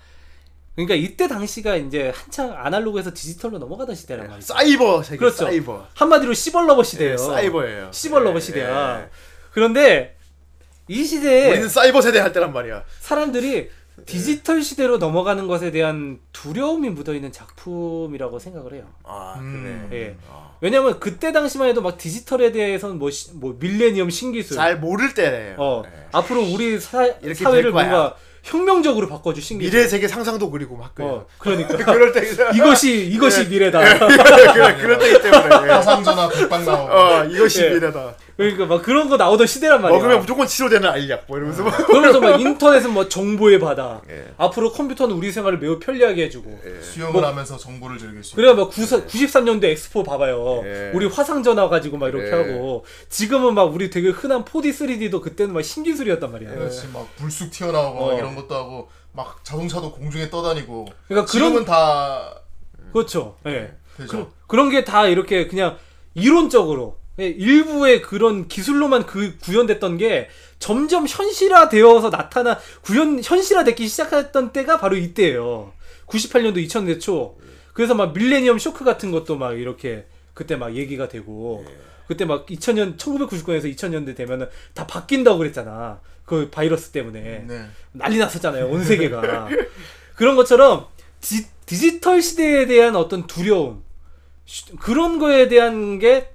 그러니까 이때 당시가 이제 한창 아날로그에서 디지털로 넘어가던 시대란 말이죠.
사이버 세계.
그렇죠.
사이버.
한마디로 시벌러버 시대예요.
예, 네. 사이버예요.
시벌러버
예,
시대야. 예.
예.
그런데 이 시대에
우리는 사이버 세대 할 때란 말이야.
사람들이
네.
디지털 시대로 넘어가는 것에 대한 두려움이 묻어있는 작품이라고 생각을 해요.
아
음.
예. 왜냐면 그때 당시만 해도 막 디지털에 대해서는 뭐, 시- 뭐 밀레니엄 신기술.
잘 모를 때래요. 네. 예.
어, 앞으로 우리 사,
될
사회를
거야.
뭔가 혁명적으로 바꿔줄 신기술.
미래 세계 상상도 그리고 막 그래요. 네.
어, 그러니까.
[LAUGHS] 그럴 때 이거
이것이, 이것이 미래다.
그럴 때기 때문에. 예.
화상전화
[LAUGHS]
백방 나오고
어 이것이
예.
미래다.
그러니까 막 그런 거 나오던 시대란 말이야. 예.
먹으면 무조건 치료되는 알약 뭐 이러면서 막
그러면서 막 인터넷은 뭐 정보의 바다.
예.
앞으로 컴퓨터는 우리 생활을 매우 편리하게 해주고.
수영을 하면서 정보를 즐길 수
뭐, 그래 막 93년도 엑스포 봐봐요.
예.
우리 화상 전화 가지고 막 이렇게
예.
하고 지금은 막 우리 되게 흔한 4D 3D도 그때는 막 신기술이었단 말이야.
예.
있고 그렇지 막 불쑥 튀어나오고
어.
막 이런 것도 하고 막 자동차도 공중에 떠다니고
그러니까
지금은
그런
다
그렇죠. 예.
되죠
그런 게 다 이렇게 그냥 이론적으로 예, 일부의 그런 기술로만 그 구현됐던 게 점점 현실화되어서 나타나 구현 현실화되기 시작했던 때가 바로 이때예요. 98년도 2000년대 초. 그래서 막 밀레니엄 쇼크 같은 것도 막 이렇게 그때 막 얘기가 되고 그때 막 2000년 1999년에서 2000년대 되면은 다 바뀐다고 그랬잖아. 그 바이러스 때문에.
네.
난리 났었잖아요. 온 세계가. 그런 것처럼 디, 디지털 시대에 대한 어떤 두려움 쉬- 그런 거에 대한 게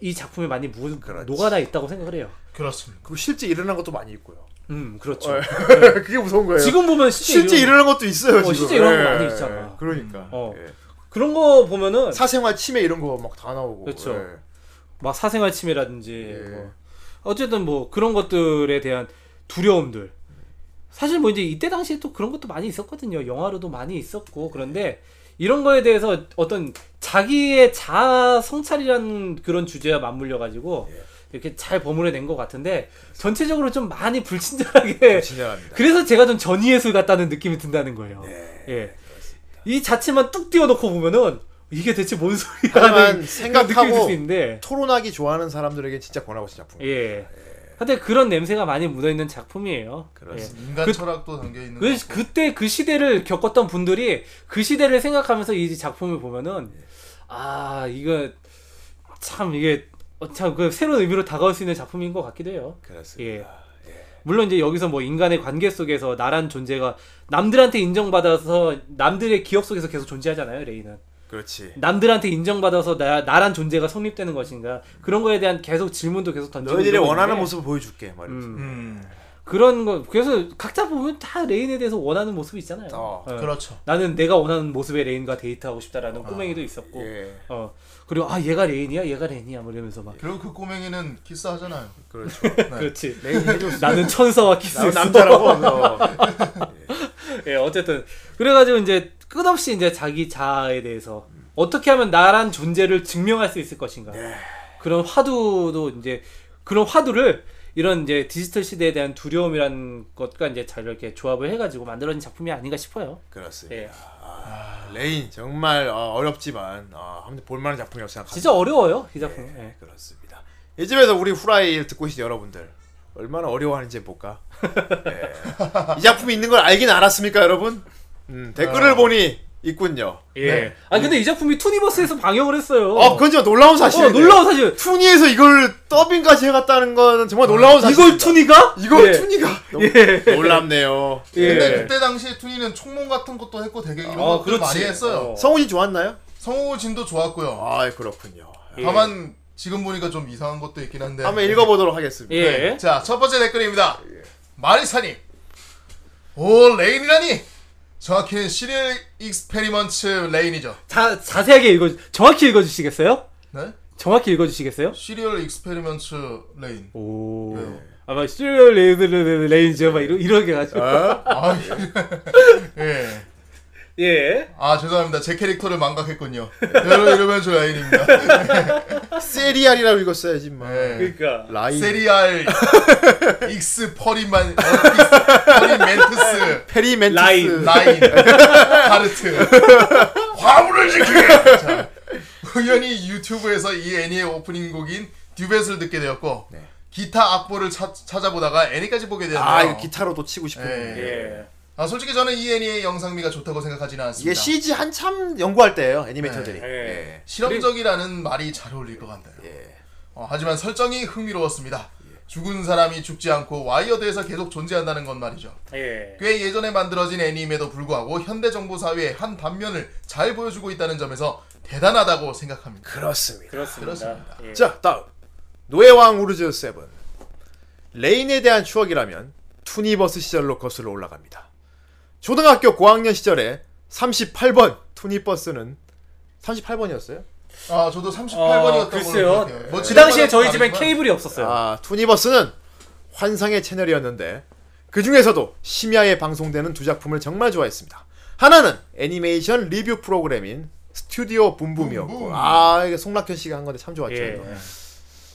이 작품에 많이 무, 녹아나 있다고 생각을 해요.
그렇습니다
그리고 실제 일어난 것도 많이 있고요.
음, 그렇죠.
어, 그게 무서운 거예요.
지금 보면
실제
이런-
일어난 것도 있어요.
어,
지금.
실제 일어난 거
예,
많이 있잖아.
예, 그러니까.
어.
예.
그런 거 보면은
사생활 침해 이런 거 막 다 나오고.
그렇죠.
예.
막 사생활 침해라든지 뭐 어쨌든 뭐 그런 것들에 대한 두려움들 사실 뭐 이제 이때 당시에 또 그런 것도 많이 있었거든요 영화로도 많이 있었고 그런데 이런 거에 대해서 어떤 자기의 자아 성찰이라는 그런 주제와 맞물려 가지고
예.
이렇게 잘 버무려낸 것 같은데 전체적으로 좀 많이 불친절하게
예, 진짜랍니다.
그래서 제가 좀 전예술 같다는 느낌이 든다는 거예요
네,
예. 이 자체만 뚝 띄워놓고 보면은 이게 대체 뭔 소리야
하지만
하는 그런 느낌이 들
생각하고
수 있는데
토론하기 좋아하는 사람들에게 진짜 권하고 싶은 작품.
예. 하여튼 그런 냄새가 많이 묻어있는 작품이에요.
그렇습니다.
인간
그-
철학도 담겨 있는
그, 그때 그 시대를 겪었던 분들이 그 시대를 생각하면서 이 작품을 보면은,
예.
아, 이거, 참, 이게, 어, 참, 그 새로운 의미로 다가올 수 있는 작품인 것 같기도 해요.
그렇습니다.
예. 물론 이제 여기서 뭐 인간의 관계 속에서 나란 존재가 남들한테 인정받아서 남들의 기억 속에서 계속 존재하잖아요, 레이는. 음.
그렇지.
남들한테 인정받아서 나, 나란 존재가 성립되는 것인가. 그런 거에 대한 계속 질문도 계속 던지고.
너희들의
이러고
원하는
있는데
모습을 보여줄게. 말이지.
음.
그런 거 그래서 각자 보면 다 레인에 대해서 원하는 모습이 있잖아요.
어,
예.
그렇죠.
나는 내가 원하는 모습의 레인과 데이트하고 싶다라는 꼬맹이도 있었고,
예.
어 그리고 아 얘가 레인이야, 얘가 레인이야, 뭐 이러면서 막
그리고 그 꼬맹이는 키스하잖아요.
[LAUGHS]
그렇죠.
그렇지. 나는 천사와 키스.
나는 남자라고. 어.
[LAUGHS] 예, 어쨌든 그래가지고 이제 끝없이 이제 자기 자아에 대해서 어떻게 하면 나란 존재를 증명할 수 있을 것인가.
예.
그런 화두도 이제 그런 화두를 이런 이제 디지털 시대에 대한 두려움이란 것과 이제 잘 이렇게 조합을 해가지고 만들어진 작품이 아닌가 싶어요.
그렇습니다.
예,
레인 정말 어, 어렵지만 어, 한번 볼만한 작품이라고 생각합니다. 네,
진짜 어려워요 이 작품. 예.
그렇습니다. 이 집에서 우리 후라이 듣고 계신 여러분들 얼마나 어려워하는지
[LAUGHS]
볼까. 예. 이 작품이 있는 걸 알긴 알았습니까, 여러분? 음, 댓글을
아.
보니 있군요.
예. 아 근데 이 작품이 투니버스에서 방영을 했어요.
어, 그건 정말 놀라운 사실.
어, 놀라운 사실.
투니에서 이걸 더빙까지 해갔다는 건 정말 놀라운 사실.
이걸 투니가?
이걸
예. [LAUGHS]
투니가 너무 놀랍네요.
근데
예.
그때 당시에 투니는 총몽 같은 것도 했고 되게 이런
아,
것들 많이
그렇지.
했어요.
어.
성우진 좋았나요?
성우진도 좋았고요.
아 그렇군요.
예.
다만 지금 보니까 좀 이상한 것도 있긴 한데.
한번 읽어보도록 하겠습니다.
예.
네. 자, 첫 번째 댓글입니다. 마리사님. 오, 레인이라니! 정확히는 시리얼 익스페리먼트 레인이죠.
자 자세하게 읽어 정확히 읽어주시겠어요?
네?
정확히 읽어주시겠어요?
시리얼 익스페리먼트 레인.
오.
네.
아마 실리얼 레이드 레인저 막 이러 이렇게 가지고.
어?
아, [LAUGHS] 예.
예.
아, 죄송합니다. 제 캐릭터를
[LAUGHS]
망각했군요. 여러분, 이러면 저 레인입니다.
세리알이라고 읽었어야지 뭐.
예.
그러니까.
라인.
세리알 익스퍼리만 어, 익스퍼리멘트스
페리멘티스. 아,
라인.
라인 하르트 화물을 지키게 자, 우연히 유튜브에서 이 애니의 오프닝 곡인 듀엣을 듣게 되었고 기타 악보를 찾, 찾아보다가 애니까지 보게 되었네요
네. 아 이거 기타로도 치고 싶은.
예.
예.
예.
아, 솔직히 저는 이 애니의 영상미가 좋다고 생각하지는 않습니다
이게 CG 한참 연구할 때예요 애니메이터들이.
예.
예.
실험적이라는 말이 잘 어울릴 것 같네요 어, 하지만 설정이 흥미로웠습니다 죽은 사람이 죽지 않고 와이어드에서 계속 존재한다는 건 말이죠
예.
꽤 예전에 만들어진 애니임에도 불구하고 현대 정보 사회의 한 단면을 잘 보여주고 있다는 점에서 대단하다고 생각합니다.
그렇습니다.
그렇습니다.
그렇습니다.
예.
자 다음 노예왕 우르즈 세븐 레인에 대한 추억이라면 투니버스 시절로 거슬러 올라갑니다. 초등학교 고학년 시절에 38번 투니버스는 38번이었어요?
아 저도
어,
38번이었던
글쎄요.
걸로 뭐
그 당시에 저희 집엔 케이블이 없었어요.
아, 투니버스는 환상의 채널이었는데 그 중에서도 심야에 방송되는 두 작품을 정말 좋아했습니다. 하나는 애니메이션 리뷰 프로그램인 스튜디오 붐붐이었고
붐붐.
아 이게 송락현 씨가 한 건데 참 좋았죠.
예.
이거.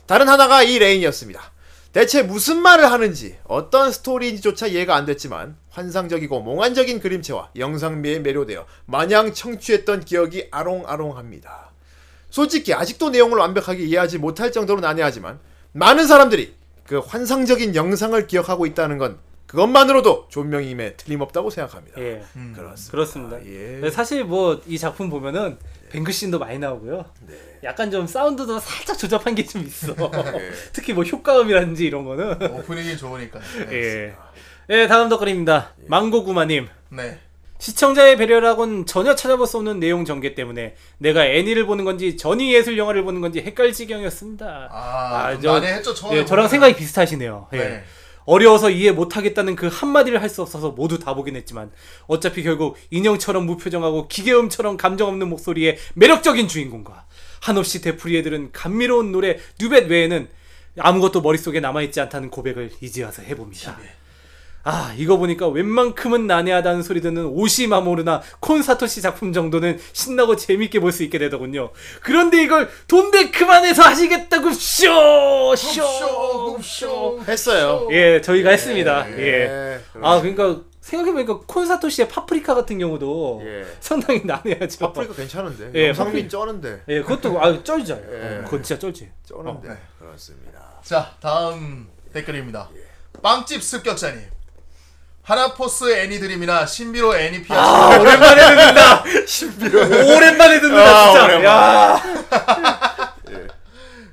다른 하나가 이 레인이었습니다. 대체 무슨 말을 하는지 어떤 스토리인지조차 이해가 안 됐지만 환상적이고 몽환적인 그림체와 영상미에 매료되어 마냥 청취했던 기억이 아롱아롱합니다. 솔직히 아직도 내용을 완벽하게 이해하지 못할 정도로 난해하지만 많은 사람들이 그 환상적인 영상을 기억하고 있다는 건 그것만으로도 존명임에 틀림없다고 생각합니다.
예.
그렇습니다.
그렇습니다.
예.
사실 뭐 이 작품 보면은 뱅크 씬도 많이 나오고요.
네.
약간 좀 사운드도 살짝 조잡한 게 좀
[LAUGHS]
있어.
예.
특히 뭐 효과음이라든지 이런
어,
거는.
오프닝이 좋으니까. 네.
[LAUGHS] 예. 예, 다음 덧글입니다. 망고구마님.
네.
시청자의 배려라곤 전혀 찾아볼 수 없는 내용 전개 때문에 내가 애니를 보는 건지 전이 예술 영화를 보는 건지 헷갈릴 지경이었습니다.
아, 좀
저-
난해했죠, 처음에
예, 저랑
보면.
생각이 비슷하시네요. 예.
네.
어려워서 이해 못하겠다는 그 한마디를 할 수 없어서 모두 다 보긴 했지만 어차피 결국 인형처럼 무표정하고 기계음처럼 감정 없는 목소리에 매력적인 주인공과 한없이 되풀이해들은 감미로운 노래 뉴벳 외에는 아무것도 머릿속에 남아있지 않다는 고백을 이제 와서 해봅니다.
네.
아 이거 보니까 웬만큼은 난해하다는 소리 듣는 오시마모르나 콘사토시 작품 정도는 신나고 재밌게 볼 수 있게 되더군요 그런데 이걸 돈대 그만해서 하시겠다고
쇼,
쇼쇼
굽, 쇼.
했어요.
예 저희가 했습니다 예아
예,
그러니까 생각해보니까 콘사토시의 파프리카 같은 경우도
예.
상당히 난해하죠
아, 파프리카 괜찮은데
예,
영상미
파프리-
쩌는데
예 그것도 아 쩔죠
예.
어, 그건 진짜 쩔지
쩌는데
어, 네.
그렇습니다.
자, 다음 댓글입니다. 빵집 습격자님. 하나포스 애니드림이나 신비로 애니피아
오랜만에 듣는다 오랜만에 듣는다
아,
진짜
오랜만에.
야.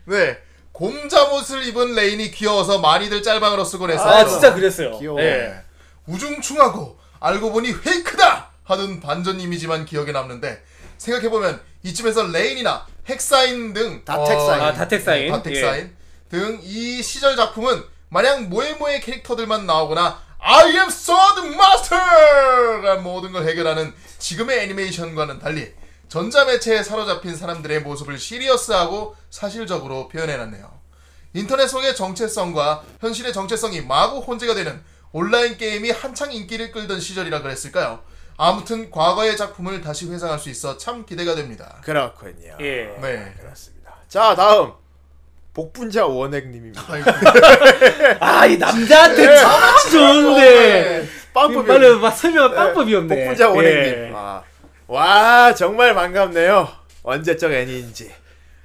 네. 공자못을 입은 레인이 귀여워서 많이들 짤방으로 쓰곤 했어요.
아 진짜 그랬어요
귀여워.
예.
예. 우중충하고 알고 보니 페이크다 하던 반전 이미지만 기억에 남는데 생각해보면 이쯤에서 레인이나 핵사인 등 어,
다택사인.
아, 다택사인.
네, 다택사인 등 이 시절 작품은 마냥 모에모의 캐릭터들만 나오거나 I am Sword Master가 모든 걸 해결하는 지금의 애니메이션과는 달리 전자매체에 사로잡힌 사람들의 모습을 시리어스하고 사실적으로 표현해놨네요. 인터넷 속의 정체성과 현실의 정체성이 마구 혼재가 되는 온라인 게임이 한창 인기를 끌던 시절이라 그랬을까요? 아무튼 과거의 작품을 다시 회상할 수 있어 참 기대가 됩니다.
그렇군요.
예.
네.
그렇습니다. 자 다음 복분자 원액님입니다.
아이고,
아 이
예.
남자한테 저같이 좋은데
빵법이
빨리 막 설명 빵법이 없네.
예.
예.
복분자 원액님. 아, 와 정말 반갑네요. 언제적 애니인지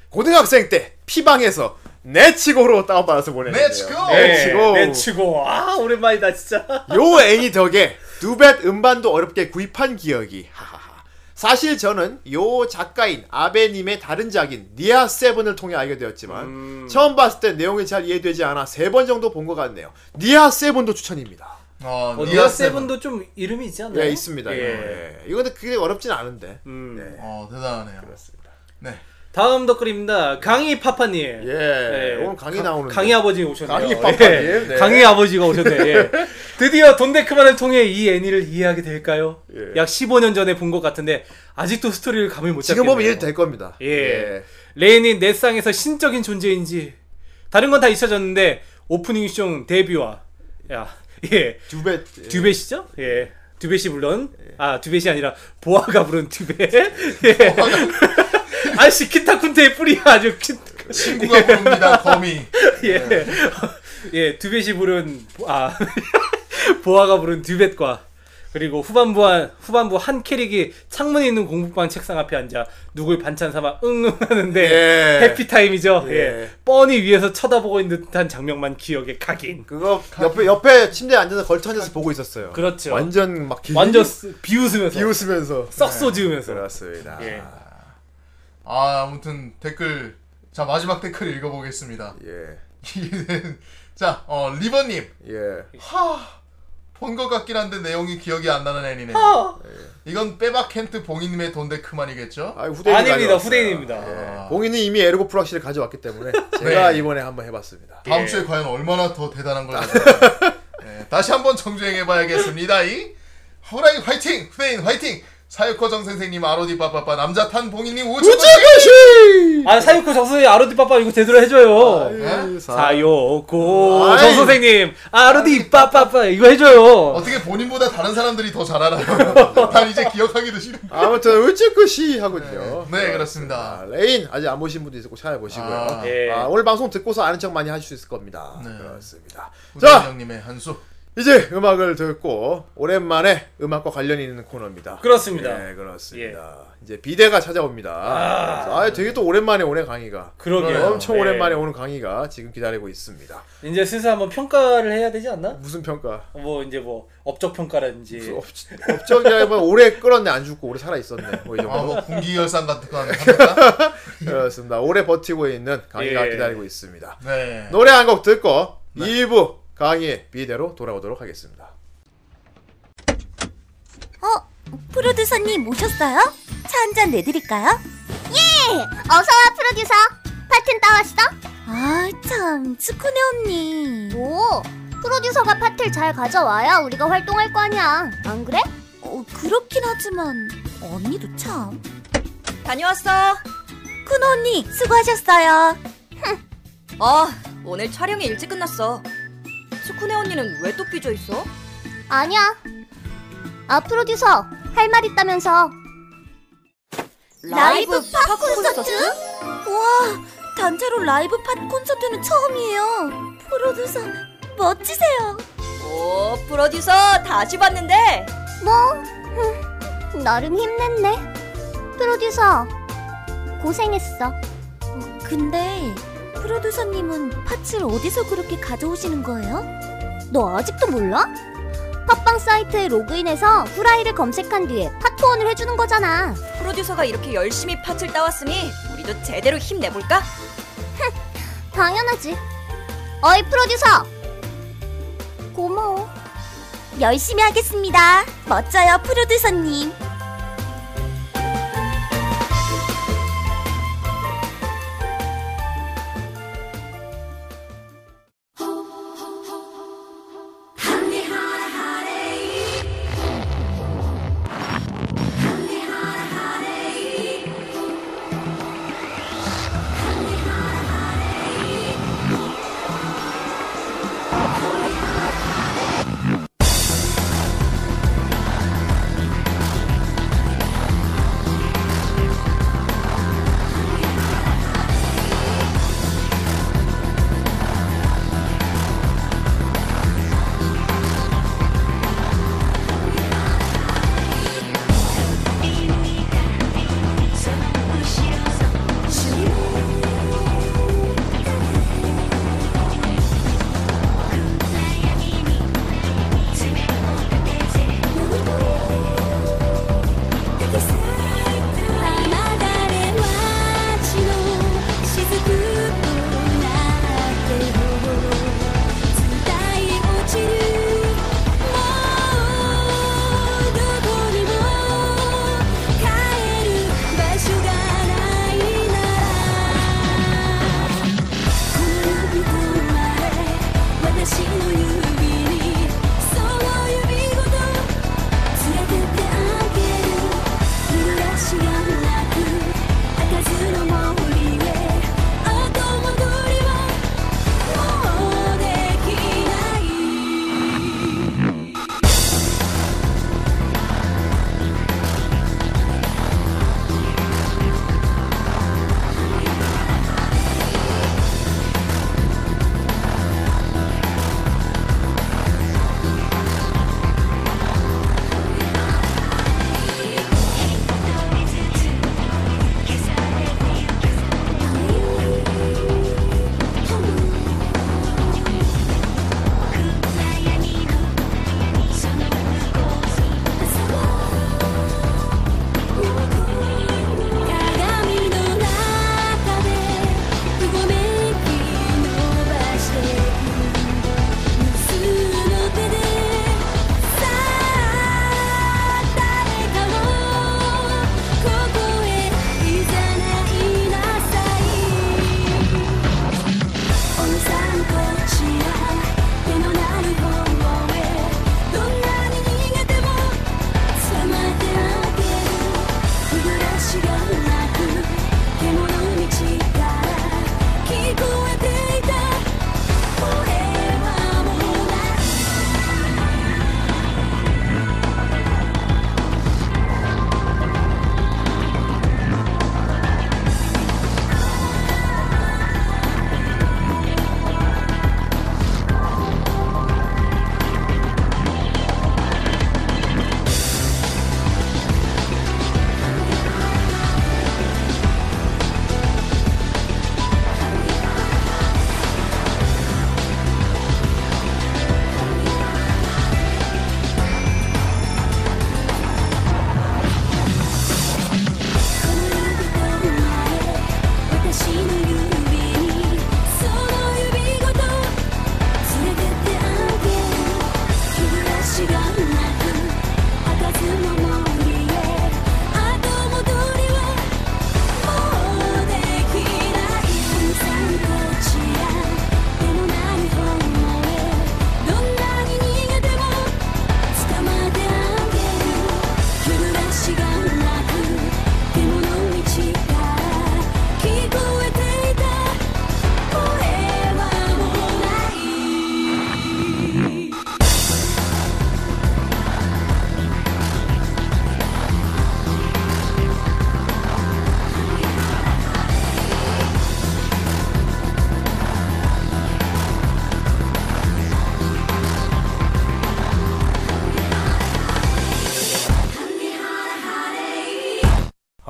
고등학생 때 피방에서 네 내치고로 다운받아서 보냈는데요.
네
네
내치고!
내치고.
예. 내 네. 치고. 아 오랜만이다 진짜.
요 애니 덕에 두벳 음반도 어렵게 구입한 기억이. 하하하. 사실 저는 요 작가인 아베님의 다른 작인 니아 세븐을 통해 알게 되었지만 처음 봤을 때 내용이 잘 이해되지 않아 세 번 정도 본 것 같네요. 니아 세븐도 추천입니다.
어,
어,
니아
니아
세븐.
세븐도 좀 이름이 있지 않나요?
네, 음, 있습니다. 예. 이거 근데 그게 어렵진 않은데.
음.
어, 대단하네요. 네.
다음 댓글입니다. 강희 파파님.
예. 오늘 강의
가-
나오는데.
네. 강희 아버지 오셨네요. 예.
강희 파파님, 네.
강희 아버지가 오셨네. 예. 드디어 돈데크만을 통해 이 애니를 이해하게 될까요?
예.
약 15년 전에 본 것 같은데 아직도 스토리를 감을 못 잡겠네요.
지금 보면 이해될 겁니다.
예. 레인이 내 쌍에서 신적인 존재인지 다른 건 다 잊혀졌는데 오프닝 쇼 데뷔와 야, 예.
두벳. 예.
듀벳이죠? 예. 듀벳이 물론 아 듀벳이 아니라 [LAUGHS] 보아가 부른 듀벳. 예. [LAUGHS] 아씨 키타쿤테의 뿌리야 아주 키.
친구가 부릅니다. 거미.
예. [LAUGHS] 예, 듀벳이 부른 보- 아 [LAUGHS] 보아가 부른 듀벳과 그리고 후반부 한 후반부 한 캐릭이 창문에 있는 공부방 책상 앞에 앉아 누굴 반찬 삼아 응응 하는데
예.
해피 타임이죠. 예.
예.
뻔히 위에서 쳐다보고 있는 듯한 장면만 기억에 각인.
그거 옆에 옆에 침대에 앉아서 걸터 앉아서 보고 있었어요.
그렇죠.
완전 막 기-
완전 쓰- 비웃으면서
비웃으면서.
썩소 지으면서.
그렇습니다.
예.
아, 아무튼 댓글. 자, 마지막 댓글 읽어보겠습니다.
예.
자, 어, 리버님.
예.
하. 본 것 같긴 한데 내용이 기억이 안 나는 애니네.
아,
이건 빼박켄트 봉인님의 돈데 그만이겠죠?
아, 후대인
아닙니다. 예. 후대인입니다. 네.
아,
봉인은 이미 에르고 프락시를 가져왔기
[LAUGHS]
때문에 제가 이번에 한번 해봤습니다.
다음 주에 과연 얼마나 더 대단한 걸 가져올까? [LAUGHS] 네, 다시 한번 정주행해봐야겠습니다. 이 호랑이 화이팅, 후대인 화이팅. 사유코 정 선생님 아로디 빠빠빠 남자 탄 봉인님 우주
우주교시!
아 사유코 정선생님 아로디 빠빠 이거 제대로 해줘요.
네?
사요코
아이.
정선생님 아로디 빠빠빠 이거 해줘요.
어떻게 본인보다 다른 사람들이 더 잘 알아요? [LAUGHS] 난 이제 기억하기도 싫은데.
아무튼 우주교시 하군요.
네, 그렇습니다.
아, 레인 아직 안 보신 분도 있어 꼭 찾아보시고요.
아,
아,
예.
오늘 방송 듣고서 아는 척 많이 하실 수 있을 겁니다.
네.
그렇습니다.
후대인
자
형님의 한수.
이제 음악을 듣고 오랜만에 음악과 관련 있는 코너입니다.
그렇습니다.
예, 그렇습니다. 이제 비대가 찾아옵니다. 아, 되게 또 오랜만에 오네 강의가.
그러게요.
엄청
네.
오랜만에 오는 강의가 지금 기다리고 있습니다.
이제 슬슬 한번 평가를 해야 되지 않나?
무슨 평가?
뭐 이제 뭐 업적 평가라든지
업, 업적이라면 오래 끌었네 안 죽고 오래 살아 있었네 뭐이
아,
정도
뭐 군기열상 같은 거 합니까?
그렇습니다 오래 버티고 있는 강의가
예.
기다리고 있습니다
네.
노래 한 곡 듣고 2부 강의 비대로 돌아오도록 하겠습니다
어, 프로듀서님 오셨어요? 차 한 잔 내드릴까요?
예! 어서와 프로듀서 파튼 따왔어?
아, 참, 츠코네 언니.
오 프로듀서가 파트를 잘 가져와야 우리가 활동할 거 아니야 안 그래?
어, 그렇긴 하지만 언니도 참.
다녀왔어.
큰 언니 수고하셨어요.
어, 오늘 촬영이 일찍 끝났어. 스쿠네 언니는 왜 또 삐져 있어?
아니야 아 프로듀서 할 말 있다면서
라이브
팝
우와, 단체로 라이브 팟 콘서트는 처음이에요. 프로듀서 멋지세요.
오, 프로듀서 다시 봤는데
뭐 흠, 나름 힘냈네 프로듀서 고생했어
근데 프로듀서님은 팟을 어디서 그렇게 가져오시는 거예요?
너 아직도 몰라? 팟빵 사이트에 로그인해서 후라이를 검색한 뒤에 파트원을 해주는 거잖아
프로듀서가 이렇게 열심히 팥을 따왔으니 우리도 제대로 힘내볼까?
당연하지. 어이 프로듀서. 고마워.
열심히 하겠습니다. 멋져요, 프로듀서님.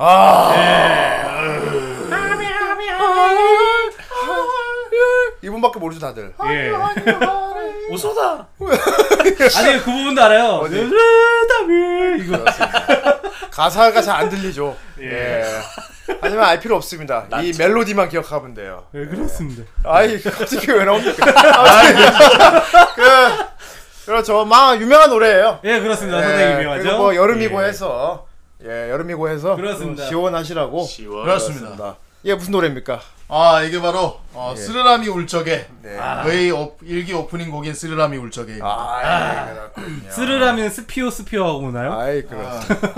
아.
네.
이분밖에 모르죠 다들.
예. 오소다. 아니 그 부분도 알아요.
어디?
르다미 이거.
가사가 잘 안 들리죠.
예.
예. 하지만 알 필요 없습니다. 이 멜로디만 기억하면 돼요.
예, 그렇습니다.
아이 갑자기 왜
[LAUGHS]
나옵니까?
아, 네.
그 그렇죠. 막 유명한 노래예요.
예, 그렇습니다.
예,
선생님 유명하죠.
그리고 뭐 여름이고
예.
해서 예 여름이고 해서
그렇습니다.
좀 시원하시라고
시원.
그렇습니다. 예 무슨 노래입니까?
아 이게 바로 어, 쓰르라미 울적의
네.
의 오, 일기 오프닝 곡인 쓰르라미 울적의
아,
쓰르라면 스피오 스피오 하고 오나요?
아이 예, 그렇습니다.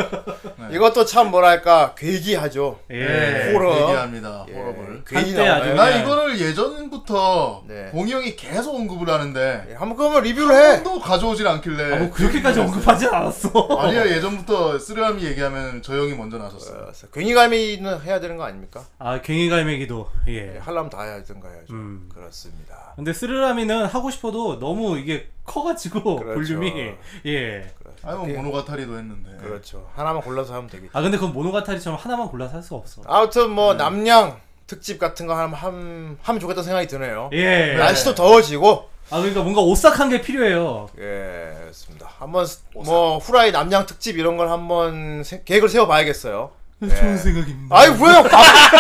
이것도 참 뭐랄까 괴기하죠.
네. 예.
호러.
얘기합니다
예,
호러블
괴기
한때
나와요.
아주
예.
나
그냥-
이거를 예전부터
네.
봉이 형이 계속 언급을 하는데
예, 한번 그러면 리뷰를 해.
또 가져오질 않길래
아, 뭐 그렇게까지 언급하지 않았어.
아니야 예전부터 쓰르라미 얘기하면 저 형이 먼저 나섰어요
알았어. 괭이갈매기는 해야 되는 거 아닙니까?
아, 괭이갈매기도 예.
예, 하려면 다 해야든가 해야죠.
음.
그렇습니다.
근데 쓰르라미는 하고 싶어도 너무 이게 커가지고
그렇죠.
볼륨이 예.
아니 뭐 모노가타리도 했는데
그렇죠. 하나만 골라서 하면 되겠죠.
아 근데 그건 모노가타리처럼 하나만 골라서 할 수가 없어.
아무튼 뭐 남양 특집 같은 거 하면 함, 하면 좋겠다 는 생각이 드네요.
예.
날씨도 더워지고
아 그러니까 뭔가 오싹한 게 필요해요.
예, 그렇습니다. 한번 스- 뭐 후라이 남양 특집 이런 걸 한번 세- 계획을 세워봐야겠어요.
네. 좋은 생각입니다.
아이 왜요? 각-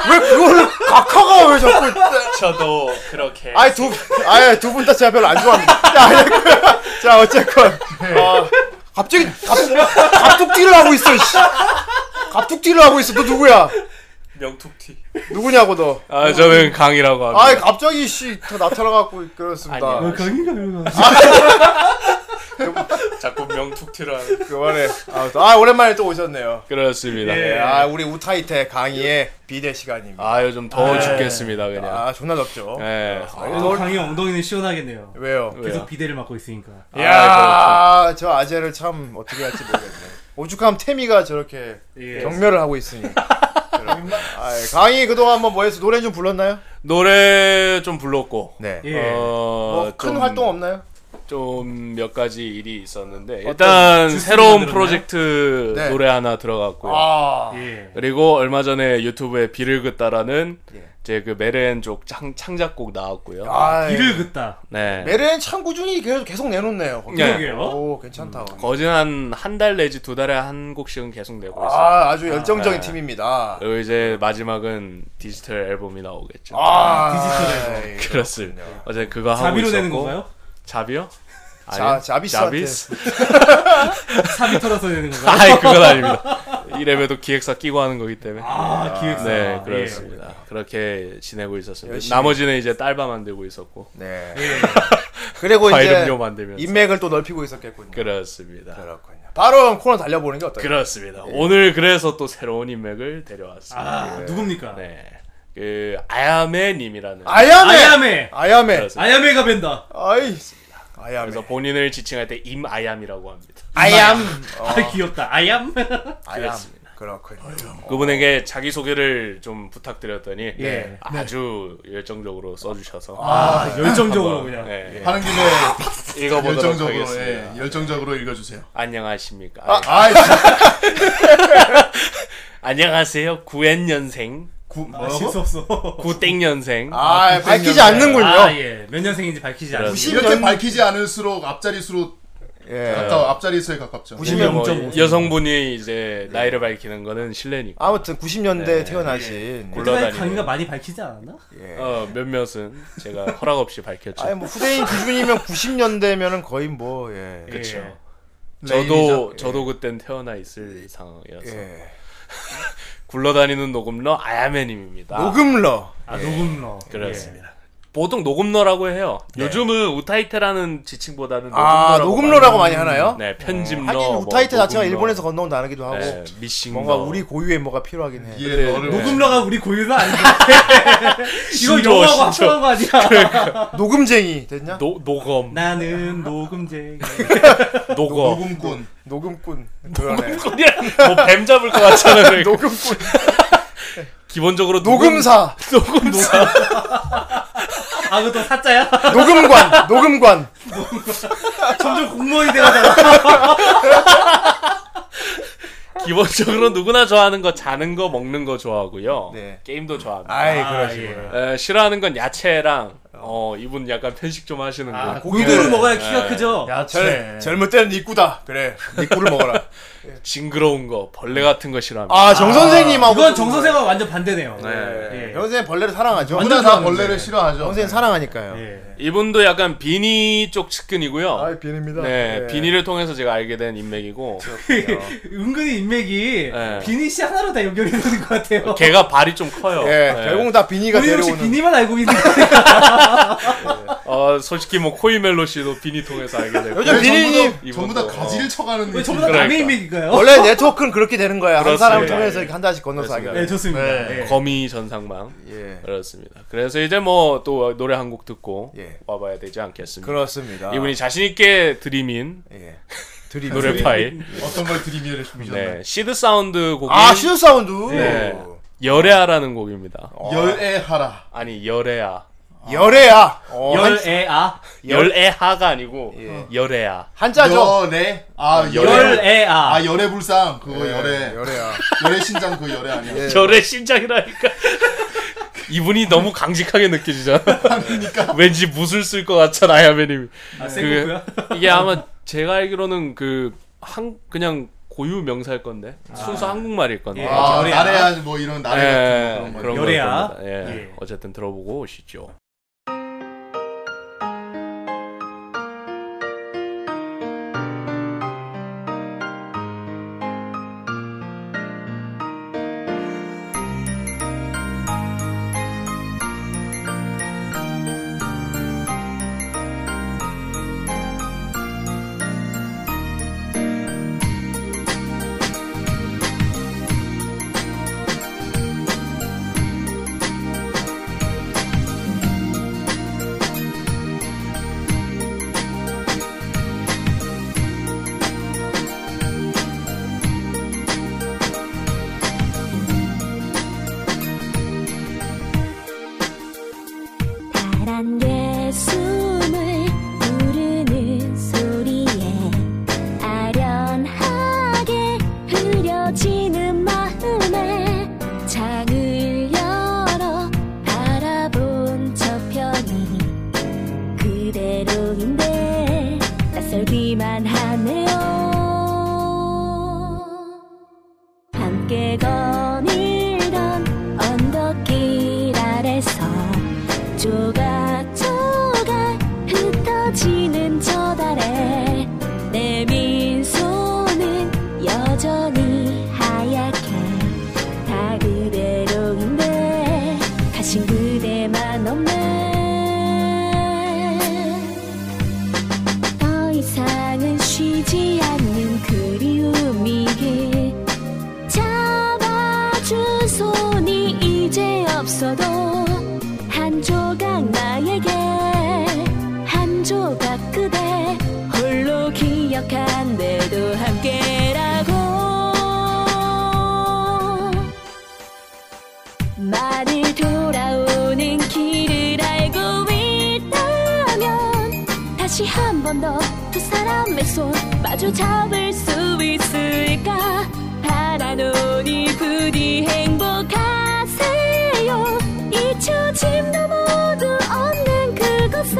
[LAUGHS] 왜 그거를 각하가 왜 자꾸?
저도 그렇게
아이 두, 아이 두분 다 제가 별로 안 좋아합니다. [LAUGHS] 자, 어쨌건, 자 어쨌건, 어, 갑자기 갑, 갑툭튀를 하고 있어. 씨. 갑툭튀를 하고 있어. 너 누구야?
명툭티.
누구냐고 너?
아 저는 강이라고 합니다.
아이 갑자기 씨다 나타나갖고 그렇습니다.
아니요.
강의가 왜
자꾸 명툭티를 하는.
그만해. 아, 또- 아 오랜만에 또 오셨네요.
그렇습니다.
예, 아 우리 우타이테 강의의 비대 시간입니다.
아 요즘 더워 죽겠습니다 그냥.
아 존나 덥죠. 아,
예.
오늘 강의 엉덩이는 시원하겠네요.
왜요?
왜요? 아, 그렇죠.
계속 비대를 맞고 있으니까.
이야, 저 아재를 참 어떻게 할지 모르겠네. 오죽하면 태미가 저렇게
예.
경멸을 하고 있으니. 그럼. 아, 예. 강희 그동안 뭐 뭐해서 노래 좀 불렀나요?
노래 좀 불렀고.
네.
예.
어,
뭐큰 활동 없나요?
좀몇 가지 일이 있었는데 일단 새로운
만들었나요?
프로젝트
네.
노래 하나 들어갔고요.
아,
예.
그리고 얼마 전에 유튜브에 비를 긋다라는
예.
제 그 메렌 쪽 창, 창작곡 나왔고요.
아, 예.
비를 긋다.
네.
메렌 참 꾸준히 계속 계속 내놓네요. 거기.
예.
그러게요.
오, 괜찮다.
음, 거진 한한 달 내지 두 달에 한 곡씩은 계속 내고 있어요.
아, 아주 열정적인
아, 네.
팀입니다.
그리고 이제 마지막은 디지털 앨범이 나오겠죠.
아, 디지털.
[LAUGHS] 그렇습니다. 어제 그거 아, 하고
자비로
있었고.
내는 건가요?
자비요?
자,
아니요.
자비스한테.
사비 털어서 내는 건가요?
아이 그건 아닙니다. 이래봬도 기획사 끼고 하는 거기 때문에.
아 기획사.
네 그렇습니다. 그렇게 지내고 있었습니다.
열심히.
나머지는 이제 딸바 만들고 있었고
네. 그리고 이제
과일음료 만들면서
인맥을 또 넓히고 있었겠군요.
그렇습니다. 예.
그렇군요. 바로 코너 달려보는 게 어떨까요?
그렇습니다. 오늘 그래서 또 새로운 인맥을 데려왔습니다.
아 누굽니까?
네. 그 아야메님이라는
아야메!
아야메.
아야메!
그렇습니다.
아야메가 뵌다.
아이, 아야메.
그래서 음, 본인을 지칭할 때 임아얌이라고 합니다.
아얌!
어.
아 귀엽다. 아얌.
아얌. 그렇군요.
뭐 어. 그분에게 자기 소개를 좀 부탁드렸더니
예.
아주 열정적으로 써주셔서
아 열정적으로 그냥.
네.
하는 김에
읽어보도록
열정적으로
하겠습니다.
예, 열정적으로 읽어주세요
안녕하십니까? 아,
아이
안녕하세요. 구엔년생,
구,
아, 실수
뭐라고?
없어.
구땡년생.
아, 밝히지 않는군요.
아, 예. 몇 년생인지 밝히지 않습니다.
그렇습니다.
이렇게 밝히지 않을수록 앞자리 수로
예.
가까 앞자리 수에 가깝죠
90년
뭐
0.5.
여성분이 이제 나이를 밝히는 거는 실례니까.
네. 아무튼 90년대
네.
태어나신
예.
그날
굴러다니는.
강의가 많이 밝히지 않았나?
예.
어, 몇몇은 제가 허락 없이 밝혔죠.
아니 뭐 후대인 기준이면 90년대면은 거의 뭐 예.
그렇죠.
저도 저도 그땐 태어나 있을 상황이어서
예.
굴러다니는 녹음러 아야맨님입니다.
녹음러.
아 녹음러.
그렇습니다. 보통 녹음러라고 해요. 요즘은 우타이테라는 지칭보다는
네. 아, 녹음러라고 많이 하나요?
네, 편집러.
하긴
뭐
우타이트 자체가
녹음러.
일본에서 건너온 단어기도 하고
네, 미싱.
뭔가 우리 고유의 뭐가 필요하긴 해.
이해
예.
너를
녹음러가 우리 고유는 아닌데. 이거
신조어,
영어하고
신조어.
합쳐한 거 아니야?
녹음쟁이 됐냐?
노, 녹음.
나는 녹음쟁이.
녹음. 뭐
녹음꾼
녹음꾼. 그러네.
뭐뱀 잡을 것 같잖아. 그러니까.
[LAUGHS] 녹음꾼.
기본적으로
녹음사.
[LAUGHS] 녹음, 녹음사.
아 그거 또 사자야? [LAUGHS]
녹음관. 녹음관.
점점 공무원이 돼가잖아.
기본적으로 누구나 좋아하는 거 자는 거 먹는 거 좋아하고요.
네.
게임도 좋아합니다.
아이, 아, 그러시구나.
예. 에, 싫어하는 건 야채랑 어 이분 약간 편식 좀 하시는
아.
거.
고기를 아, 먹어야 키가 크죠.
아, 야채.
젊을 때는 니꾸다. 그래. 니꾸를 먹어라.
징그러운 거, 벌레 같은 거 싫어합니다.
아, 정 선생님하고
이건 정 선생하고 완전 반대네요. 예.
네.
정 선생 벌레를 사랑하죠.
완전
누구나
좋아하는데.
정 선생 사랑하니까요.
이분도 약간 비니 쪽 측근이고요.
아, 비니입니다.
네,
예.
비니를 통해서 제가 알게 된 인맥이고.
은근히 인맥이
네. 어,
비니 씨 하나로 다 연결이 되는 것 같아요.
걔가 발이 좀 커요. 네.
예, 결국 다 비니가
우리 혹시
데려오는.
비니만 알고 있는 거
어, 솔직히 뭐 코이멜로 씨도 비니 통해서 알게 되고.
요즘 비니님
전부 다 가지를
쳐가는
왜 전부 다 남의 그러니까. 인맥인가요?
원래 네트워크는 그렇게 되는 거야. 한
그렇습니다. 예.
사람 통해서 이렇게 한 단씩 건너서 알게 예. 돼.
네.
예.
거미 전상망. 그렇습니다. 그래서 이제 뭐 또 노래 한 곡 듣고
예.
와봐야 되지 않겠습니까?
그렇습니다. 예.
이분이 자신 있게 드림인
드림.
노래 파일.
어떤 걸 드림이를 준비하셨나요?
네, 시드 사운드 곡이
아, 시드 사운드.
예. 네. 열애아라는 곡입니다.
열애하라.
아니 열애아.
열애아. 어,
열애아.
열애하가 아니고
예.
열애아.
예. 한자죠.
열애. 아,
어,
열애아.
아, 열애 불상. 그거
예,
열애.
열애야.
열애 신장 그거 열애 아니야.
예.
열애 신장이라니까. [LAUGHS] 이분이 너무 강직하게 느껴지잖아. 그러니까. [LAUGHS] 왠지 무술 쓸 것 같잖아, 아야매님이.
아,
그-
생각보다?
이게 아마 제가 알기로는 그, 한, 그냥 고유 명사일 건데. 순수 한국말일 건데.
예,
아, 열애야. 나래야, 뭐 이런 나래
예.
같은 거 그런 거. 열애야.
걸 겁니다. 예. 어쨌든 들어보고 오시죠.
파란 개숨을 부르는 소리에 아련하게 흐려지는 마음에 창을 열어 바라본 저편이 그대로인데 낯설기만 하네요 함께 거닐던 언덕길 아래서 조각조각 흩어지는 저 달에 내 미소는 여전히 하얗게 다 그대로인데 다신 그대만 없네 더 이상은 쉬지 않는 그리움이길 잡아줄 손이 이제 없어도 한 조각 나에게 한 조각 그대 홀로 기억한 내도 함께라고 만일 돌아오는 길을 알고 있다면 다시 한 번 더 두 사람의 손 마주 잡을 수 있을까 바라노니 부디 행복하세요 잊혀짐도 모두 없는 그곳에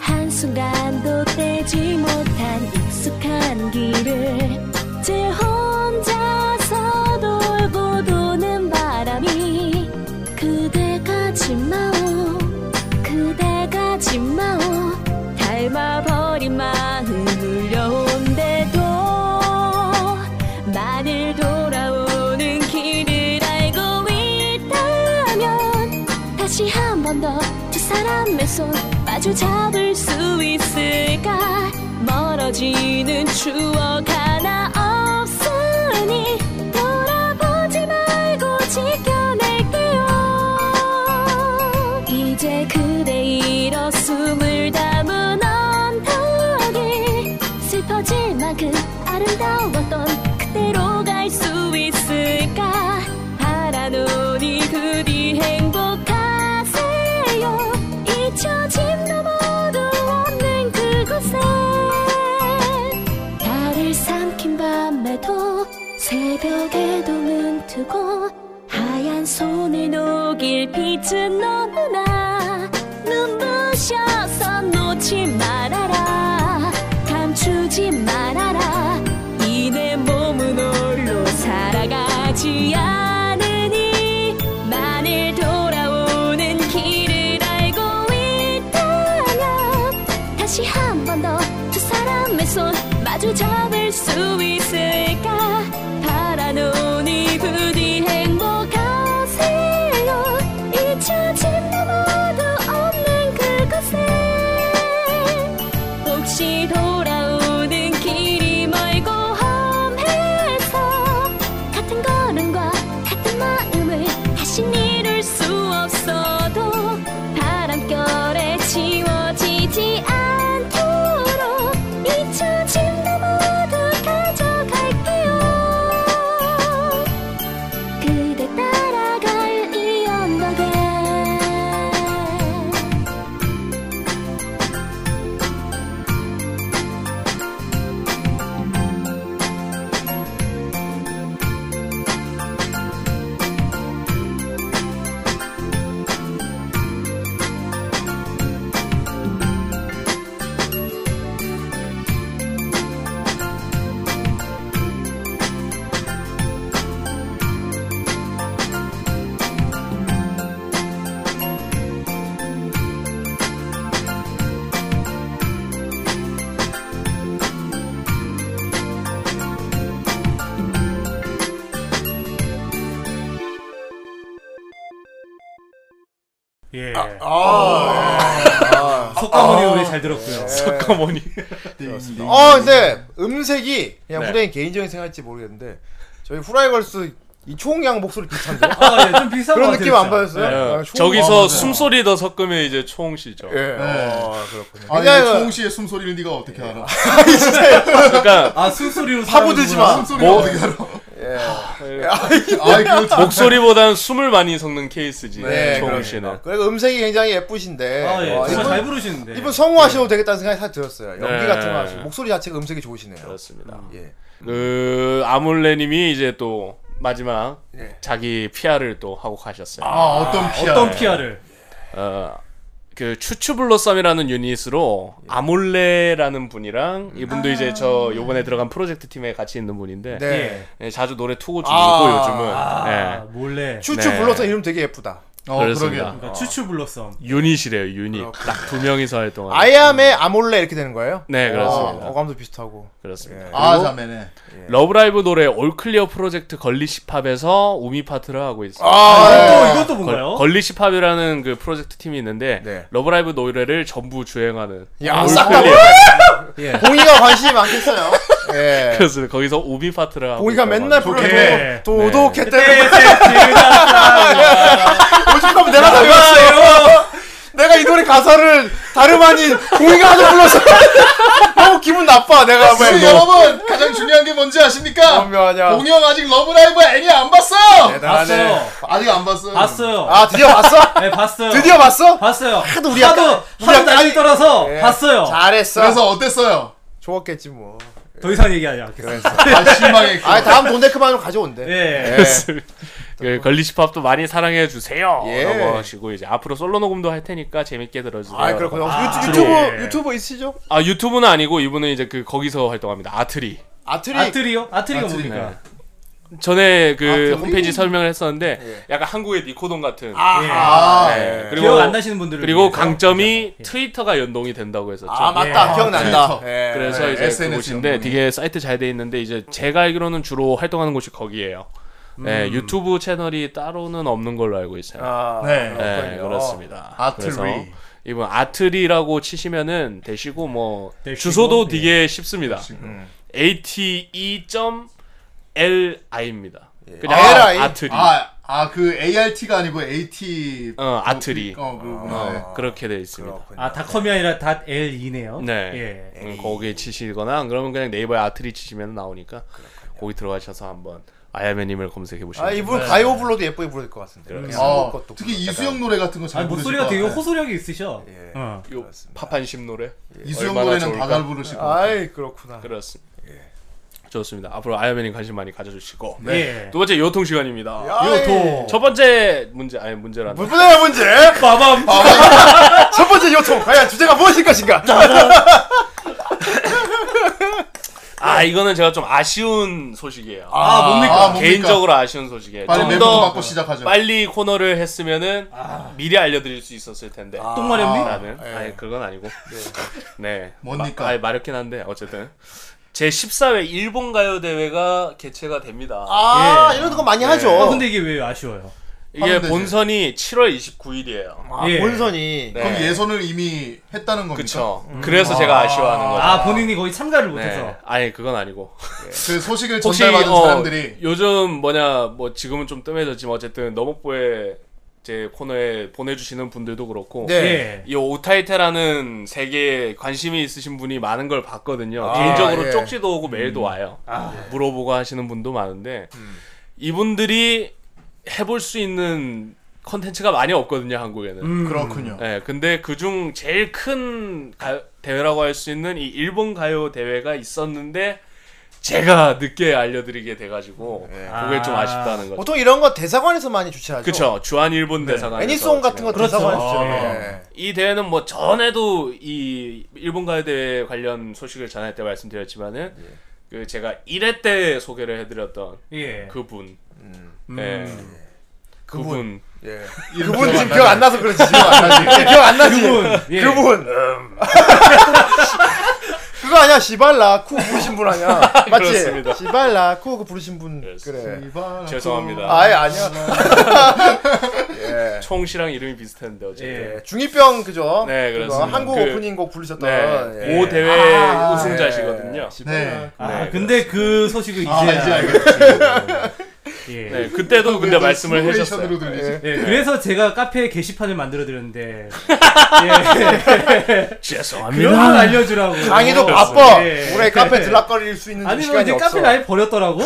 한순간도 떼지 못한 익숙한 길을 제 혼자서 돌고 도는 바람이 그대 가지 마오 그대 가지 마오 닮아버린 마음 울려온대도 만일 돌아오는 길을 알고 있다면 다시 한 번 더 두 사람의 손 마주 잡을 수 있을까 멀어지는 추억 하나 없으니 돌아보지 말고 지켜낼게요 그 두고 하얀 손을 녹일 빛은 너무나 눈부셔서 놓지 말아라 감추지 말아라 이 내 몸은 홀로 살아가지 않으니 만일 돌아오는 길을 알고 있다면 다시 한 번 더 두 사람의 손 마주 잡을 수 있을까 파란 오니 부디 행복하세요 잊혀진 나무도 없는 그곳에 혹시 돌아오는 길이 멀고 험해서 같은 걸음과 같은 마음을 다시 이룰 수 없어도 바람결에 지워지지 않도록 잊혀진 나 모두 가져갈게요 그대 따라갈 이 언덕에
예.
아, 예. 아.
석가모니
아.
노래 잘 들었고요.
예.
석가모니.
예.
좋았습니다. 어, 근데 음색이 그냥
네.
후라이 개인적인 생각일지 모르겠는데 저희 후라이걸스 이 초홍양 목소리 비슷한데?
아, 예, 좀 비슷한
그런
것 같아요,
느낌 안
진짜.
그렇죠.
받았어요?
예.
아, 초홍-
저기서
아,
숨소리 더 섞으면 이제 초홍 씨죠.
예. 아, 그렇군요.
아니
그냥-
조홍 씨의 숨소리를 네가 어떻게 알아?
그러니까
아,
파고들지 마. 숨소리를
뭐-
어떻게 알아?
예.
아이, 그거 참-
목소리보단 숨을 많이 섞는 케이스지.
네,
초홍
그렇죠.
씨는.
그리고 음색이 굉장히 예쁘신데
아, 예.
어,
정말
이분-
잘 부르시는데.
이분 성우하셔도 되겠다는 생각이 사 들었어요 연기
네.
같은 거 하시고 목소리 자체가 음색이 좋으시네요 그렇습니다 예.
그 아몰레님이 이제 또 마지막
예.
자기 피아를 또 하고 가셨어요. 어,
아, 어떤 아, PR? 어떤 PR 를?
어그 추추블러썸이라는 유닛으로 아몰레라는 분이랑 이분도 이제 저 요번에 들어간 프로젝트 팀에 같이 있는 분인데
아. 네.
예, 자주 노래 투고 중이고
아.
요즘은
아,
예.
몰래. 추추 블러썸 이름 되게 예쁘다. 어,
그렇습니다.
그러게요. 그러니까 추추 블러썸.
유닛이래요 유닛 딱 두 명이서 활동하는
아이암의 아몰레 이렇게 되는 거예요?
어. 네, 그렇습니다.
어, 어감도 비슷하고
그렇습니다.
예.
아,
그리고 러브라이브 노래 올클리어 프로젝트 걸리시팝에서 우미 파트를 하고 있어요.
아, 아, 이것도- 예. 이것도 뭔가요? 네.
걸- 걸리시팝이라는 그 프로젝트 팀이 있는데 러브라이브 노래를 전부 주행하는.
야,
올클리어.
싹 다. 봉이가 관심이 많겠어요. 예.
예. [LAUGHS] 그래서 거기서 우미 파트를 하고.
봉이가 맨날 불러요.
네.
도- 도독했대.
예,
오죽하면 네.
오죽하면 내가 다 외웠어요. [LAUGHS] 내가 이 노래 가사를 다름 아닌 봉이가 하도 불렀어. [LAUGHS] 너무 기분 나빠.
아,
내가 뭐
지금 여러분 가장 중요한 게 뭔지 아십니까? 공영 아직 러브라이브 애니 안 봤어.
대단하네. 봤어요.
아직 안 봤어요.
봤어요.
아 드디어 봤어?
네 봤어요.
드디어 봤어?
봤어요.
하도 우리
하도
아까- 우리
하도
아까-
난리 떨어서
예.
봤어요.
잘했어.
그래서
어땠어요?
좋았겠지 뭐.
더 이상 얘기하냐.
그래서. 아 다음 돈데크만으로 가져온대.
예.
예.
예.
그 걸리시팝도 많이 사랑해 주세요.
예.
라고 하시고 이제 앞으로 솔로 녹음도 할 테니까 재밌게 들어주세요.
아 그렇군요.
라고.
유-
주로-
유튜브
예.
유튜버 있으시죠?
아 유튜브는 아니고 이분은 이제 그 거기서 활동합니다. 아트리.
아트리.
아트리요? 아트리가 뭡니까?
전에 그
아트리?
홈페이지 설명을 했었는데
예.
약간 한국의 니코돈 같은.
아하. 예. 기억 안 나시는 분들을
그리고
위해서.
예.
트위터가 트위터가 연동이 된다고 했었죠.
아, 맞다. 예. 기억난다. 예.
그래서
예.
이제
SNS
그곳인데
음.
연동이.
되게 사이트 잘 돼 있는데 이제 제가 알기로는 주로 활동하는 곳이 거기예요. 네,
음.
유튜브 채널이 따로는 없는 걸로 알고 있어요.
아,
네,
그렇군요.
네, 그렇습니다.
아트리.
그래서 이번 아트리라고 치시면은 되시고 뭐
되시고,
주소도
예.
되게 쉽습니다.
되시고. 음.
ate.li입니다.
예.
그냥 아트리.
아아그 ART가 아니고 AT.
어, 아트리.
어, 그,
어, 그렇게 돼 있습니다.
아 닷컴이 아니라 닷 L이네요. 예.
네. 음, 거기에 치시거나 안 그러면 그냥 네이버에 아트리 치시면 나오니까 거기 들어가셔서 한번 아야매님을 검색해 보시면.
아 이분 가요 불러도 예쁘게 부를 것 같은데.
그렇습니다.
한국
아,
것도
어, 특히
부르다가.
이수영 노래 같은 거잘
아니, 목소리가 되게 호소력이 있으셔.
예.
어.
요 파판심 노래.
이수영
얼마나
노래는 아,
좋을까?
다잘 부르실 것
아이 그렇구나.
예.
그렇습니다. 좋습니다. 앞으로 아이언맨에 관심 많이 가져주시고
네. 예.
두 번째 요통 시간입니다.
야, 요통.
첫 번째 문제 아니 문제란
불분의 예. 문제.
빠밤.
[LAUGHS] 첫 번째 요통. 과연 주제가 무엇일 것인가?
아 이거는 제가 좀 아쉬운 소식이에요.
아, 뭡니까? 아, 뭡니까?
개인적으로 아쉬운 소식이에요.
빨리
좀
멘붕
더
받고 시작하죠.
빨리 코너를 했으면은
아.
미리 알려드릴 수 있었을 텐데.
똥 마렵니?
라는.
예.
아니 그건 아니고. [LAUGHS] 네.
네. 뭡니까?
마, 아니 마렵긴 한데 어쨌든. 제 14회 일본 가요 대회가 개최가 됩니다.
아, 이런 거 많이 하죠.
아, 근데 이게 왜 아쉬워요?
이게 본선이 7월 29일이에요. 네.
아, 예. 본선이.
그럼 예선을 이미 했다는 겁니까? 음.
그쵸. 그래서 제가 아쉬워하는 거죠.
아 본인이 거기 참가를 못해서.
네. 아니 그건 아니고.
그 소식을
혹시,
전달받은
어,
사람들이
요즘 뭐냐 뭐 지금은 좀 뜸해졌지만 어쨌든 너목보에 제 코너에 보내주시는 분들도 그렇고
네.
예.
이 오타이테라는 세계에 관심이 있으신 분이 많은 걸 봤거든요
아,
개인적으로
예.
쪽지도 오고 메일도
음.
와요
아, 예.
물어보고 하시는 분도 많은데 이분들이 해볼 수 있는 컨텐츠가 많이 없거든요 한국에는
음. 그렇군요.
네, 근데 그중 제일 큰 가요- 대회라고 할 수 있는 이 일본 가요 대회가 있었는데 제가 늦게 알려드리게 돼가지고
예.
그게 좀 아쉽다는 거죠.
보통 이런 거 대사관에서 많이 주최하죠.
그쵸 주한 일본 대사관
네. 애니송 같은 거 대사관에서 주최해요. 예.
이 대회는 뭐 전에도 이 일본 가요 대회 관련 소식을 전할 때 말씀드렸지만은 그 제가 1회 때 소개를 해드렸던
예.
그분
음.
네. 그분
예. 그분 지금 기억 안 나서 그렇지 지금 안 나지.
예.
기억 안 나지.
그분, 예.
그분. 음. [LAUGHS] 그거 아니야 시발라 쿠 부르신 분 [LAUGHS] 아니야 맞지?
그렇습니다.
시발라 쿠 그거 부르신 분
예,
그래.
죄송합니다.
아예 아니야.
총 씨랑 이름이 비슷한데 어쨌든.
예, 중이병 그죠?
네,
그거
그렇습니다.
한국
그-
오프닝곡 부르셨던
네,
예.
모 대회
아,
우승자시거든요.
예. 네.
아 근데 그 소식을 이제
아, 이제
예.
네, 그때도 근데 말씀을 해주셨어요.
그
예, 그래서 제가 카페에 게시판을 만들어 드렸는데 예.
죄송합니다.
그런 걸 알려주라고.
네.
강의도 바빠.
예.
올해 카페 들락거릴 수 있는
뭐
아니면
시간이
이제
없어.
카페를 아예 버렸더라고.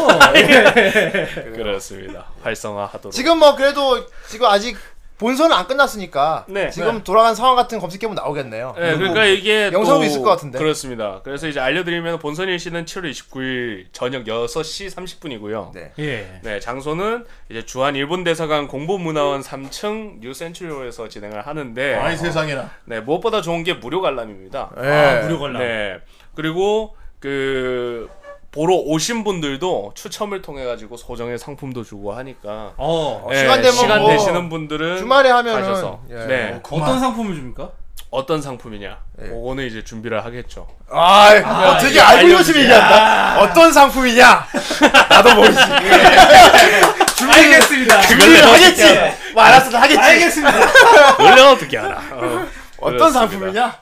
그렇습니다. 활성화하도록.
지금 뭐 그래도 지금 아직 본선은 안 끝났으니까
네.
지금
네.
돌아간 상황 같은 거 검색해보면 나오겠네요.
네, 그러니까 이게
영상도
또
있을 것 같은데.
그렇습니다. 그래서 이제 알려드리면 본선 일시는 7월 29일 저녁 6시 30분이고요. 네.
예.
장소는 이제 주한 일본 대사관 공보문화원 3층 뉴 센츄리홀에서 진행을 하는데.
아이, 세상에나.
네, 무엇보다 좋은 게 무료 관람입니다.
예. 아, 무료 관람.
네. 그리고 그 보러 오신 분들도 추첨을 통해 가지고 소정의 상품도 주고 하니까
어.
네,
시간 되면
시간
뭐
되시는 분들은
주말에 하면은
가셔서
예.
네.
어, 어떤 상품을 줍니까?
어떤 상품이냐?
예.
그거는 이제 준비를 하겠죠.
아,
아,
어떻게
이게
알고
알려주지.
요즘 얘기한다. 어떤 상품이냐? 나도 [LAUGHS] 모르지.
알겠습니다.
준비를
그걸
하겠지.
내가 어떻게
뭐 알았어, 나 하겠지.
알겠습니다.
원래 어떻게 알아? 어,
[LAUGHS] 어떤
그렇습니다.
상품이냐?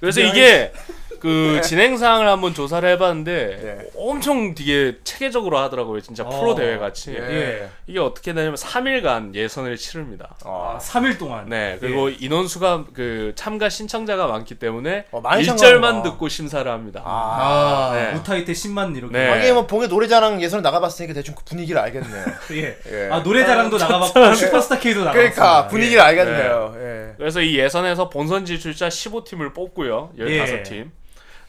그래서
네,
이게 그
네.
진행상을 한번 조사를 해봤는데 엄청 되게 체계적으로 하더라고요. 진짜
어,
프로 대회 같이.
네.
예.
이게 어떻게 되냐면 3일간 예선을 치릅니다.
어.
아, 3일 동안.
예.
예.
네, 그리고 인원수가 그 참가 신청자가 많기 때문에
어, 많이 참가하는구나.
1절만 듣고 심사를 합니다.
아,
오타이테 10만 이렇게.
네.
하긴 뭐 봉의 노래자랑 예선을 나가봤으니까 대충 그 분위기를
[LAUGHS]
알겠네요.
예. 아, 노래자랑도 나가봤고, 슈퍼스타 K도
그러니까
예.
나가봤습니다. 예.
분위기를 알겠네요. 예.
그래서 이 예선에서 본선 진출자 15팀을 뽑고요. 15팀.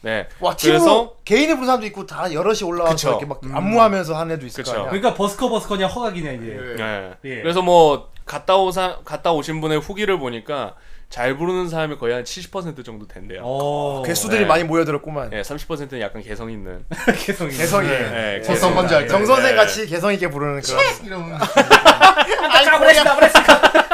네.
예. 와 팀으로
그래서
개인을 부른 사람도 있고 다 여럿이 올라와서
그쵸. 음.
이렇게 막 안무하면서 하는 애도 있을
그쵸.
거 아니야.
그러니까 버스커 버스커냐 허각이냐 이제.
네.
예.
그래서 뭐 갔다 오사 갔다 오신 분의 후기를 보니까 잘 부르는 사람이 거의 한 70% 정도 된대요.
오.
개수들이 많이 모여들었구만.
네, 30%는 약간 개성 있는.
[LAUGHS] 개성 있는.
개성이
네,
개성
개성.
건지 알죠. 정
네.
선생 같이 개성 있게 부르는 그런.
이런. [LAUGHS]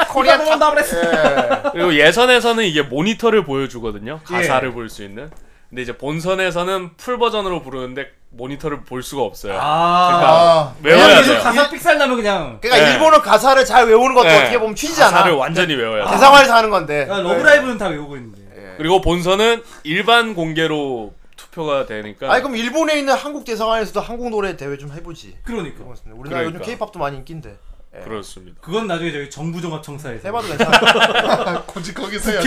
코리아
탑 그랬어.
예.
그리고 예선에서는 이게 모니터를 보여주거든요.
예.
가사를 볼 수 있는. 근데 이제 본선에서는 풀 버전으로 부르는데 모니터를 볼 수가 없어요.
아.
그러니까 외워야
계속
돼요.
가사 삑살 나면 그냥.
그러니까
네.
일본어 가사를 잘 외우는 것도
네.
어떻게 보면 튀지 않아.
가사를 완전히 외워요.
대상화에서 하는 건데.
아, 러브라이브는 다 외우고 있는데.
예.
그리고 본선은 일반 공개로 투표가 되니까.
아니 그럼 일본에 있는 한국 대상화에서도 한국 노래 대회 좀 해보지.
그러니까.
우리나라 요즘 케이팝도 많이 인기인데. 예.
그렇습니다.
그건 나중에 저기 정부종합청사에서.
해봐도 괜찮아.
굳이
국회에서.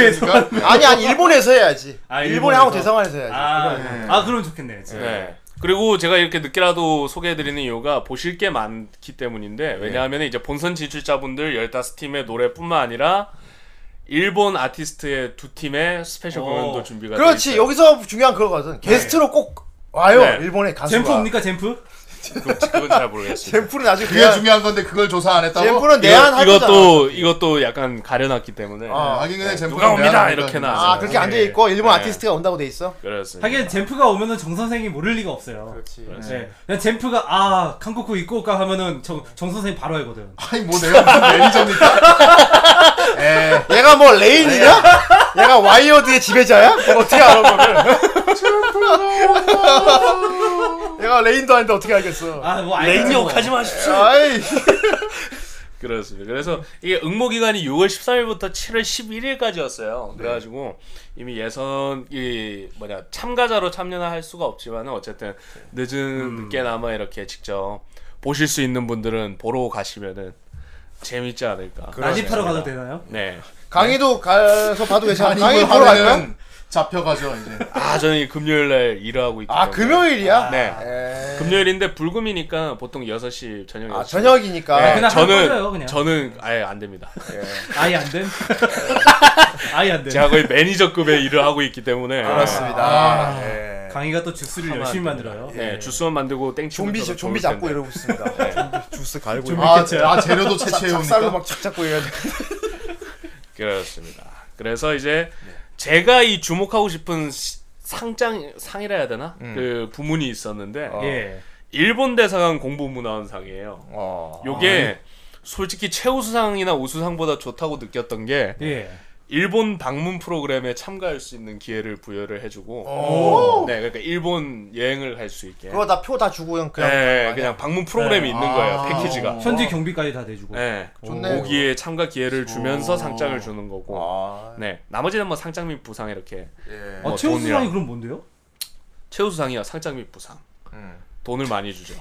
아니 아니 일본에서 해야지.
아,
일본에
일본에서.
한국 대상화에서 해야지.
아,
이거는.
아, 그럼 좋겠네. 진짜.
예.
네. 그리고 제가 이렇게 늦게라도 소개해드리는 이유가 보실 게 많기 때문인데 왜냐하면 이제 본선 진출자분들 15팀의 노래뿐만 아니라 일본 아티스트의 두 팀의 스페셜 공연도 준비가 돼
그렇지
있어요.
여기서 중요한 그거거든. 게스트로 꼭 와요 일본에 가수가
젠프 옵니까 젠프?
그건 잘 모르겠습니다.
[LAUGHS] 젠프는 아직
그게 중요한 건데 그걸 조사 안 했다고?
이거- 이것도 이것도 약간 가려놨기 때문에.
아, 하긴 근데 젠프가
네. 누가 옵니다
내한하니까.
이렇게나.
아 그렇게 안 돼 있고 일본 아티스트가 온다고 돼 있어
그렇습니다.
하긴 젠프가 오면은 정 선생이 모를 리가 없어요. 그렇지.
그렇죠.
예.
네. 그냥 젠프가 아 한국구 입고가 하면은 정, 정 선생이 바로 알거든.
아니 뭐 내가 무슨
[LAUGHS]
예. 매니저입니까?
에. 얘가 뭐 레인이냐? 얘가 와이어드의 지배자야? 내가 어떻게 알아 그걸 얘가 레인도 아닌데 어떻게 알겠어
아뭐
레인 욕하지 마십시오.
아이
그렇습니다. 그래서 이게 응모 기간이 6월 13일부터 7월
네.
11일까지였어요. 그래가지고 이미 예선 이 뭐냐 참가자로 참여는 할 수가 없지만은 어쨌든 늦은
음.
늦게나마 이렇게 직접 보실 수 있는 분들은 보러 가시면은 재밌지 않을까.
그
난입하러 가도 되나요?
네.
강의도 가서 봐도 괜찮아
아니,
강의
뭘
보러
하면은
갈까요?
잡혀가죠 이제.
아 저는 이 금요일날 일하고 있기 아
금요일이야?
네. 금요일인데 불금이니까 보통 6시 저녁. 아
저녁이니까. 그냥
하루
저는
꺼져요, 그냥.
저는 아예
[LAUGHS]
안 됩니다.
아예 안
[LAUGHS]
됨? 아예 안 됨.
제가 거의 매니저급의 일을 하고 있기 때문에.
그렇습니다.
아, 예.
강의가 또 주스를
하면
열심히
안 됩니다.
만들어요.
예, 주스만 만들고 땡치고.
네. 좀비 지- 좀비 잡고 이러고 있습니다 좀비 주스 갈고
네. 좀비
이러고.
캐쳐요. 아, 재료도 채취해옵니까?
쌀로 막착 잡고 이래야 돼
그렇습니다. 그래서 이제
네.
제가 이 주목하고 싶은 시- 상장 상이라 해야 되나?
음.
그 부문이 있었는데
어. 예.
일본 대사관 공부 문화원상이에요.
어. 아, 예.
요게 솔직히 최우수상이나 우수상보다 좋다고 느꼈던 게
예.
일본 방문 프로그램에 참가할 수 있는 기회를 부여를 해주고,
오.
네, 그러니까 일본 여행을 갈 수 있게.
어. 그거 다 표 다 주고 그냥 그냥
네, 그냥 방문 프로그램이
네.
있는 거예요.
아.
패키지가.
현지 경비까지 다 대주고.
네.
좋네요.
오기에 참가
네.
기회를 주면서
어.
오.
상장을 주는 거고.
아.
네. 나머지는 뭐 상장 및 부상 이렇게.
아,
뭐
최우수상이
돈이랑-
그럼 뭔데요?
최우수상이요. 상장 및 부상. 음. 돈을 많이 주죠.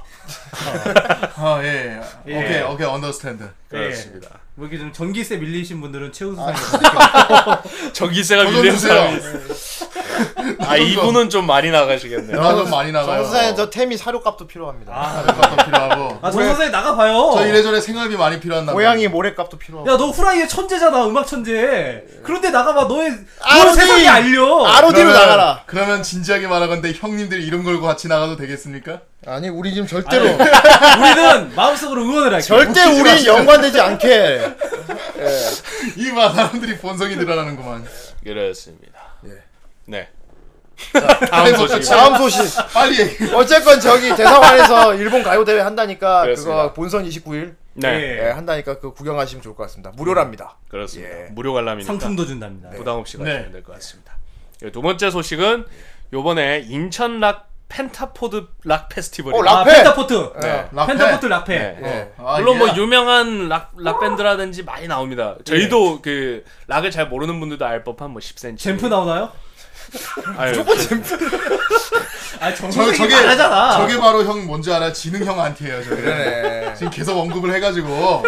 아 예.
예.
오케이 오케이 언더스탠드.
그렇습니다.
뭐 이렇게 좀 전기세 밀리신 분들은 최우수상이
네. 전기세가
도전
밀리는
주세요.
사람이. 아
도전.
이분은 좀 많이 나가시겠네요.
어?
아.
정수사에 저 템이 사료값도 필요합니다
사료값도 아, 네, 필요하고
아, 정선생 나가봐요.
저 이래저래 생활비 많이 필요한 남.
고양이 모래값도 필요하고
야 너 후라이의 천재잖아 음악 천재. 그런데 나가봐 너의
ROD!
너 세상이 알려.
어,
그러면- 그러면 진지하게 말하건데 형님들이 이름 걸고 같이 나가도 되겠습니까?
아니 우리 지금 절대로
우리는 마음속으로 응원을
[LAUGHS]
할게.
절대
웃기지
우린
마시고.
연관되지 않게
이봐 사람들이 본성이 늘어나는구만.
그렇습니다.
예.
네.
다음 소식. 다음 소식. 어쨌건 저기 대사관에서 일본 가요 대회 한다니까 그거
그렇습니다.
본선 29일
네.
예, 한다니까 그 구경하시면 좋을 것 같습니다. 무료랍니다.
그렇습니다. 무료 관람이니까
예. 상품도 준답니다. 네.
부담 없이
네.
가시면 될 것 같습니다. 예, 두 번째 소식은 요번에 인천 락 펜타포드 락 페스티벌.
어, 락페! 아, 펜타포트! 네, 락페. 펜타포트 락페.
네.
네.
아, 물론 뭐
예.
유명한 락, 락 밴드라든지 많이 나옵니다.
예.
저희도 그 락을 잘 모르는 분들도 알 법한 뭐 10cm.
젠프 나오나요?
아유,
무조건 젠프. 아
저,
정선생이
저게
말하잖아.
저게 바로 형 뭔지 알아? 지능형 안티예요. 저게.
그러네.
지금 계속 언급을 해가지고.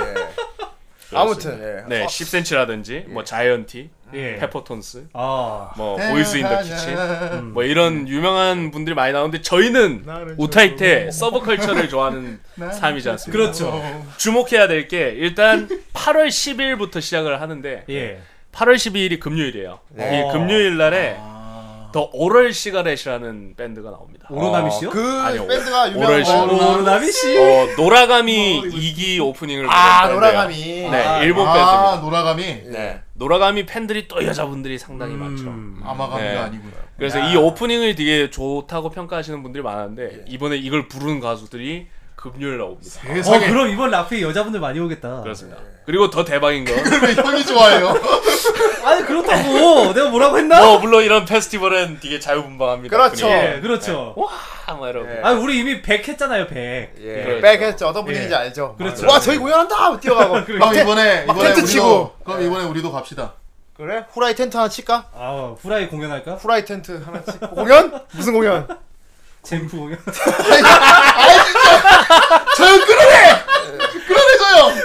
그렇습니다.
예.
네,
아,
10cm라든지 뭐 자이언티,
어. 예.
페퍼톤스,
아. 음.
뭐
네,
보이스 인더 키친,
음.
뭐 이런 유명한 분들이 많이 나오는데
나를
저희는 우타이테 [LAUGHS]
[LAUGHS]
서브컬처를 좋아하는
나를
삶이지 않습니까?
네. 그렇죠.
어.
주목해야 될 게 일단 8월 10일부터 시작을 하는데
예.
8월 12일이 금요일이에요.
네. 아.
이 금요일 날에 더 오럴 시가렛이라는 밴드가 나옵니다.
오로나미 씨요?
그
아니요.
밴드가 유명한
오럴 씨.
오로나미
오로나미 씨?
아,
어, 노라가미 2기 오프닝을
아,
부른 밴드예요.
노라가미.
네,
아,
일본
아,
밴드입니다.
노라가미.
예.
네. 노라가미 팬들이 또 여자분들이 상당히
음.
많죠.
아마가미가 아니고요.
그래서
야.
이 오프닝을 되게 좋다고 평가하시는 분들이
예.
많은데 이번에 이걸 부르는 가수들이 금요일 나옵니다.
어 그럼 이번 라페 여자분들 많이
아,
오겠다.
그렇습니다.
네.
그리고 더
[LAUGHS]
대박인 건
형이 좋아해요.
아니
[LAUGHS]
그렇다고 내가 뭐라고 했나?
뭐 물론 이런 페스티벌은 되게 자유분방합니다.
그렇죠.
분위기가.
예, 그렇죠.
네. 와, 이러고.
아 우리 이미 100 했잖아요 100.
예. 백
그렇죠.
했죠. 어떤 분인지 알죠.
그렇죠.
와 저희 공연한다 하고 뛰어가고.
그럼 그러니까 이번에
막
이번에
텐트
우리도
치고.
그럼 이번에 우리도 갑시다.
그래? 후라이 텐트 하나 칠까?
아 후라이 공연할까?
후라이 텐트 하나 치. 공연? 무슨 공연?
젠프 공연.
예.
저형 끌어내! 끌어내줘요!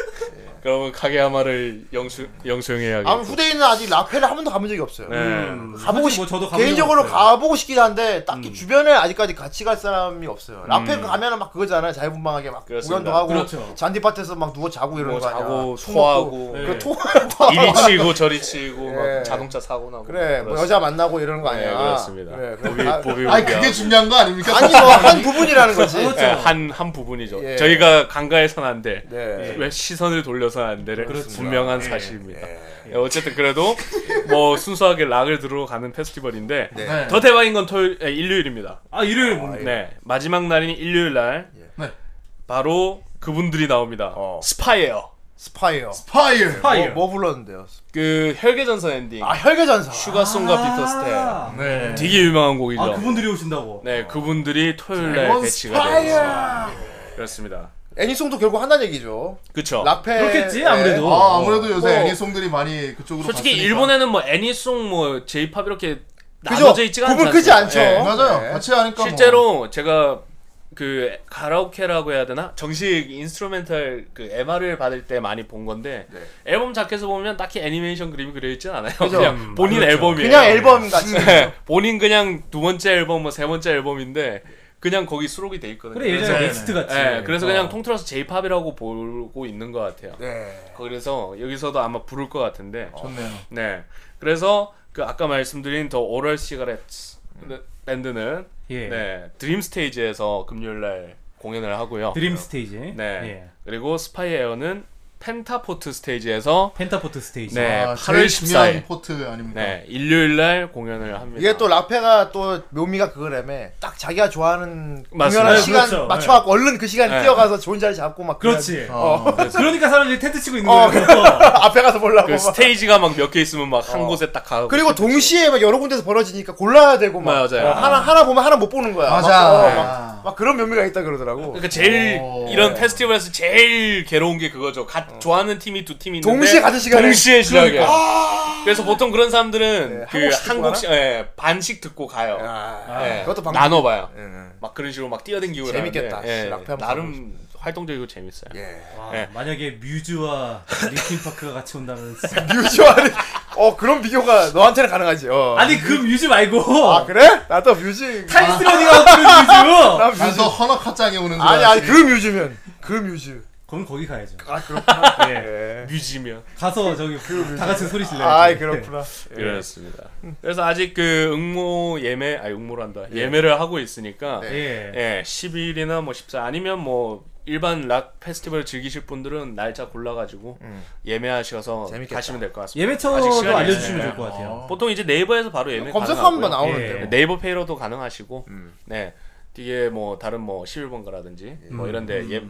그러면 카게야마를 영수 영수형해야겠고.
아무 후대인은 아직 라페를 한 번도 가본 적이 없어요.
네. 음.
가보고
사실
싶.
뭐 저도 가본
개인적으로
적 없어요.
가보고 싶긴 한데 딱히 주변에 아직까지 같이 갈 사람이 없어요. 라페
음.
가면은 막 그거잖아요. 자유분방하게 막
그렇습니다.
공연도 하고
그렇죠.
잔디밭에서 막 누워 자고 이러는
뭐
거 아니야.
자고
술
토하고
먹고.
예.
그 토.
이리 치고 저리 치고
예.
막 자동차 사고 나고.
그래, 뭐
그렇습니다.
여자 만나고 이러는 거 아니야.
네, 그렇습니다.
그래,
보비-
그럼 다-
보비-
아니,
보비하고.
그게 중요한 거 아닙니까? 아니, 뭐한 부분이라는 거지.
예,
그렇죠.
한, 한 부분이죠.
예.
저희가 간과해서는 안 돼.
네.
왜 시선을 돌려서는 안 돼를
그렇습니다.
분명한
예.
사실입니다. 예, 어쨌든 그래도 뭐 순수하게 락을 들으러 가는 페스티벌인데
네.
더 대박인 건 토요일, 예, 일요일입니다.
아, 일요일
뭡니까? 네. 마지막 날인 일요일 날
네.
바로 그분들이 나옵니다.
어.
스파이에요.
스파이어.
스파이어.
뭐, 뭐 불렀는데요?
그 혈계전사 엔딩.
아, 혈계전사.
슈가송과
아.
비터스텝. 네. 되게 유명한 곡이죠.
아, 그분들이 오신다고.
네, 그분들이 토요일 날
드래곤
네, 배치가
스파이어.
되었습니다. 그렇습니다.
애니송도 결국 한다는 얘기죠.
어. 그쵸.
라페.
아, 아무래도 요새
뭐,
애니송들이 많이 그쪽으로
솔직히
갔으니까.
일본에는 뭐 애니송 뭐 J-팝 이렇게
그죠?
나눠져 있지가 않지
구분 크지 않죠.
예.
맞아요. 같이 하니까 뭐.
실제로 제가 그 가라오케라고 해야 되나 정식 인스트루멘탈 그 MR을 받을 때 많이 본 건데 앨범 자켓에서 보면 딱히 애니메이션 그림이 그려 있진 않아요. 그
그죠.
냥 본인
그렇죠.
앨범이에요.
그냥 앨범 같이.
[LAUGHS] 네. 본인 그냥 두 번째 앨범 뭐 세 번째 앨범인데 그냥 거기 수록이 돼 있거든요.
그래, 예전에
그래서-
넥스트 같이.
예, 그래서
어.
그냥 통틀어서 J-팝이라고 보고 있는 것 같아요. 예.
네.
그래서 여기서도 아마 부를 것 같은데.
좋네요.
네. 그래서 그 아까 말씀드린 더 오럴 시가렛 밴드는
예.
네 드림 스테이지에서 금요일 날 공연을 하고요.
드림 스테이지.
네.
예.
그리고 스파이 에어는 펜타포트 스테이지에서
펜타포트 스테이지.
네.
아,
8월
제일 중요한
14일
포트 아닙니까?
어.
네. 일요일 날 공연을 합니다.
이게 또 라페가 또 묘미가 그거라며 딱 자기가 좋아하는
맞습니다.
공연한
네,
시간
그렇죠.
맞춰갖고 얼른 그 시간에
네.
뛰어가서 좋은 자리 잡고 막
그렇지.
그래야지.
네.
어.
네.
그러니까 사람들이 텐트 치고 있는
어,
거예요.
[LAUGHS] 앞에 가서 보려고
그
[LAUGHS] 막.
스테이지가 막 몇 개 있으면 막 한 곳에 딱 가고
어. 그리고 동시에 막 여러 군데서 벌어지니까 골라야 되고 막
맞아요.
어, 하나 하나 보면 하나 못 보는 거야.
맞아.
막, 어,
네.
막, 막 그런 묘미가 있다 그러더라고.
그러니까 제일
어.
이런 페스티벌에서 제일 괴로운 게 그거죠. 가, 좋아하는 팀이 두 팀이 있는데
어. 동시에 같은 시간에
동시에 시작해.
그러니까. 네,
그래서 보통 그런 사람들은
한
그
곡씩 듣고 아,
한 곡씩 예, 반씩 듣고 가요. 예,
그것도 방금-
나눠봐요.
예, 예.
막 그런 식으로 막 뛰어댕기고
재밌겠다.
그러는데, 예,
씨, 락페 한번
나름 활동적이고 재밌어요.
와,
예.
만약에 뮤즈와 리킨파크가 같이 온다면
뮤즈와 리- 어 그런 비교가 너한테는 가능하지. 어.
아니 그 뮤즈 말고
아 그래? 나도 뮤즈
타임스러니가 부른 뮤즈.
나 뮤즈
너 허나카짱에 오는 줄
아니 아니
알았지.
그 뮤즈면 그 뮤즈.
그럼 거기 가야죠.
아 그렇구나. 네.
예.
뮤지면
가서 저기 다 같이 소리 질러요.
아이, 그렇구나.
예. 그렇습니다. 그래서 아직 그 응모 예매 아 응모란다
예.
예매를 하고 있으니까
네.
예. 10일이나 뭐 14, 아니면 뭐 일반 락 페스티벌 즐기실 분들은 날짜 골라가지고 예매하셔서 가시면 될 것 같습니다.
예매처도
아직 시간이
알려주시면
있어요.
좋을 것
예.
같아요.
보통 이제 네이버에서 바로 예매
검색하면
가능하고요.
나오는데요.
예. 네이버 페이로도 가능하시고 네 뒤에 뭐 다른 뭐 11번가라든지 뭐 이런데 예.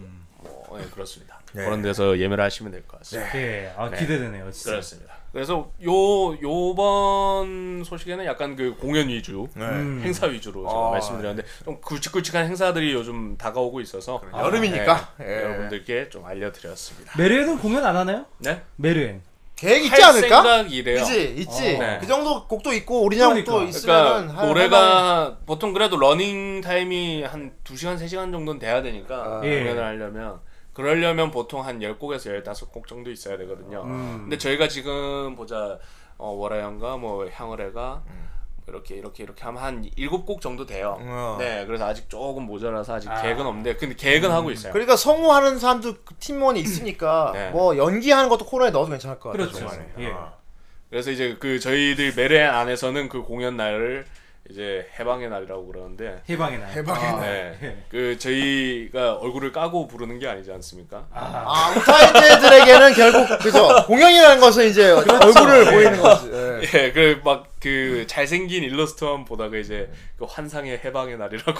뭐, 예, 그렇습니다.
네.
그런 데서 예매를 하시면 될 것 같습니다.
네. 아, 기대되네요, 진짜.
그렇습니다. 그래서 요 요번 소식에는 약간 그 공연 위주,
음.
행사 위주로 제가
아,
말씀드렸는데 좀 굵직굵직한 행사들이 요즘 다가오고 있어서
그러네요. 여름이니까.
예, 네,
예.
여러분들께 좀 알려드렸습니다.
메르엔은 공연 안 하나요?
네?
메르엔.
계획 있지
할
않을까?
생각이래요.
있지, 있지.
어. 네.
그 정도 곡도 있고 오리지널 곡도 있으면은
그러니까
할-
노래가 보통 그래도 러닝 타임이 한 2시간 3시간 정도는 돼야 되니까
예.
공연을 하려면 그러려면 보통 한 10곡에서 15곡 정도 있어야 되거든요.
음.
근데 저희가 지금 보자 어, 워라연과 뭐 향월애가 뭐 이렇게 이렇게 이렇게 하면 한 7곡 정도 돼요.
우와.
네. 그래서 아직 조금 모자라서 아직
아.
계획은 없는데 근데 계획은 하고 있어요.
그러니까 성우하는 사람도 그 팀원이 있으니까
네.
뭐 연기하는 것도 코너에 넣어도 괜찮을 것 같아요.
그렇죠.
정말.
예. 그래서 이제 그 저희들 메레 안에서는 그 공연 날을 이제 해방의 날이라고 그러는데
해방의 날. 해방의
아.
날.
[LAUGHS]
네. 그 저희가 얼굴을 까고 부르는 게 아니지 않습니까?
아, 우타이제들에게는 결국 그죠 공연이라는 것은 이제 얼굴을 보이는 거지. 예.
[LAUGHS] 예, 그막그 잘생긴 일러스트만 보다가 이제 그 환상의 해방의 날이라고.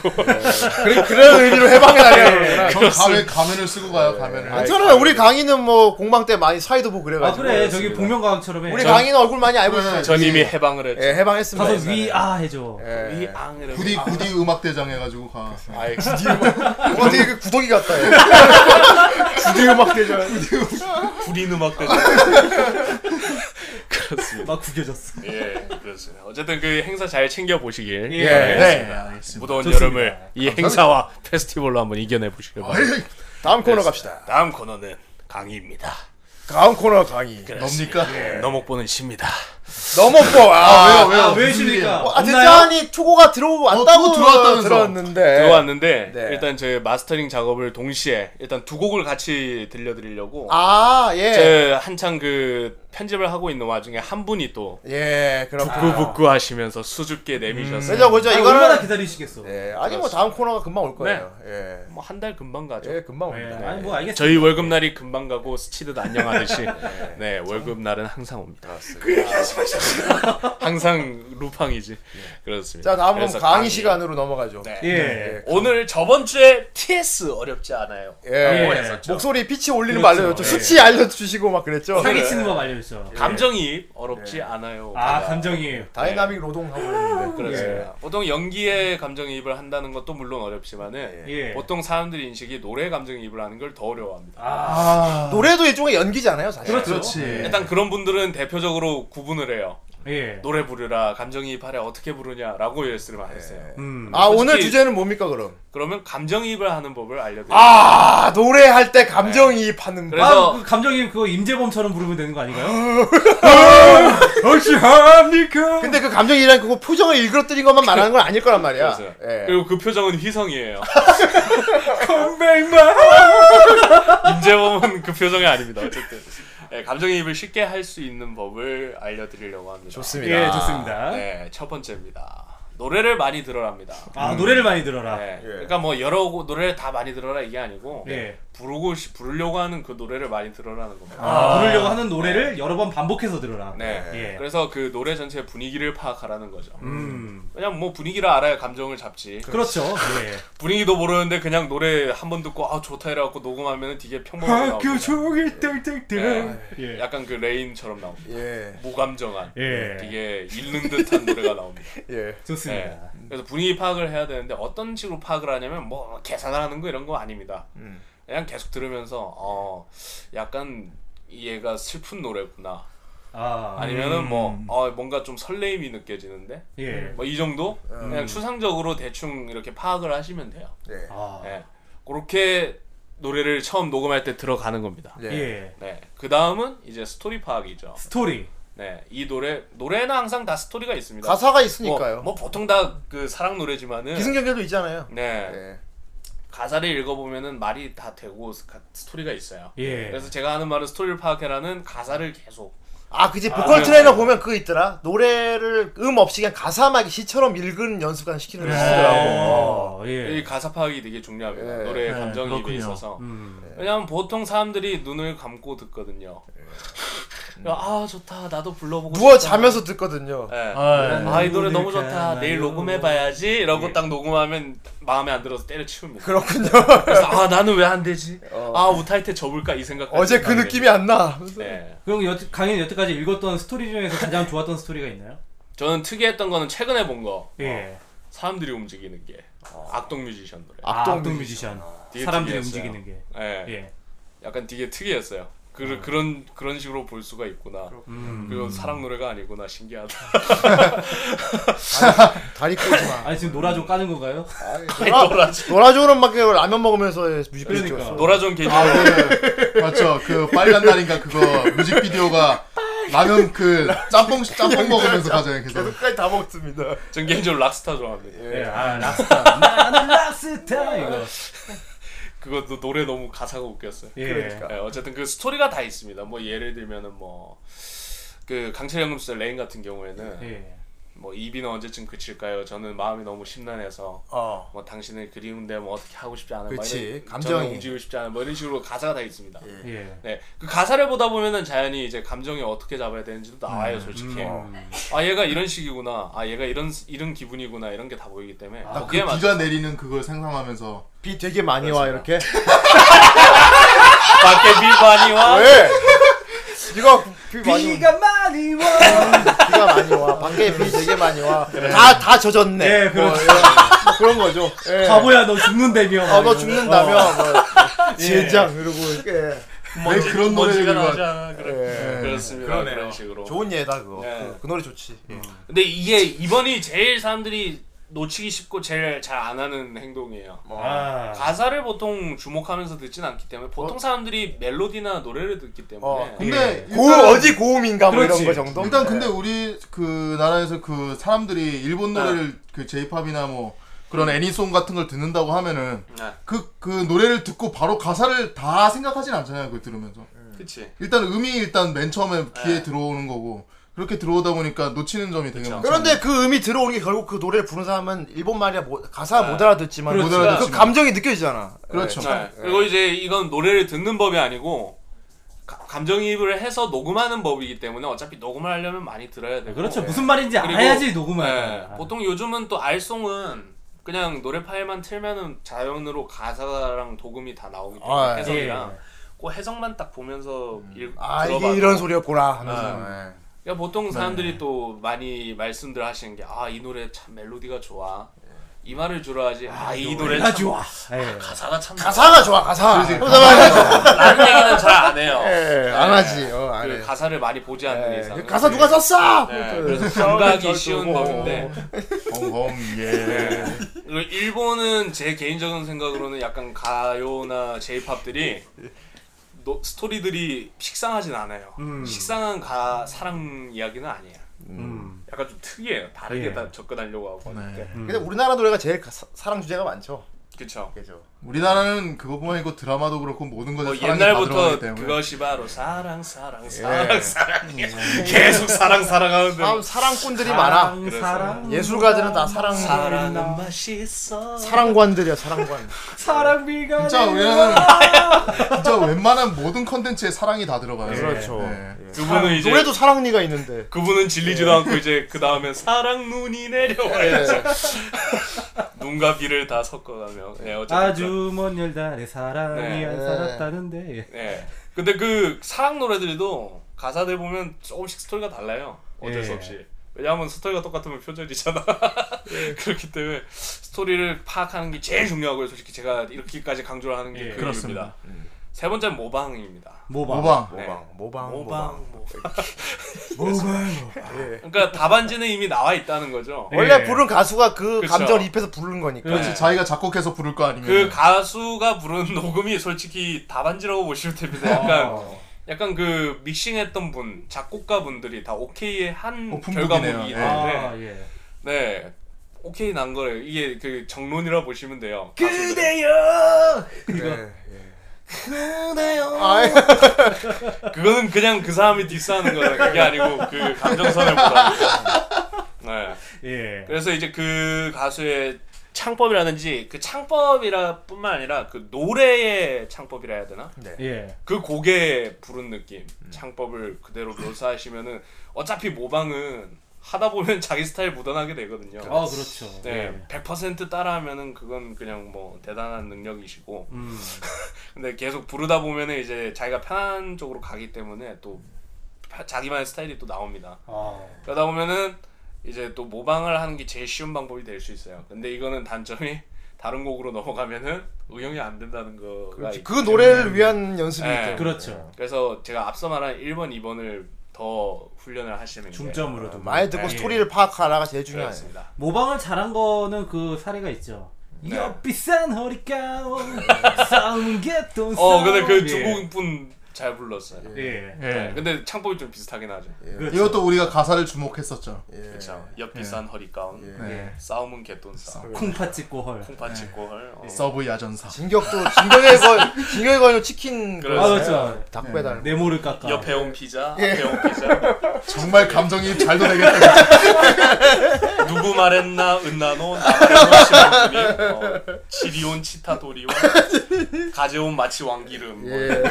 그래- 그런 의미로 해방의 날이라고 그러구나.
예,
저는 가면-
그렇습니다.
가면을 쓰고 가요, 가면을.
괜찮아요. 우리 강의는 뭐 공방 때 많이 사이도 보고
아,
그래가지고.
아, 그래, 저기 복면가왕처럼 해.
우리
전-
강의는 얼굴 많이 알고 있어요.
[LAUGHS] 전 이미 해방을 했죠.
예, 해방했습니다.
가서
옛날에.
위아 해줘.
예. 네.
위앙 이러고. 아,
구디 구디 음악 대장 해가지고 가.
아예
구디 음악. 와, 되게 구더기 같다. [LAUGHS] 얘. 구디 음악 대전.
구린 음악 대전. 그렇습니다.
막 구겨졌어.
예, 그렇습니다. 어쨌든 그 행사 잘 챙겨 보시길.
예.
네,
알겠습니다.
알겠습니다.
무더운
좋습니다.
여름을 이
감사합니다.
행사와
[LAUGHS]
페스티벌로 한번 이겨내 보시길 바랍니다.
다음 코너
그렇습니다.
갑시다.
다음 코너는 강의입니다.
다음 코너 강의
그렇습니다.
그러니까
예. 너목보는 쉽니다.
넘어보
아,
아,
왜요, 왜요?
아,
무슨 일이야?
아,
없나요?
대단히 초고가 들어왔다고 들었는데
들어왔는데 일단 저희 마스터링 작업을 동시에 일단 두 곡을 같이 들려드리려고
아, 예.
제 한창 그 편집을 하고 있는 와중에 한 분이 또
예, 그렇구나.
부끄부끄 하시면서 수줍게 내미셨어요.
그죠,
아,
그죠. 이거는
아, 기다리시겠어?
예, 아니 뭐 다음 코너가 금방 올 거예요. 예.
뭐 한 달 금방 가죠.
예, 금방
네,
옵니다.
아니, 뭐 알겠습니다.
저희 월급 날이 금방 가고 스치듯 안녕하듯이 네 월급 날은 항상 옵니다. 그 얘기 하지 마십시오. 항상 루팡이지. 그렇습니다.
예. 자, 다음은
그래서
강의 시간으로 넘어가죠.
네.
예.
네,
네. 오늘 저번 주에 TS 어렵지 않아요.
예.
라고 했었죠.
목소리 피치 올리는 거
그렇죠.
알려줬죠.
예.
수치 알려주시고 막 그랬죠. 네.
알려줬죠.
감정이입 어렵지
예.
않아요.
아, 감정이입.
다이나믹
네.
노동하고 있는데.
그렇습니다.
예.
보통 연기에 감정이입을 한다는 것도 물론 어렵지만은
예.
보통 사람들이 인식이 노래 감정이입을 하는 걸 더 어려워합니다.
아. 노래도 일종의 연기잖아요, 사실.
그렇죠.
그렇죠.
네.
일단 그런 분들은 대표적으로 구분을 해요.
예.
노래 부르라 감정이입하라 어떻게 부르냐라고 예스를 많이 했어요.
음.
아, 오늘
솔직히
주제는 뭡니까, 그럼?
그러면 감정이입을 하는 법을 알려드릴게요.
아, 노래할 때 감정이입하는 거.
그래서
네. 그래서-
그 감정이 그거 임재범처럼 부르면 되는 거 아닌가요? 아, 혹시 합니까?
근데 그 감정이란 그거 표정을 일그러뜨린 것만 말하는 건 아닐 거란 말이야.
그렇죠.
예.
그리고 그 표정은 휘성이에요. [LAUGHS]
컴백만
임재범은 그 표정이 아닙니다. 어쨌든 네, 감정이입을 쉽게 할 수 있는 법을 알려드리려고 합니다.
좋습니다. 예,
좋습니다.
네, 첫 번째입니다. 노래를 많이 들어랍니다.
아, 노래를 많이 들어라.
네, 그러니까 뭐 여러 곡- 노래를 다 많이 들어라 이게 아니고
예.
부르고 싶- 부르려고 하는 그 노래를 많이 들어라는 겁니다.
아, 부르려고 하는 노래를 여러 번 반복해서
아,
들어라.
네.
예.
그래서 그 노래 전체의 분위기를 파악하라는 거죠.
음.
그냥 뭐 분위기를 알아야 감정을 잡지.
그렇죠. 예.
분위기도 모르는데 그냥 노래 한 번 듣고 아 좋다 이래갖고 녹음하면 되게 평범하게
학교
나오고
종일 땡땡땡. 예.
약간 그 레인처럼 나옵니다.
예,
무감정한
예.
되게 잃는 듯한 노래가 나옵니다.
예.
좋습니다.
그래서 분위기 파악을 해야 되는데 어떤 식으로 파악을 하냐면 뭐 계산을 하는 거 이런 거 아닙니다.
음.
그냥 계속 들으면서 어 약간 얘가 슬픈 노래구나.
아.
니면은
음.
뭐 어, 뭔가 좀 설레임이 느껴지는데
예.
뭐 이 정도 그냥
음.
추상적으로 대충 이렇게 파악을 하시면 돼요.
예.
아.
예. 그렇게 노래를 처음 녹음할 때 들어가는 겁니다.
예. 예.
네. 그 다음은 이제 스토리 파악이죠.
스토리.
네. 이 노래 노래는 항상 다 스토리가 있습니다.
가사가 있으니까요.
뭐, 뭐 보통 다 그 사랑 노래지만은
기승전결도 있잖아요. 예.
네. 가사를 읽어보면은 말이 다 되고 스- 가- 스토리가 있어요.
예.
그래서 제가 하는 말은 스토리를 파악해라는 가사를 계속.
아, 그지 보컬
네.
트레이너 보면 그거 있더라. 노래를 음 없이 그냥 가사만 시처럼 읽은 연습관 시키는
네.
거
어,
있더라고.
예.
이 가사 파악이 되게 중요합니다.
예.
노래
네,
감정이입에
그렇군요.
있어서. 네.
음.
왜냐면 보통 사람들이 눈을 감고 듣거든요. [LAUGHS] 아 좋다 나도 불러보고
예. 누워
싶다.
자면서 듣거든요.
예. 아, 이 노래 너무 좋다. 내일 녹음해봐야지. 이러고 딱 녹음하면 마음에 안 들어서 때려치웁니다.
그렇군요.
그래서 아, 나는 왜 안 되지? 아, 우타이 때 접을까? 이 생각.
[LAUGHS] 어제 그 느낌이 안 나.
네.
그럼 여, 강연 여태까지 읽었던 스토리 중에서 가장 좋았던 스토리가 있나요?
저는 특이했던 거는 최근에 본 거.
예.
어, 사람들이 움직이는 게. 악동 뮤지션 노래.
악동 아, 악동 뮤지션.
되게
사람들이
특이했어요.
움직이는 게.
예. 약간 되게 특이했어요. 그, 그런 그런 식으로 볼 수가 있구나.
음.
그리고 사랑 노래가 아니구나 신기하다.
다리 꼬지 [LAUGHS] 마.
아니 지금 노라조 까는 건가요?
노라, 노라조는 막 이렇게 라면 먹으면서 뮤직비디오 찍었어.
[LAUGHS] 노라존 계절.
아, 네. 맞죠. 그 빨간 날인가 그거 뮤직비디오가 라면 그 짬뽕 짬뽕 먹으면서 가잖아요. 계속.
끝까지 다 먹었습니다.
전 개인적으로 락스타 좋아합니다.
예. 아 락스타. 나는 락스타 이거.
그것도 노래 너무 가사가 웃겼어요.
예. 그러니까.
네, 어쨌든 그 스토리가 다 있습니다. 뭐 예를 들면은 뭐 그 강철 연금술 레인 같은 경우에는
네.
예.
뭐 이비는 언제쯤 그칠까요? 저는 마음이 너무 심란해서
어.
뭐 당신을 그리운데 뭐 어떻게 하고 싶지 않은
그치, 감정이.
저는 움직이고 싶지 않은 뭐 이런 식으로 가사가 다 있습니다.
예.
네, 그 가사를 보다 보면은 자연히 이제 감정이 어떻게 잡아야 되는지도 나와요,
음,
솔직히.
어.
아 얘가 이런 식이구나. 아 얘가 이런 이런 기분이구나. 이런 게 다 보이기 때문에
아,
딱
거기에
그
어, 맞-
비가 내리는 그걸 상상하면서
비 되게 많이 와 이렇게.
밖에 비 많이 와.
왜? 네가 비 [LAUGHS] 많이 와.
비가 많이 와.
비가 많이 와. 밖에 비 되게 많이 와. 다 다 젖었네.
예,
뭐,
그렇죠.
예. 뭐 그런 거죠. 예.
바보야 너 죽는다며.
아, 너 죽는다며. [LAUGHS] 뭐,
예.
젠장 이러고 이렇게.
먼지- 먼지가
읽어?
나지 않아. 그래.
예.
그렇습니다.
그러네요.
그런 식으로.
좋은 예다 그거.
예.
그, 그 노래 좋지. 예.
근데 이게 이번이 제일 사람들이 놓치기 쉽고 제일 잘 안 하는 행동이에요.
어.
아.
가사를 보통 주목하면서 듣진 않기 때문에 보통 사람들이 멜로디나 노래를 듣기 때문에
어, 근데 예. 고음, 어디 고음인가 뭐 이런 거 정도?
일단 근데 우리 그 나라에서 그 사람들이 일본
아.
노래를 그 J-팝이나 뭐 그런
음.
애니송 같은 걸 듣는다고 하면은
네.
그, 그 노래를 듣고 바로 가사를 다 생각하진 않잖아요. 그걸 들으면서.
그치.
일단 음이 일단 맨 처음에 귀에
네.
들어오는 거고 그렇게 들어오다 보니까 놓치는 점이 되게 많아요.
그런데 그 음이 들어오는 게 결국 그 노래를 부르는 사람은 일본 말이야 뭐, 가사 못 알아듣지만
그렇죠.
그
그렇죠.
감정이 느껴지잖아.
그렇죠.
예, 참.
네. 그리고 이제 이건 노래를 듣는 법이 아니고 가- 감정이입을 해서 녹음하는 법이기 때문에 어차피 녹음을 하려면 많이 들어야 되고
그렇죠. 무슨 말인지
그리고,
알아야지 녹음을
네.
하잖아.
보통 요즘은 또 알송은 그냥 노래 파일만 틀면은 자연으로 가사랑 도금이 다 나오기 때문에
아,
해석이랑
예.
그 해석만 딱 보면서 일,
아 이게
들어봐도
이런 소리였구나 하면서.
네.
예.
그러니까 보통
네.
사람들이 또 많이 말씀들 하시는 게 아 이 노래 참 멜로디가 좋아 이 말을 주로 하지 아 이 노래
노래가
참
좋아.
아,
예.
가사가 참
가사가 좋아, 가사.
그러지.
가사가 좋아.
라는 얘기는 잘 안 해요
예, 안
예.
하지. 어, 안
그
해요.
가사를 많이 보지 않는 이상
그 가사 누가 썼어?
네.
그래서
그래서 감각이
저거
쉬운
저거. 뭐
법인데
험험 예.
그리고 일본은 제 개인적인 생각으로는 약간 가요나 제이팝들이 노- 스토리들이 식상하진 않아요.
음.
식상한 가 사랑 이야기는 아니야.
음.
약간 좀 특이해요. 다르게
예.
다 접근하려고 하고.
네.
하니까.
음. 근데 우리나라 노래가 제일 가- 사- 사랑 주제가 많죠.
그쵸.
그죠.
우리나라는 그것뿐만 아니고 드라마도 그렇고 모든 것에
뭐
사랑이 다
옛날부터
들어가기 때문에
그것이 바로 사랑 사랑 사랑
예.
사랑이야.
예.
계속 사랑 사랑하는데.
사람- 사랑꾼들이 많아.
그래서.
사랑, 예술가들은 다 사랑
사랑은 맛이 있어.
사랑관들이야 사랑관.
사랑비가
진짜 우리는 진짜 웬만한 모든 컨텐츠에 사랑이 다 들어가요.
그렇죠.
네.
그분은 이제
노래도 사랑니가 있는데.
그분은
예.
질리지도 않고 이제 그 다음에 사랑 눈이 내려와야죠. [LAUGHS] 눈과 비를 다 섞어가며. 네, 어쨌든
아주 먼 열달에 사랑이
네.
안
네.
살았다는데. 예.
네. 근데 그 사랑 노래들도 가사들 보면 조금씩 스토리가 달라요. 어쩔 수
예.
없이. 왜냐하면 스토리가 똑같으면
[LAUGHS]
표절이잖아.
예.
그렇기 때문에 스토리를 파악하는 게 제일 중요하고요. 솔직히 제가 이렇게까지 강조를 하는 게
예.
그
그렇습니다.
이유입니다. 세 번째는 모방입니다.
모방. 모방.
네.
모방,
모방, 모방.
[LAUGHS] 모방. 예.
그러니까 답안지는 이미 나와 있다는 거죠.
예.
원래 부른 가수가 그
그쵸.
감정을 입혀서 부른 거니까.
그렇지,
그렇죠.
네. 자기가
작곡해서 부를 거 아니면.
그 가수가 부른 [LAUGHS] 녹음이 솔직히 답안지라고 보시면 됩니다. 약간
아.
약간 그 믹싱했던 분, 작곡가 분들이 다 오케이 한
오픈북이네요.
결과물이기
예.
때문에
아,
예.
네 오케이 난 거를 이게 그 정론이라 보시면 돼요.
그대여.
이거
예, 그대요.
그거는 그냥 그 사람이 디스하는 거라 그게 아니고 그 감정선을
[LAUGHS]
보다. 네.
예.
그래서 이제 그 가수의 창법이라든지 그 창법이라 뿐만 아니라 그 노래의 창법이라 해야 되나?
예.
그 곡에 부른 느낌 창법을 그대로 묘사하시면은 어차피 모방은 하다 보면 [LAUGHS] 자기 스타일 묻어나게 되거든요.
아, 그렇죠.
네,
예.
네.
100% 따라하면은 그건 그냥 뭐 대단한 능력이시고.
음.
근데 계속 부르다 보면은 이제 자기가 편한 쪽으로 가기 때문에 또 파- 자기만의 스타일이 또 나옵니다.
아.
그러다 보면은 이제 또 모방을 하는 게 제일 쉬운 방법이 될 수 있어요. 근데 이거는 단점이 [LAUGHS] 다른 곡으로 넘어가면은 응용이 안 된다는 거가
그렇지.
있기
그 노래를
때문에.
위한 연습이
네.
있죠.
그렇죠.
그래서 제가 앞서 말한 1번, 2번을 더 훈련을 하시는 게
중점으로 두고.
많이 듣고
예.
스토리를 파악하라가 제일 중요해요.
그렇습니다.
모방을 잘한 거는 그 사례가 있죠.
네.
옆비싼
[LAUGHS]
허리가운 싸운 게또
어, 근데
예.
그 중국 분잘 불렀어요.
예.
네, 근데 창법이 좀 비슷하긴 하죠.
이것도 우리가 가사를 주목했었죠.
그렇죠. 옆비싼 허리가운.
예.
싸움은 개돈
네.
싸움.
콩팥 찍고 헐.
네. 콩팥 찍고 헐. 어.
서브 야전사.
진격도 진격의 거 진격의 거는 치킨
그렇죠.
그거잖아요.
아, 그렇죠.
닭
네.
배달
내 모를 깎아. 옆에 온 피자, 앞에 온 피자.
정말 감정이 잘 되겠다.
누구 말했나 은나노 나말했나 어, 지리온 치타도리와 가져온 마치 왕기름 뭐.
예.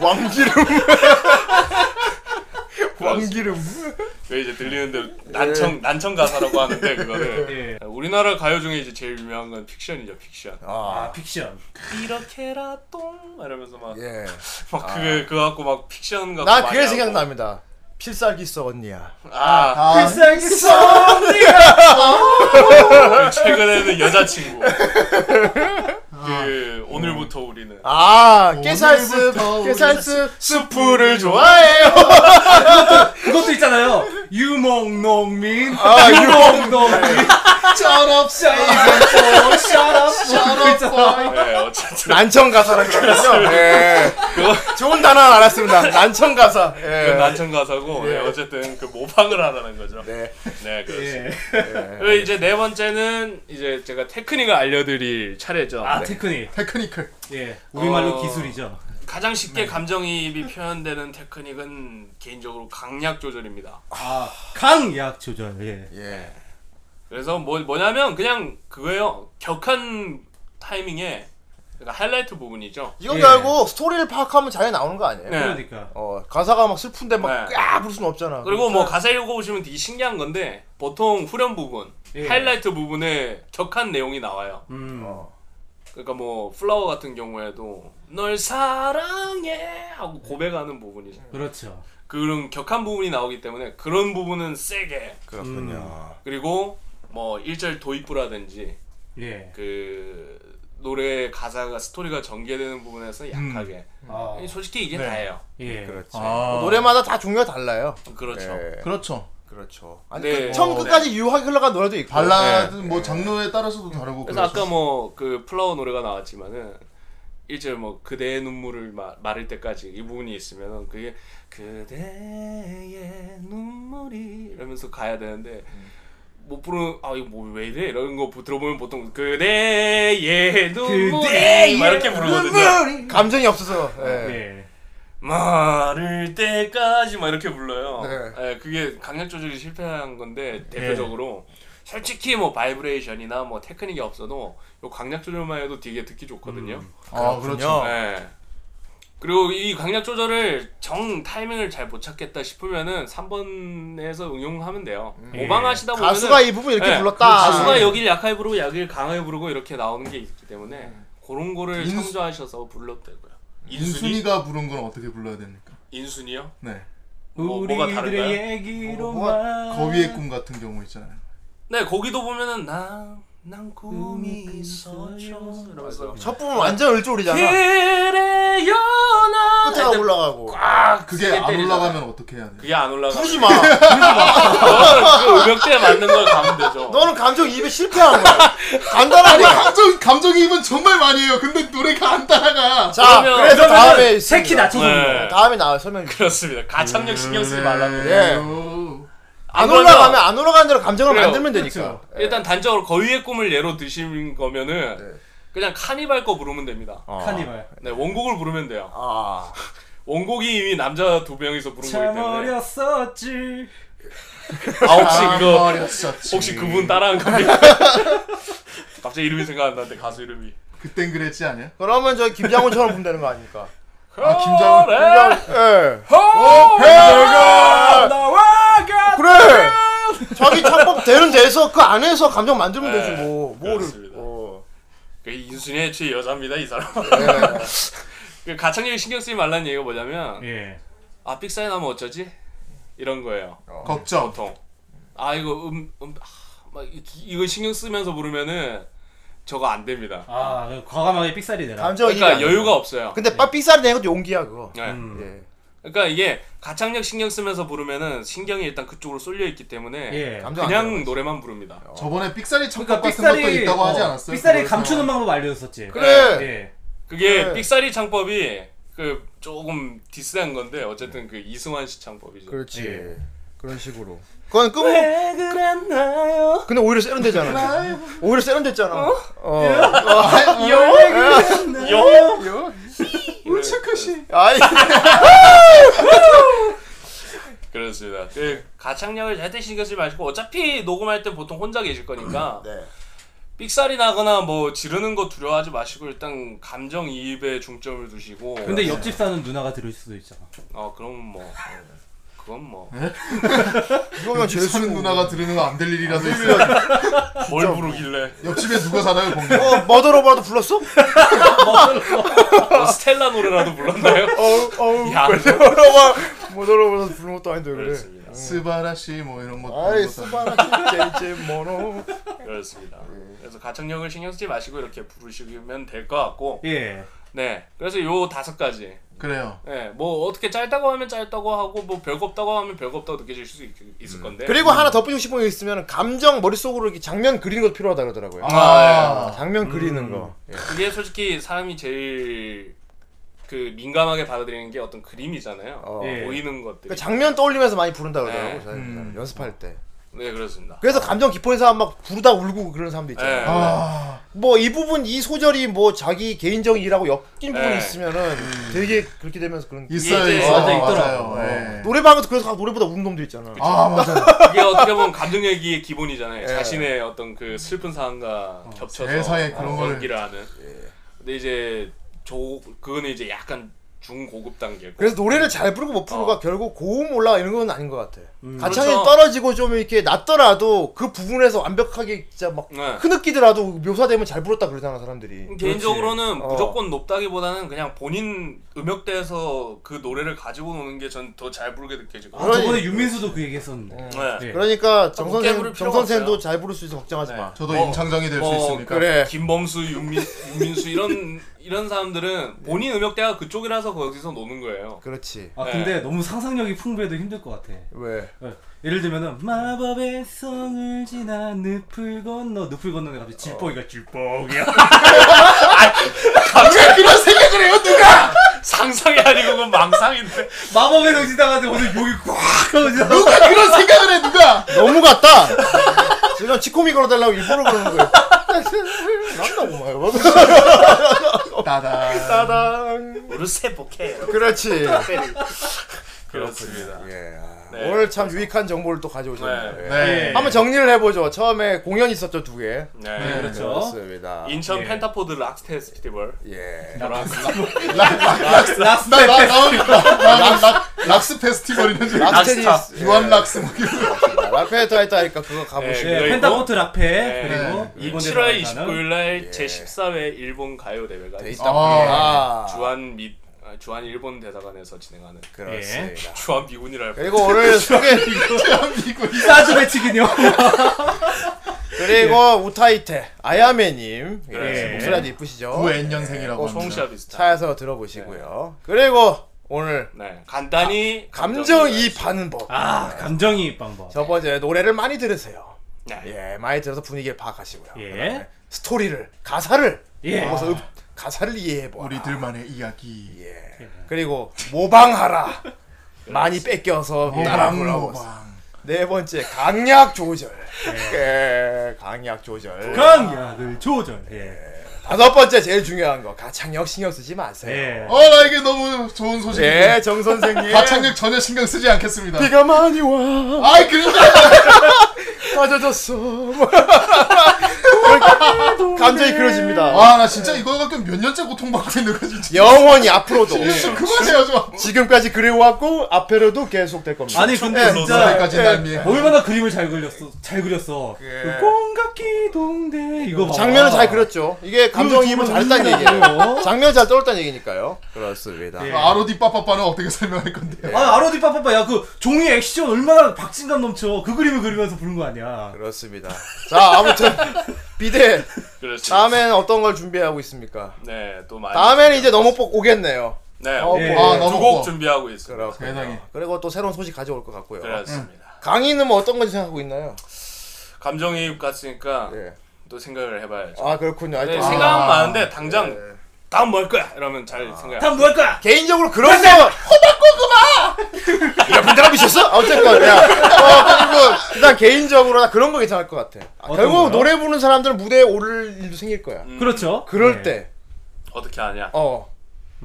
왕기름 왕기름
왜 이제 들리는데 난청
예.
난청 가사라고 하는데 그거를 네,
예.
우리나라 가요 중에 이제 제일 유명한 건 픽션이죠 픽션
아,
픽션
이렇게라 똥 이러면서 막
예.
막
아.
그게 그거 갖고 막 픽션 갖고
나
많이
그게
하고.
생각납니다. 필살기 써 언니야.
아,
필살기 써
그
언니야. [LAUGHS]
최근에는 여자친구 그 오늘부터 우리는
아, 깨살스, 음.
오늘부터 우리
깨살스
스프를
좋아해요.
그것도 있잖아요. 유목농민.
[LAUGHS]
아,
유목농민.
졸업
아,
어,
네, 어쨌든
난청 가사라는 [LAUGHS] 거군요. 예. 좋은 단어 하나 알았습니다. 난청 가사. 예.
그 난청 가사고 네,
예.
어쨌든 그 모방을 하라는 거죠.
네,
네 그렇습니다.
예.
그리고 이제 네 번째는 이제 제가 테크닉을 알려드릴 차례죠. 네.
아, 테크닉.
그 테크니컬.
예. 우리말로 기술이죠.
네.
가장 쉽게 감정이입이 표현되는 테크닉은 개인적으로 강약 조절입니다.
아, 강약 조절. 예.
예.
그래서 뭐 뭐냐면 그냥 그거예요. 격한 타이밍에 그러니까 하이라이트 부분이죠.
이건 말고 스토리를 파악하면 잘 나오는 거 아니에요?
네.
그러니까,
어 가사가 막 슬픈데 막
네.
꽉 부를 수는 없잖아.
그리고 뭐 가사 읽어보시면 되게 신기한 건데 보통 후렴 부분,
예.
하이라이트 부분에 격한 내용이 나와요.
음.
그러니까 뭐 플라워 같은 경우에도 널 사랑해 하고 고백하는
음.
부분이잖아요.
그렇죠.
그런 격한 부분이 나오기 때문에 그런 부분은 세게.
그렇군요.
음.
그리고 뭐 1절 도입부라든지
예.
그 노래 가사가 스토리가 전개되는 부분에서 약하게.
음.
아.
솔직히 이게
네.
다예요.
예.
그렇지. 어.
아.
노래마다 다 종류가 달라요. 예.
그렇죠.
그렇죠.
그렇죠. 아니
네.
그 처음
어,
끝까지 유하게 흘러간 노래도 있고.
발라드
네.
뭐 장르에 따라서도 다르고
예.
그렇죠.
그래서 아까 뭐 그 플라워 노래가 나왔지만은 일절 뭐 그대의 눈물을 마, 마를 때까지 이 부분이 있으면은 그게 그대의 눈물이 이러면서 가야 되는데 못 부르는 아 이거 뭐 왜 이래 이런 거 보- 들어보면 보통 그대의 눈물이 막 이렇게 부르거든요.
감정이 없어서. 예.
마를 때까지 막 이렇게 불러요.
네.
예, 그게 강약 조절이 실패한 건데 대표적으로 솔직히 뭐 바이브레이션이나 뭐 테크닉이 없어도 요 강약 조절만 해도 되게 듣기 좋거든요.
음.
아, 그렇죠.
예. 그리고 이 강약 조절을 정 타이밍을 잘 못 찾겠다 싶으면은 3번에서 응용하면 돼요.
예.
오방하시다 보면
가수가 이 부분 이렇게 불렀다.
예.
음.
가수가
그렇지.
여길 약하게 부르고 여길 강하게 부르고 이렇게 나오는 게 있기 때문에
음.
그런 거를
인수-
참조하셔서 불러도 되고요.
인순이가 부른 건 어떻게 불러야 됩니까?
인순이요?
네.
뭐- 뭐가
예.
다른가요? 우리들의 얘기로
뭐가
말-
거위의 꿈 같은 경우 있잖아요.
네 거기도 보면은 난난 꿈이 있어요 이러면서
첫 부분 완전 을조리잖아.
예. 그래요 나
끝에가 올라가고.
아
그게 안 올라가면 어떻게 해야 돼?
그게 안 올라가 그
부르지 마. [LAUGHS]
음역대에 맞는 걸 가면 되죠
너는 감정 입에 실패한
[LAUGHS]
거야.
아니,
간단하게.
감정 감정이입은 정말 많이 해요. 근데 노래가 안 따라가.
자, 그래서 다음에
아, 새끼 낮춰서
네.
부르는
다음에 나와 설명.
그렇습니다. 가창력 신경 쓰지 말라는
예. 안
이거는-
올라가면 안 올라가는 대로 감정을
그래요.
만들면 되니까.
그렇죠. 일단 단적으로 거위의 꿈을 예로 드신 거면은
네.
그냥 카니발 거 부르면 됩니다.
아.
카니발.
네 원곡을 부르면 돼요. 원곡이 이미 남자 두 명이서 부른 거기
참
때문에
어렸었지.
아 혹시
참
그거
어렸었지.
혹시 그분 따라한 겁니까? [LAUGHS] 갑자기 이름이 생각 안 나는데 가수 이름이
그땐 그랬지 아니야?
그러면 저 김장훈처럼 분다는 거 아닙니까?
아
김장훈.
예.
어,
배가 그래. 자기 창법 되는 데서 그 안에서 감정 만들면
네,
되지 뭐 뭐를. 어.
그 인순이의 최 여자입니다 이 사람.
예.
[LAUGHS] 그 가창력에 신경 쓰지 말라는 얘기가 뭐냐면
예.
아 픽사인 하면 어쩌지 이런 거예요.
걱정.
보통. 아 이거 음, 음 아, 막 이- 이거 신경 쓰면서 부르면은 저거 안 됩니다.
아, 과감하게 삑살이 되라.
감정이
그러니까 여유가 없어요.
근데 빠 삑사리 내는 것도 용기야 그거.
네.
예.
그러니까 이게 가창력 신경 쓰면서 부르면은 신경이 일단 그쪽으로 쏠려 있기 때문에
예. 감정 안
그냥 노래만 부릅니다.
저번에 삑사리 청
그러니까
각 같은 것도
삑살이
있다고
어,
하지 않았어요?
삑살이
그걸
감추는
상황.
방법 알려줬었지. 예.
그게
네.
그래.
삑사리 창법이 그 조금 디스한 건데 어쨌든
네.
그 이승환 씨 창법이죠.
그렇지. 그런 식으로.
그건 끊-
예. 왜
그랬나요?
근데 오히려 세련되잖아. 오히려 세련됐잖아. 어.
요?
요. 요.
네.
울츠크시.
아이.
그렇습니다. 그 가창력을 절대 신경 쓰지 마시고 어차피 녹음할 때 보통 혼자
[CLEARS THROAT]
계실 거니까
네.
삑살이 나거나 뭐 지르는 거 두려워하지 마시고 일단 감정 이입에 중점을 두시고
근데 옆집 사는 누나가 들을 수도 있잖아.
어 그럼 뭐
네.
그건 뭐
이거면
제일 사는 누나가 들으는 거 안 될 일이라도 있어.
뭐.
뭘 부르길래
옆집에 누가 사나요, 봉
어, 머더로버도 불렀어?
뭐 스텔라 노래라도
[LAUGHS]
불렀나요?
어, 어.
[LAUGHS] 야.
머더로버. 머더로버도 부른 것도 아닌데 그래.
스바라시 뭐 이런 것도
아이
있었다.
스바라키 제이제 모노.
그렇습니다.
네.
그래서 가창력을 신경 쓰지 마시고 이렇게 부르시면 될 것 같고
예.
네 그래서 요 다섯 가지
그래요.
예, 뭐 어떻게 짧다고 하면 짧다고 하고 뭐 별거 없다고 하면 별거 없다고 느껴질 수 있, 있을 건데.
음. 그리고 하나 덧붙이고 싶은 게 있으면 감정 머릿속으로 이렇게 장면 그리는 것도 필요하다 그러더라고요.
아,
예. 장면 그리는 거. 예.
이게 네, 솔직히 사람이 제일 그 민감하게 받아들이는 게 어떤 그림이잖아요.
예.
보이는 것들.
그러니까 장면 떠올리면서 많이 부른다
예.
그러더라고요. 저희 음. 연습할 때.
네, 그렇습니다.
그래서 감정 깊은 사람 막 부르다 울고 그런 사람도 있잖아요.
예.
뭐 이 부분 이 소절이 뭐 자기 개인적인 일하고 엮인 부분이
예.
있으면은 되게 그렇게 되면서 그런
있어요, 이게 이제 있어요. 맞아, 있더라고요. 어. 예.
노래방에서 그래서 노래보다 우는 놈도 있잖아.
이게 어떻게 보면 감정 얘기의
예.
기본이잖아요. 자신의 어떤 그 슬픈 상황과
어,
겹쳐서 어,
세상에 그런 걸-
연기를 하는.
예.
근데 이제 저 그거는 이제 약간 중고급 단계.
그래서 노래를 잘 부르고 못 부르가 결국 고음 올라가는 건 아닌 것 같아. 가창이
어. 그렇죠.
떨어지고 좀 이렇게 낮더라도 그 부분에서 완벽하게 진짜 막
네. 음,
흐느끼더라도 묘사되면 잘 부렀다 그러잖아 사람들이.
개인적으로는
어.
무조건 높다기보다는 그냥 본인 음역대에서 그 노래를 가지고 노는 게 전 더 잘 부르게 느껴지고.
아, 저번에 윤민수도 그 얘기했었는데.
네.
그러니까
아,
정
높게
선생
부를
정
필요가
선생도
없어요.
잘 부를 수 있어 걱정하지 마.
뭐,
어,
뭐,
그래.
김범수, 윤민, 윤민수 이런 이런 사람들은 본인 음역대가 그쪽이라서 거기서 노는 거예요.
그렇지.
네.
아 근데 너무 상상력이 풍부해도 힘들 것 같아. 네.
왜?
예를 들면은 마법의 성을 지나 늪을 건너 늪을 건너는 갑자기 질뻑이가 질뻑이야.
[LAUGHS] 갑자기
그런 생각을 해요 누가?
상상이 아니고 그건 망상인데.
마법의 성 지나가는데 오늘 여기 꽉 하고 지나.
[LAUGHS] 누가 그런 생각을 해 누가? 너무 같다. 지금 치코미 걸어달라고 일부러 그러는 거예요. 난다고 말요 [LAUGHS]
따당.
따당.
[LAUGHS] 우리 세복해요.
그렇지.
그렇습니다. 네.
오늘 참 유익한 정보를 또 가져오셨네요.
네.
예.
네.
한번 정리를 해보죠. 처음에 공연 있었죠 두 개.
네, 예. 그렇죠.
습니다
인천 펜타포드 락스테 페스티벌.
예.
락스 페스티벌이는지
락스테니스.
유한 락스 뭐
락페터 했다 하니까 그거 가보시고.
그리고- 네.
앞에, 네, 그리고
이
일본에
7월
나가는-
29일 날 예. 제14회 일본 가요 대회가 있습니다.
아.
예. 주한 및 아, 주한 일본 대사관에서 진행하는
그렇습니다.
예. 주한 비군이라
그리고 오늘 소개
사주 배치기요.
그리고 우타이테 아야메님
예.
예. 목소리 아주 이쁘시죠?
9N년생이라고
꼭
합니다.
성씨와 비슷한.
차에서 들어보시고요. 그리고 오늘
네, 간단히
가- 아, 감정이입하는 법.
아 감정이입 방법.
첫 번째 노래를 많이 들으세요.
네.
예, 많이 들어서 분위기를 파악하시고요.
예.
그다음에 스토리를 가사를
예.
보고서 음- 가사를 이해해 봐.
우리들만의 이야기.
예. 그리고 모방하라. 많이 뺏겨서
모방,
따라 불러보. 네 번째 강약 조절. 예, 강약 조절.
강약을 조절. 예.
다섯 번째 제일 중요한 거 가창력 신경 쓰지 마세요.
예.
아,
어, 나 이게 너무 좋은 소식이.
예, 정 선생님.
가창력 전혀 신경 쓰지 않겠습니다.
비가 많이 와.
아이, 그런
빠져졌어.
네.
감정이 그려집니다.
아, 나 진짜 이거 갖고 몇 년째 고통받고 있는 거지. 진짜.
영원히 앞으로도. 예.
진짜 그만해요, 좀.
지금까지 그려왔고 앞으로도 계속 될 겁니다.
아니
예.
네,
근데 진짜 얼마나 그림을 잘 그렸어. 잘 그렸어. 그 꽁각기 동대 이거 봐.
장면을
아.
잘 그렸죠. 이게 감정이입을
이거 정말
잘했다는 얘기예요. 장면 잘 떠올랐다는 얘기니까요. 그렇습니다.
예.
아로디 빠빠빠는 어떻게 설명할 건데?
아 아로디 빠빠빠 야 그 종이 액션 얼마나 박진감 넘쳐 그 그림을 그리면서 부른 거 아니야.
그렇습니다. 자 아무튼 비대
그렇습니다.
다음엔 어떤 걸 준비하고 있습니까?
그렇죠. 네, 또 많이
다음에는 이제 넘어복 오겠네요.
네.
넘어복. 어,
예. 아, 두곡 준비하고 있습니다.
그렇군요. 그리고 또 새로운 소식 가져올 것 같고요.
그렇습니다.
음. 강의는 뭐 어떤 건지 생각하고 있나요?
감정이입 같으니까 또 생각을 해 봐야죠.
아 그렇군요.
네,
예. 아, 예.
생각은 많은데 당장 다음 뭐 할 거야? 이러면
아.
잘 생각.
다음 뭐 할 거야?
개인적으로
네,
그런 거 [LAUGHS] 호박고구마. 여러분 들어보셨어? 어쨌건 야, 어, 그리고 일단 개인적으로 나 그런 거 괜찮을 것 같아. 아,
어떤
결국
거요?
노래 부르는 사람들은 무대에 오를 일도 생길 거야.
그렇죠.
그럴
네.
때,
어떻게 하냐?
어,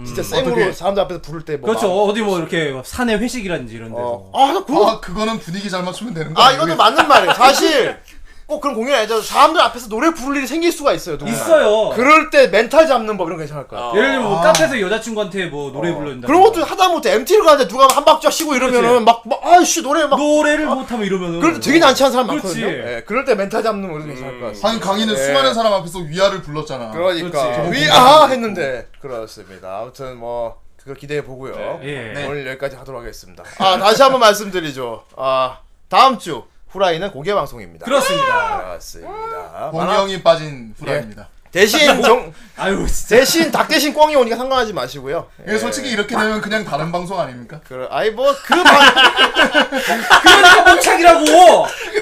진짜 쌩으로
어떻게?
사람들 앞에서 부를 때 뭐.
그렇죠.
막-
어디 뭐 이렇게 산에 회식이라든지 이런 데서.
아, 그거
그거는 분위기 잘 맞추면 되는 거야.
아 이것도 맞는 말이에요. 사실 꼭 그런 공연 아니죠. 사람들 앞에서 노래 부를 일이 생길 수가 있어요. 누군가.
있어요.
그럴 때 멘탈 잡는 법 이런 거 괜찮을 거야.
어,
예를 들면 뭐 카페에서 여자친구한테 뭐 노래 불러준다.
아. 어. 네. 그런 것도 하다 못해 MT를 가는데 누가 한 박자 쉬고 이러면은 막, 막 아이씨 노래 막
노래를 못하면 이러면은
그럴 때 되게 난처한 사람 많거든요.
그렇지.
예, 그럴 때 멘탈 잡는 거 괜찮을 것 같습니다.
한 강의는 수많은 사람 앞에서 위아를 불렀잖아.
음. 그러니까
그렇지.
위아 했는데 그렇습니다. 아무튼 뭐 그거 기대해 보고요.
네. 예.
오늘 여기까지 하도록 하겠습니다. 아 다시 한번 말씀드리죠. 아 다음 주 후라이는 공개 방송입니다.
그렇습니다.
그렇습니다.
공영이 빠진 후라이입니다.
예. 대신 정
아유
대신 닭 대신 꽝이 오니까 상관하지 마시고요.
이게 예, 솔직히 이렇게 되면 그냥 다른 방송 아닙니까?
그래, 아이 뭐그 방...
그러니까 목창이라고.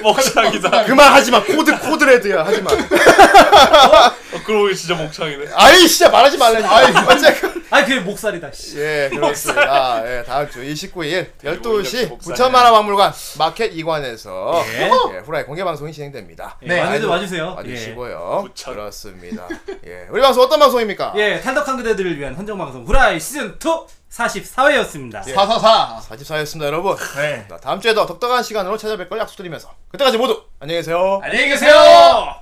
[LAUGHS] 목창이다.
그만 하지 마. 코드 코드레드야. 하지 마.
어, 그러고 보니 진짜 목창이네.
아이 진짜 말하지 말래. 아이 어쨌건
아니 그게 목살이다. 씨.
예, 그렇습니다. 아, 예, 다음 주 29일 12시
네, 목살.
부천만화 박물관 마켓 2관에서
예.
예, 후라이 공개 방송이 진행됩니다.
예, 많이들
많이들
와주세요.
와주시고요. 그렇습니다. 예, 우리 방송 어떤 방송입니까?
예, 탈덕한 그대들을 위한 헌정 방송 후라이 시즌 2 44회였습니다.
예. 44였습니다, 여러분. 네. 다음 주에도 독특한 시간으로 찾아뵐 걸 약속드리면서 그때까지 모두 안녕히 계세요.
안녕히 계세요.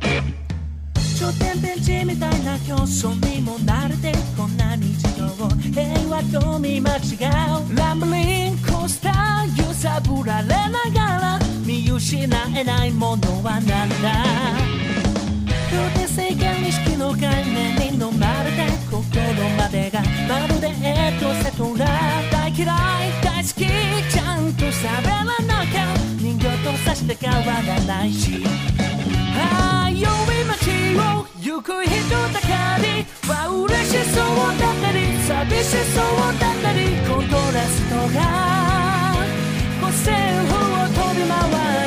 頂点ベンチみたいな競争にも慣れてこんな日常を平和と見間違うランブリンコースター揺さぶられながら見失えないものは何だどうで世間意識の概念に飲まれて心までがまるでエトセトラ大嫌い大好きちゃんと喋らなきゃ人形とさして変わらないしあい街を行く人だかりは嬉しそうだったり寂しそうだったりコントラストが個性を飛び回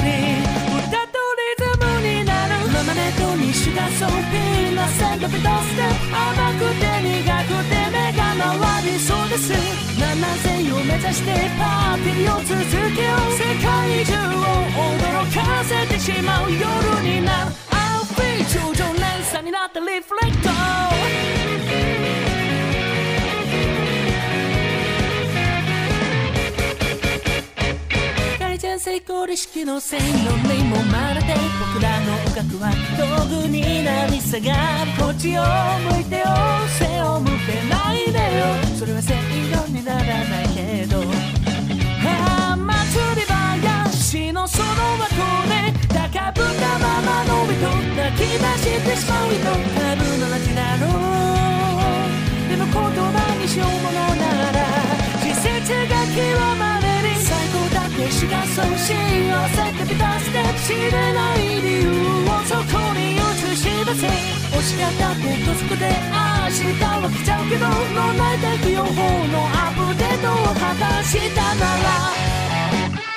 り歌とリズムになるママネとにシュガーソーピーナセンドビトステ甘くて苦くて目が回りそうです7000を目指してパーティーを続けよう世界中を驚かせてしまう夜になるアウフィー頂上連鎖になったリフレクト改善成功意識の線路にもまれて僕らの音楽は道具になり下がるこっちを向いてよ背を向けないでよそれは正義にならないけどああ祭り林のその箱で高ぶったままの人泣き出してしまう人タブの街だろうでも言葉にしようものなら季節が極まれに最高だってしがそう幸せってビタステ知れない理由をそこに映し出せ押し方って土足で明日は来ちゃうけど脳内的予報のアップデートを果たしたなら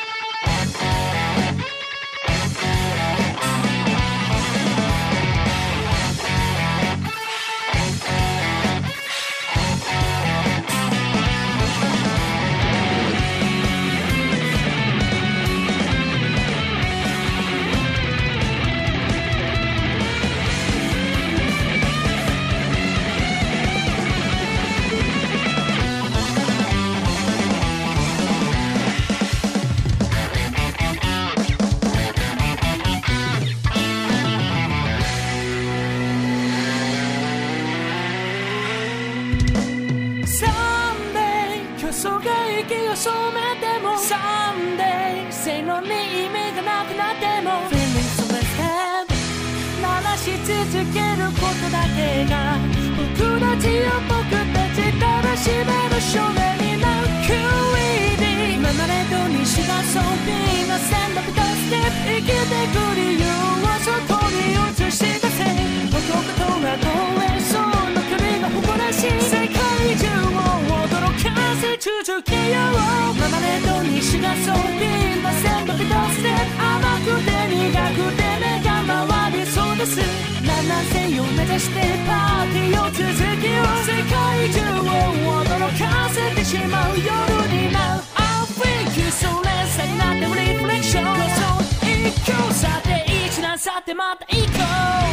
サンデー競争が息を染めてもサンデー性能に意味がなくなっても Feeling so bad 鳴らし続けることだけが僕たちを僕たちたらしめる少年になる QED ママレードにしがそうピーナセンドピタステップ生きてく理由はそこに映し出せ男とは公園そうの距離が誇らしい世界中を驚かせ続けようママレードにしがそうピーナセンドピタステップ甘くて苦くて目が回りそうです7000を目指してパーティーを続けよう世界中を驚かせてしまう夜になる I'll think you so less になってもリフレクション競争一挙さて一難去ってまた行こう